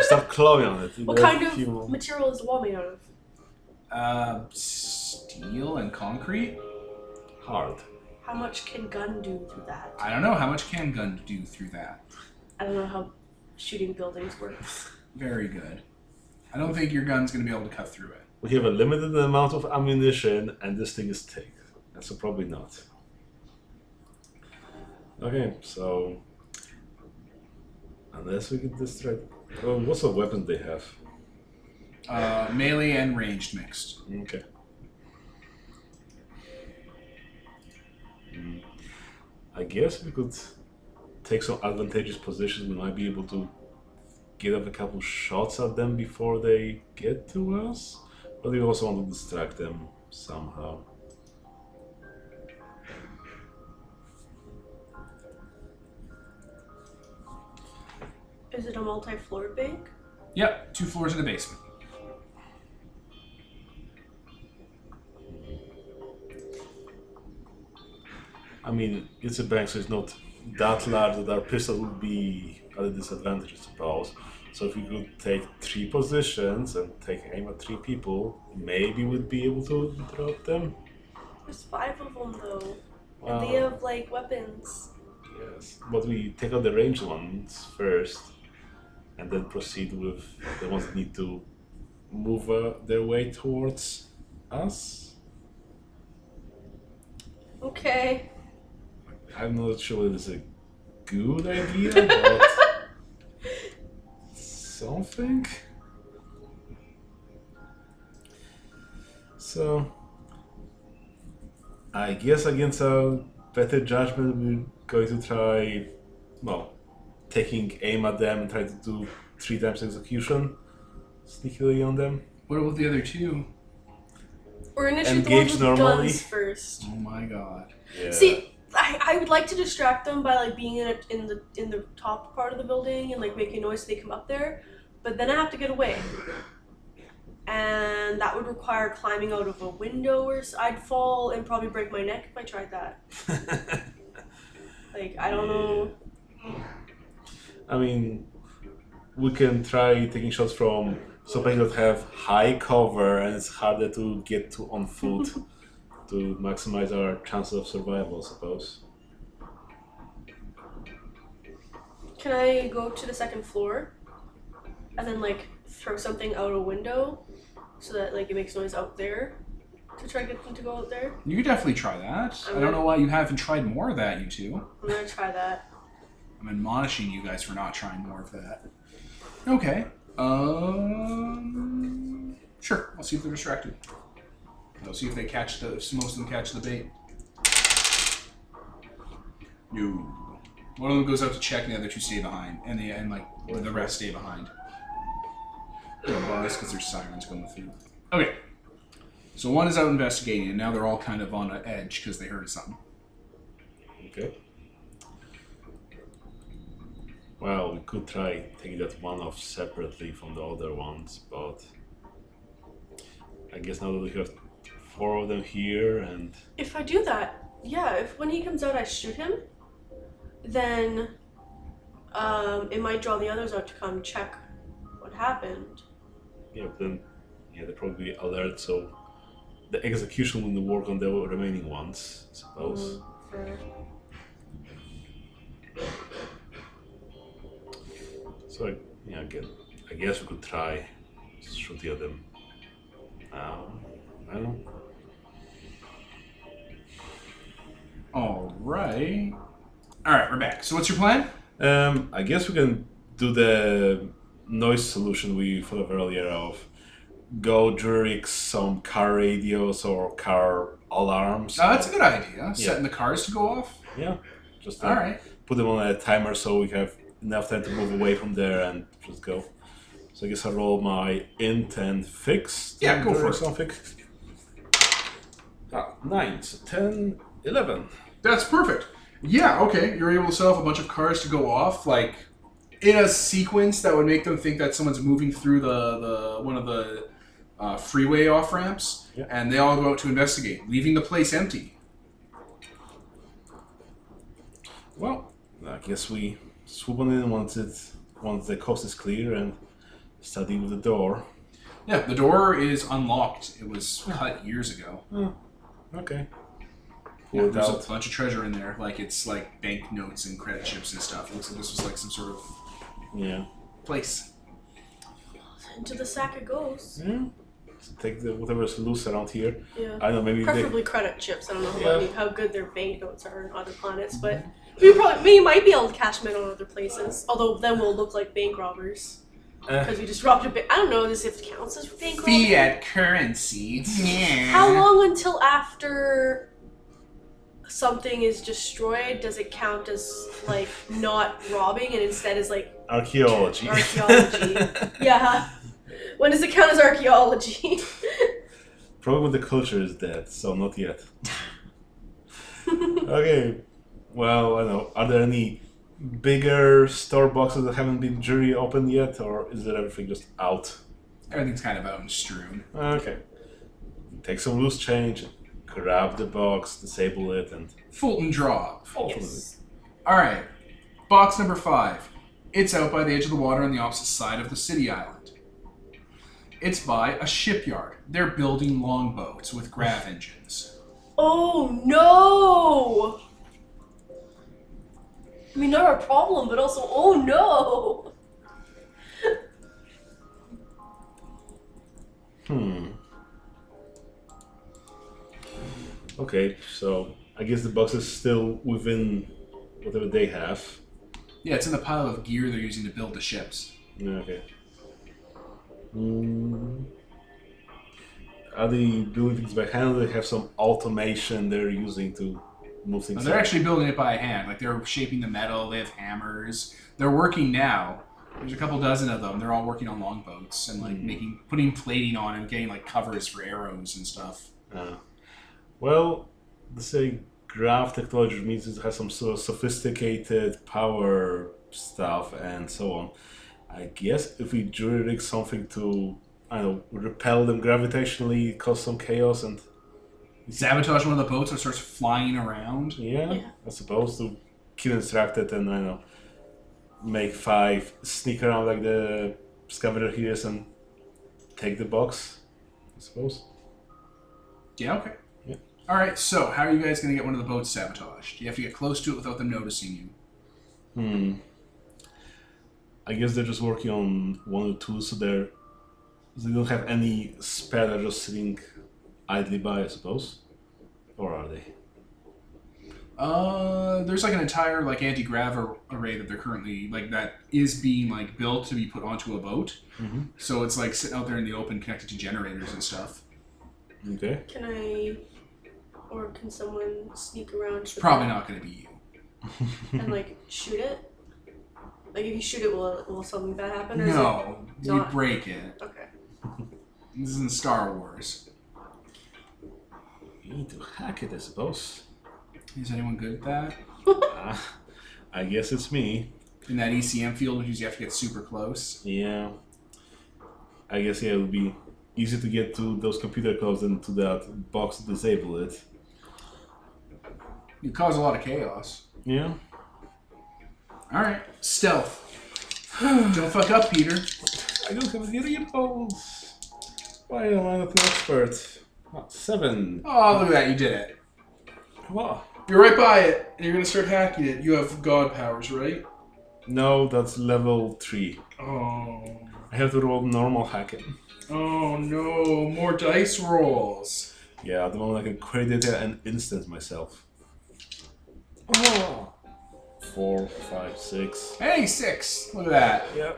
stop clawing on it. what There are kind of few- material is the wall made out of? Uh, steel and concrete. hard? How much can gun do to that? I don't know how much can gun do through that. I don't know how shooting buildings works. Very good. I don't think your gun's gonna be able to cut through it. We have a limited amount of ammunition, and this thing is thick, and so probably not. Okay, so unless we get distracted, well, what sort of weapons they have? Uh, melee and ranged mixed. Okay. Mm, I guess we could take some advantageous positions. We might be able to get up a couple shots at them before they get to us, but we also want to distract them somehow. Is it a multi-floor bank? Yep, two floors in a basement. I mean, it's a bank, so it's not that large that our pistol would be at a disadvantage, I suppose. So if we could take three positions and take aim at three people, maybe we'd be able to drop them. There's five of them though, and they Uh, have like weapons. yes, but we take out the ranged ones first, and then proceed with the ones that need to move uh, their way towards us. Okay. I'm not sure whether it's a good idea, but something. So, I guess against our better judgment, we're going to try, well, taking aim at them and try to do three times execution sneakily on them. What about the other two? We're gonna shoot the Engage ones with normally. guns first. Oh my god. Yeah. See, I, I would like to distract them by like being in a, in the in the top part of the building and like making noise so they come up there, but then I have to get away. And that would require climbing out of a window or s I'd fall and probably break my neck if I tried that. Like I don't know. I mean, we can try taking shots from some places that have high cover and it's harder to get to on foot to maximize our chances of survival, I suppose. Can I go to the second floor and then like throw something out a window so that like it makes noise out there to try to get them to go out there? You could definitely try that. I don't Okay. know why you haven't tried more of that, you two. I'm gonna try that. I'm admonishing you guys for not trying more of that. Okay. Um. Sure. I'll see if they're distracted. I'll see if they catch the. If most of them catch the bait. No. One of them goes out to check, and the other two stay behind, and the and like the rest stay behind. They're biased because there's sirens going through. Okay. So one is out investigating, and now they're all kind of on an edge because they heard something. Okay. Well, we could try taking that one off separately from the other ones, but I guess now that we have four of them here and If I do that, yeah, if when he comes out I shoot him, then um, it might draw the others out to come check what happened. Yeah, but then yeah, they're probably alert, so the execution wouldn't work on the remaining ones, I suppose. Mm, Mm. So I, yeah, again, I guess we could try shoot the other. Um, I don't know. All right. All right, we're back. So what's your plan? Um, I guess we can do the noise solution we thought of earlier of go during some car radios or car alarms. Oh, that's a good idea. Setting the cars to go off. yeah, just All right. put them on a timer so we have enough time to move away from there and just go. So I guess I roll my int and fix. to Yeah, go do for it. Something. Ah, 9, so 10, 11. That's perfect. Yeah, okay. You're able to set off a bunch of cars to go off, like in a sequence that would make them think that someone's moving through the, the one of the uh, freeway off ramps, Yeah. and they all go out to investigate, leaving the place empty. Well, I guess we swoop on in once it once the coast is clear and start dealing with the door. Yeah, the door is unlocked. It was cut years ago. Okay. Yeah, Pull it there's a out. bunch of treasure in there. Like it's like bank notes and credit chips and stuff. It looks like this was like some sort of Yeah. place. Into the sack it goes. Yeah. So take the whatever's loose around here. Yeah. I don't know, maybe they Preferably credit chips. I don't know how, Yeah. money- how good their banknotes are on other planets, but we probably we might be able to cash them in on other places. Although then we'll look like bank robbers uh, because we just robbed a bank. I don't know this if it counts as bank robbery. fiat currency. Yeah. How long until after something is destroyed does it count as like not robbing and instead is like archaeology. Archaeology. yeah? When does it count as archaeology? Probably when the culture is dead, so not yet. okay. Well, I don't know. Are there any bigger store boxes that haven't been jury opened yet, or is it everything just out? Everything's kind of out and strewn. Okay. Take some loose change, grab the box, disable it, and Fulton draw. Yes. All right. Box number five. It's out by the edge of the water on the opposite side of the city island. It's by a shipyard. They're building longboats with grav engines. Oh no! I mean, not our problem, but also, oh no! hmm. Okay, so I guess the box is still within whatever they have. Yeah, it's in the pile of gear they're using to build the ships. Yeah, Okay. Hmm. Are they doing things by hand? They have some automation they're using to Now, move things. they're out? actually building it by hand. Like they're shaping the metal. They have hammers. They're working now. There's a couple dozen of them. They're all working on longboats and like Mhm. making, putting plating on and getting like covers for arrows and stuff. Uh, well, they say graph technology means it has some sort of sophisticated power stuff and so on. I guess if we jury rig something to, I don't know, repel them gravitationally, cause some chaos, and Sabotage one of the boats and it starts flying around. yeah, Yeah. I suppose to kill distracted and I don't know, make five sneak around like the scavenger heroes and take the box, I suppose. Yeah, okay. Yeah. All right, so how are you guys going to get one of the boats sabotaged? You have to get close to it without them noticing you. Hmm. I guess they're just working on one or two, so they're they don't have any spare. They're just sitting idly by, I suppose. Or are they? Uh, there's like an entire like anti-grav ar- array that they're currently like that is being like built to be put onto a boat. Mhm. So it's like sitting out there in the open, connected to generators and stuff. Okay. Can I, or can someone sneak around? to the Probably not back going to be you. And like shoot it. Like if you shoot it, will will something bad happen? Or is No, you not- break it. it... Okay. This isn't Star Wars. You need to hack it, I suppose. Is anyone good at that? Ah, I guess it's me. In that ECM field, which means you have to get super close. Yeah. I guess yeah, it would be easy to get to those computer codes than to that box to disable it. You cause a lot of chaos. Yeah. All right, stealth. Don't fuck up, Peter. I don't have any balls. Why am I not an expert? Ah, Seven. Oh, look at that! You did it. Wow. You're right by it, and you're gonna start hacking it. You have god powers, right? No, that's level three. Oh. I have to roll normal hacking. Oh no, more dice rolls. Yeah, at the moment I can query data and instance myself. Oh. Four, five, six. Hey, six. Look at that. Yeah.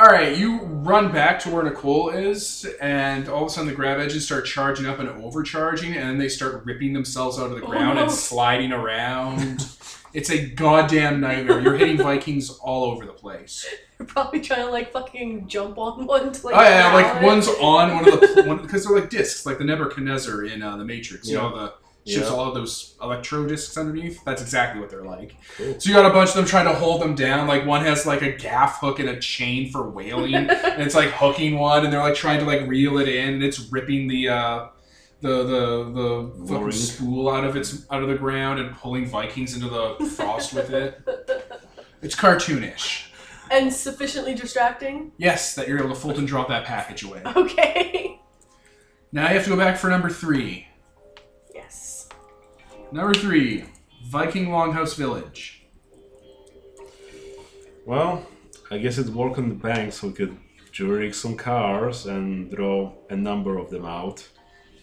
Alright, you run back to where Nicole is, and all of a sudden the grab edges start charging up and overcharging, and then they start ripping themselves out of the Oh, ground and no. sliding around. it's a goddamn nightmare. You're hitting Vikings all over the place. You're probably trying to like fucking jump on one to like. oh yeah, grab like it. one's on one of the one because they're like discs, like the Nebuchadnezzar in uh, the Matrix. You know the ships Yeah. all of those electro discs underneath. That's exactly what they're like. Cool. So you got a bunch of them trying to hold them down. Like one has like a gaff hook and a chain for whaling, and it's like hooking one, and they're like trying to like reel it in, and it's ripping the. Uh, the the the fucking Mooring. spool out of its out of the ground and pulling Vikings into the frost with it. It's cartoonish. And sufficiently distracting. Yes, that you're able to Fulton drop that package away. Okay. Now you have to go back for number three. yes. Number three, Viking Longhouse Village. Well, I guess it's work on the bank, so we could jury rig some cars and draw a number of them out.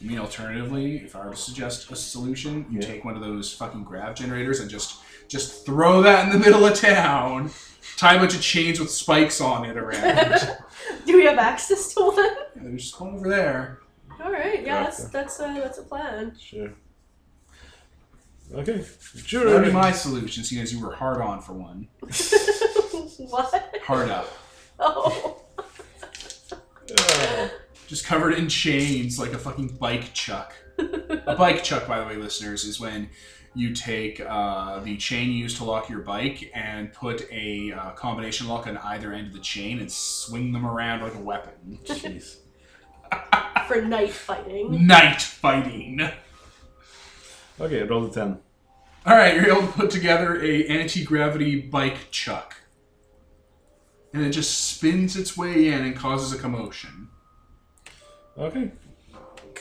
I mean, alternatively, if I were to suggest a solution, you Yeah. take one of those fucking grab generators and just just throw that in the middle of town, tie a bunch of chains with spikes on it around. Do we have access to one? There's one over there. All right. Yeah, Yeah, that's that's uh, that's a plan. Sure. Okay. Jury. Oh, That'd be rig. my solution, seeing as you were hard on for one. what? Hard up. Oh. Yeah. Just covered in chains like a fucking bike chuck. a bike chuck, by the way, listeners, is when you take uh, the chain you use to lock your bike and put a uh, combination lock on either end of the chain and swing them around like a weapon. Jeez. for night fighting. Night fighting. Okay, roll the 10. All right, you're able to put together a anti-gravity bike chuck, and it just spins its way in and causes a commotion. Okay.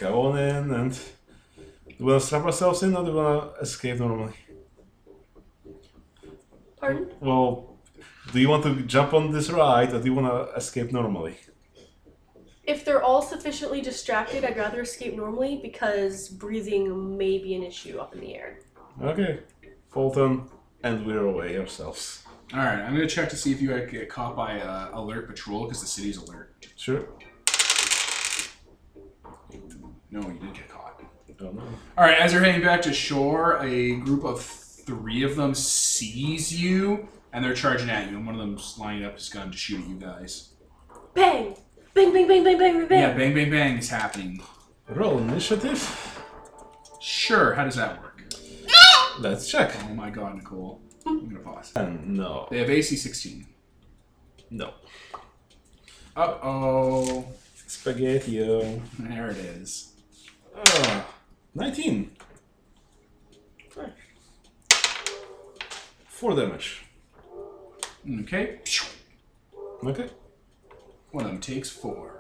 Go on in and. Do we want to strap ourselves in or do we want to escape normally? Pardon? Well, do you want to jump on this ride or do you want to escape normally? If they're all sufficiently distracted, I'd rather escape normally because breathing may be an issue up in the air. Okay. Fulton, and we're away ourselves. All right, I'm gonna check to see if you get caught by uh, alert patrol because the city's alert. Sure. No, you didn't get caught. Don't know. All right, as you're heading back to shore, a group of three of them sees you and they're charging at you, and one of them's lining up his gun to shoot at you guys. Bang! Bang, bang, bang, bang, bang, bang, bang! Yeah, bang, bang, bang is happening. Roll initiative. Sure, how does that work? Let's check. Oh my god, Nicole. I'm gonna pause. And Um, no. They have AC 16. No. Uh oh. Spaghetti. There it is. Uh, 19. Four damage. Okay. Okay. One of them takes four.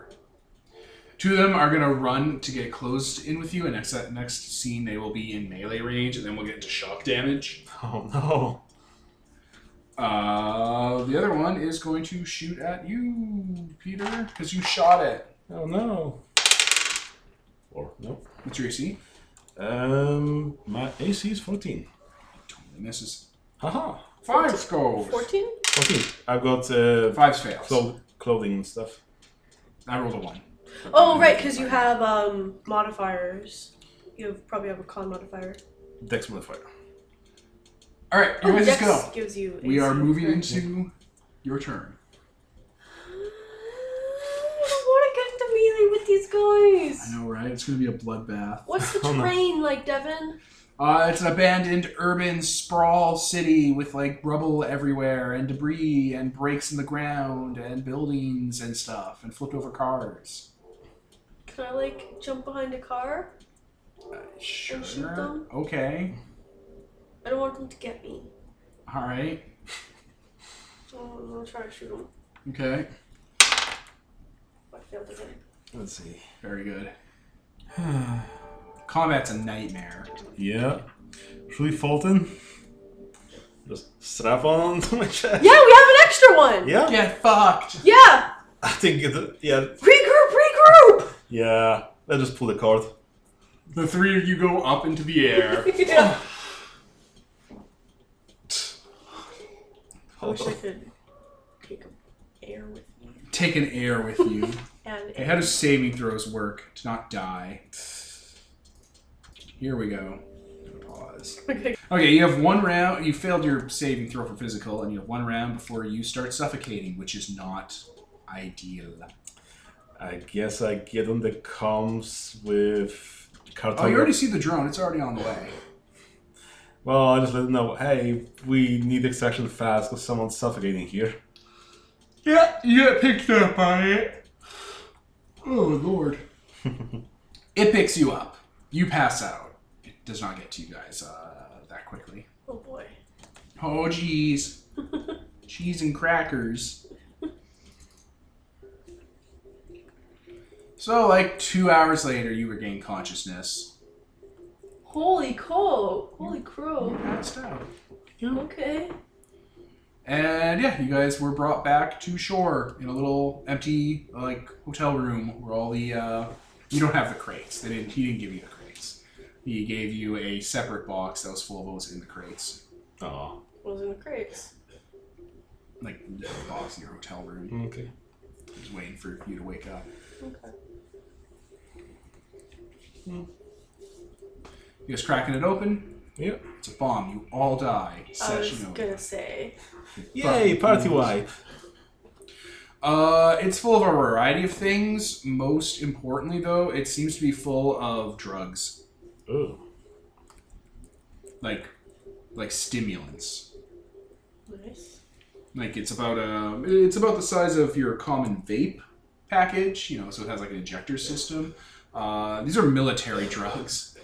Two of them are gonna run to get closed in with you, and next that next scene they will be in melee range, and then we'll get into shock damage. Oh no. Uh, the other one is going to shoot at you, Peter, because you shot it. Oh no. Or no. What's your AC? Um, my AC is 14. Totally misses. Haha. Five scores. 14? 14. I've got uh, Five's fails. clo- clothing and stuff. I rolled a one. Oh, right, because you have um, modifiers. You have, probably have a con modifier. Dex modifier. All right, you Oh, guys Dex go. gives you. We AC, are moving correct. into your turn. I don't want to get into melee with these guys. I know, right? It's gonna be a bloodbath. What's the Oh, no. terrain like, Devin? Uh, it's an abandoned urban sprawl city with like rubble everywhere and debris and breaks in the ground and buildings and stuff and flipped over cars. Can I like jump behind a car? Uh, sure. shoot them? Okay. I don't want them to get me. All right. Oh, I'm gonna try to shoot them. Okay. I failed again. Let's see. Very good. Combat's a nightmare. Yeah. Should we Fulton? Just strap on to my chest. Yeah, we have an extra one. Yeah. Get fucked. Yeah. I think it, yeah, Regroup. yeah. Let's just pull the card. The three of you go up into the air. Regroup. yeah. Oh. I Hold Oh, wish I on. could take a air with me. Take an air with you. And Hey, how do saving throws work to not die? Here we go. Pause. Okay. Okay, you have one round. You failed your saving throw for physical, and you have one round before you start suffocating, which is not ideal. I guess I get on the comms with Cartel. Oh, you already see the drone. It's already on the way. Well, I just let them know, hey, we need extraction fast because someone's suffocating here. Yeah, you got picked up by it. Oh, Lord. it picks you up. You pass out. It does not get to you guys uh, that quickly. Oh boy. Oh, jeez. Cheese and crackers. So, like two hours later, you regain consciousness. Holy cow. Holy You crow. passed out. Okay. And yeah, you guys were brought back to shore in a little empty like hotel room where all the uh, you don't have the crates. They didn't. He didn't give you the crates. He gave you a separate box that was full of what was in the crates, Oh, What was in the crates? like the box in your hotel room. okay. He was waiting for you to wake up. Okay. You guys cracking it open. Yeah. It's a bomb. You all die. I was Session over. gonna say. Yay, party wipe. Uh, it's full of a variety of things. Most importantly, though, it seems to be full of drugs. Oh. like like stimulants. Nice. Like it's about a it's about the size of your common vape package, you know, so it has like an ejector system. Uh, these are military drugs,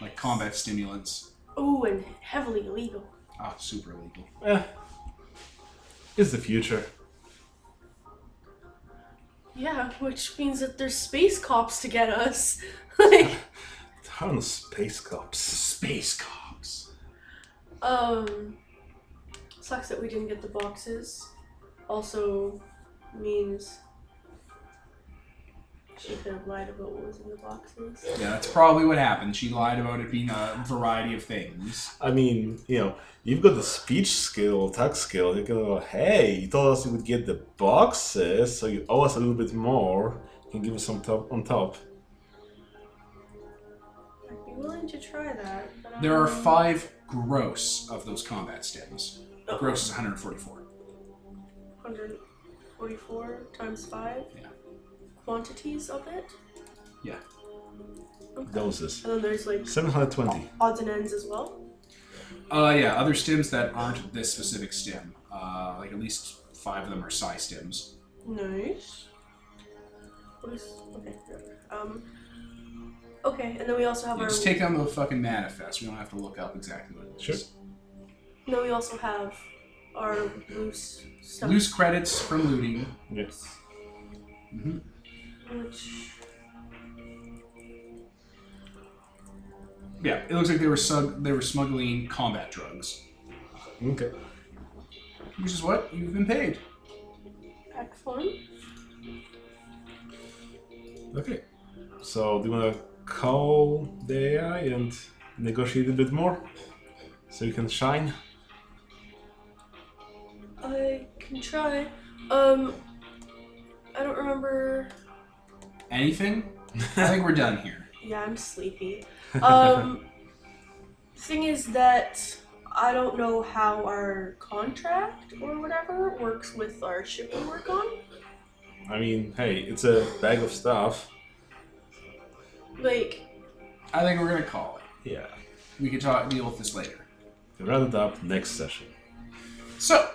like combat stimulants. Oh, and heavily illegal. Ah, super illegal. Eh. It's the future. Yeah, which means that there's space cops to get us. like, Darn space cops. Space cops. um, sucks that we didn't get the boxes. Also, means she could have lied about what was in the boxes. Yeah, that's probably what happened. She lied about it being a variety of things. I mean, you know, you've got the speech skill, tax skill. You can go, hey, you told us you would get the boxes, so you owe us a little bit more. You can give us some top on top. I'd be willing to try that. But I There are don't know. five gross of those combat stems. Oh, Gross is 144. 144 times five. Yeah. Quantities of it. Yeah. Okay. Doses. And then there's like 720. odds and ends as well. Uh, yeah, other stems that aren't this specific stem. Uh, like at least five of them are psi stems. Nice. What is okay? Um. Okay, and then we also have You our. just take down the fucking manifest. We don't have to look up exactly what it is. Sure. No, we also have our loose stuff. Loose credits from looting. Yes. Which Yeah, it looks like they were sug- they were smuggling combat drugs, Okay. which is what you've been paid. excellent. Okay. So, do you want to call the AI and negotiate a bit more? So you can shine? I can try. Um. I don't remember. Anything? I think we're done here. Yeah, I'm sleepy. Um. thing is that I don't know how our contract or whatever works with our ship we work on. I mean, hey, it's a bag of stuff. Like, I think we're gonna call it. Yeah. We can talk deal with this later. Wrap it up next session. So,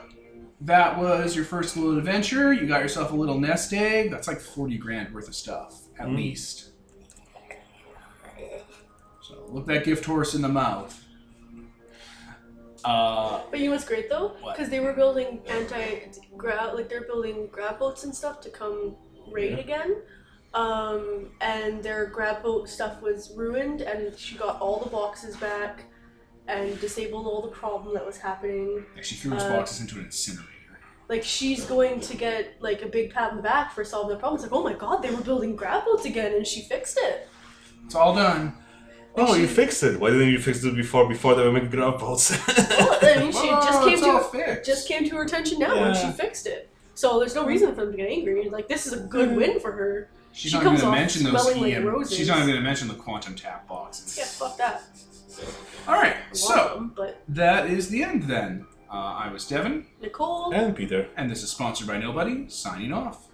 that was your first little adventure. You got yourself a little nest egg. That's like 40 grand worth of stuff, at Mm. least. So, look that gift horse in the mouth. Uh, But you know what's great though? What? Because they were building anti grab like they're building grab boats and stuff to come raid Yeah. again. Um, and their grab boat stuff was ruined, and she got all the boxes back and disabled all the problem that was happening. yeah, she threw his Uh, boxes into an incinerator. Like she's going to get like a big pat on the back for solving the problem. It's like, oh my god, they were building grab boats again, and she fixed it. It's all done. Oh, you Actually- fixed it. Why didn't you fix it before? Before they were making grub bolts. Well, I mean, she Whoa, just came it's to all fixed. just came to her attention now and she Yeah. fixed it. So there's no reason for them to get angry. Like this is a Hmm. good win for her. She's she not even comes gonna off mention those smelling like EM roses. She's not even gonna mention the quantum tap boxes. Yeah, fuck that. All right, I love so them, but that is the end then. Uh, I was Devin, Nicole. and Peter. and this is sponsored by Nobody. Signing off.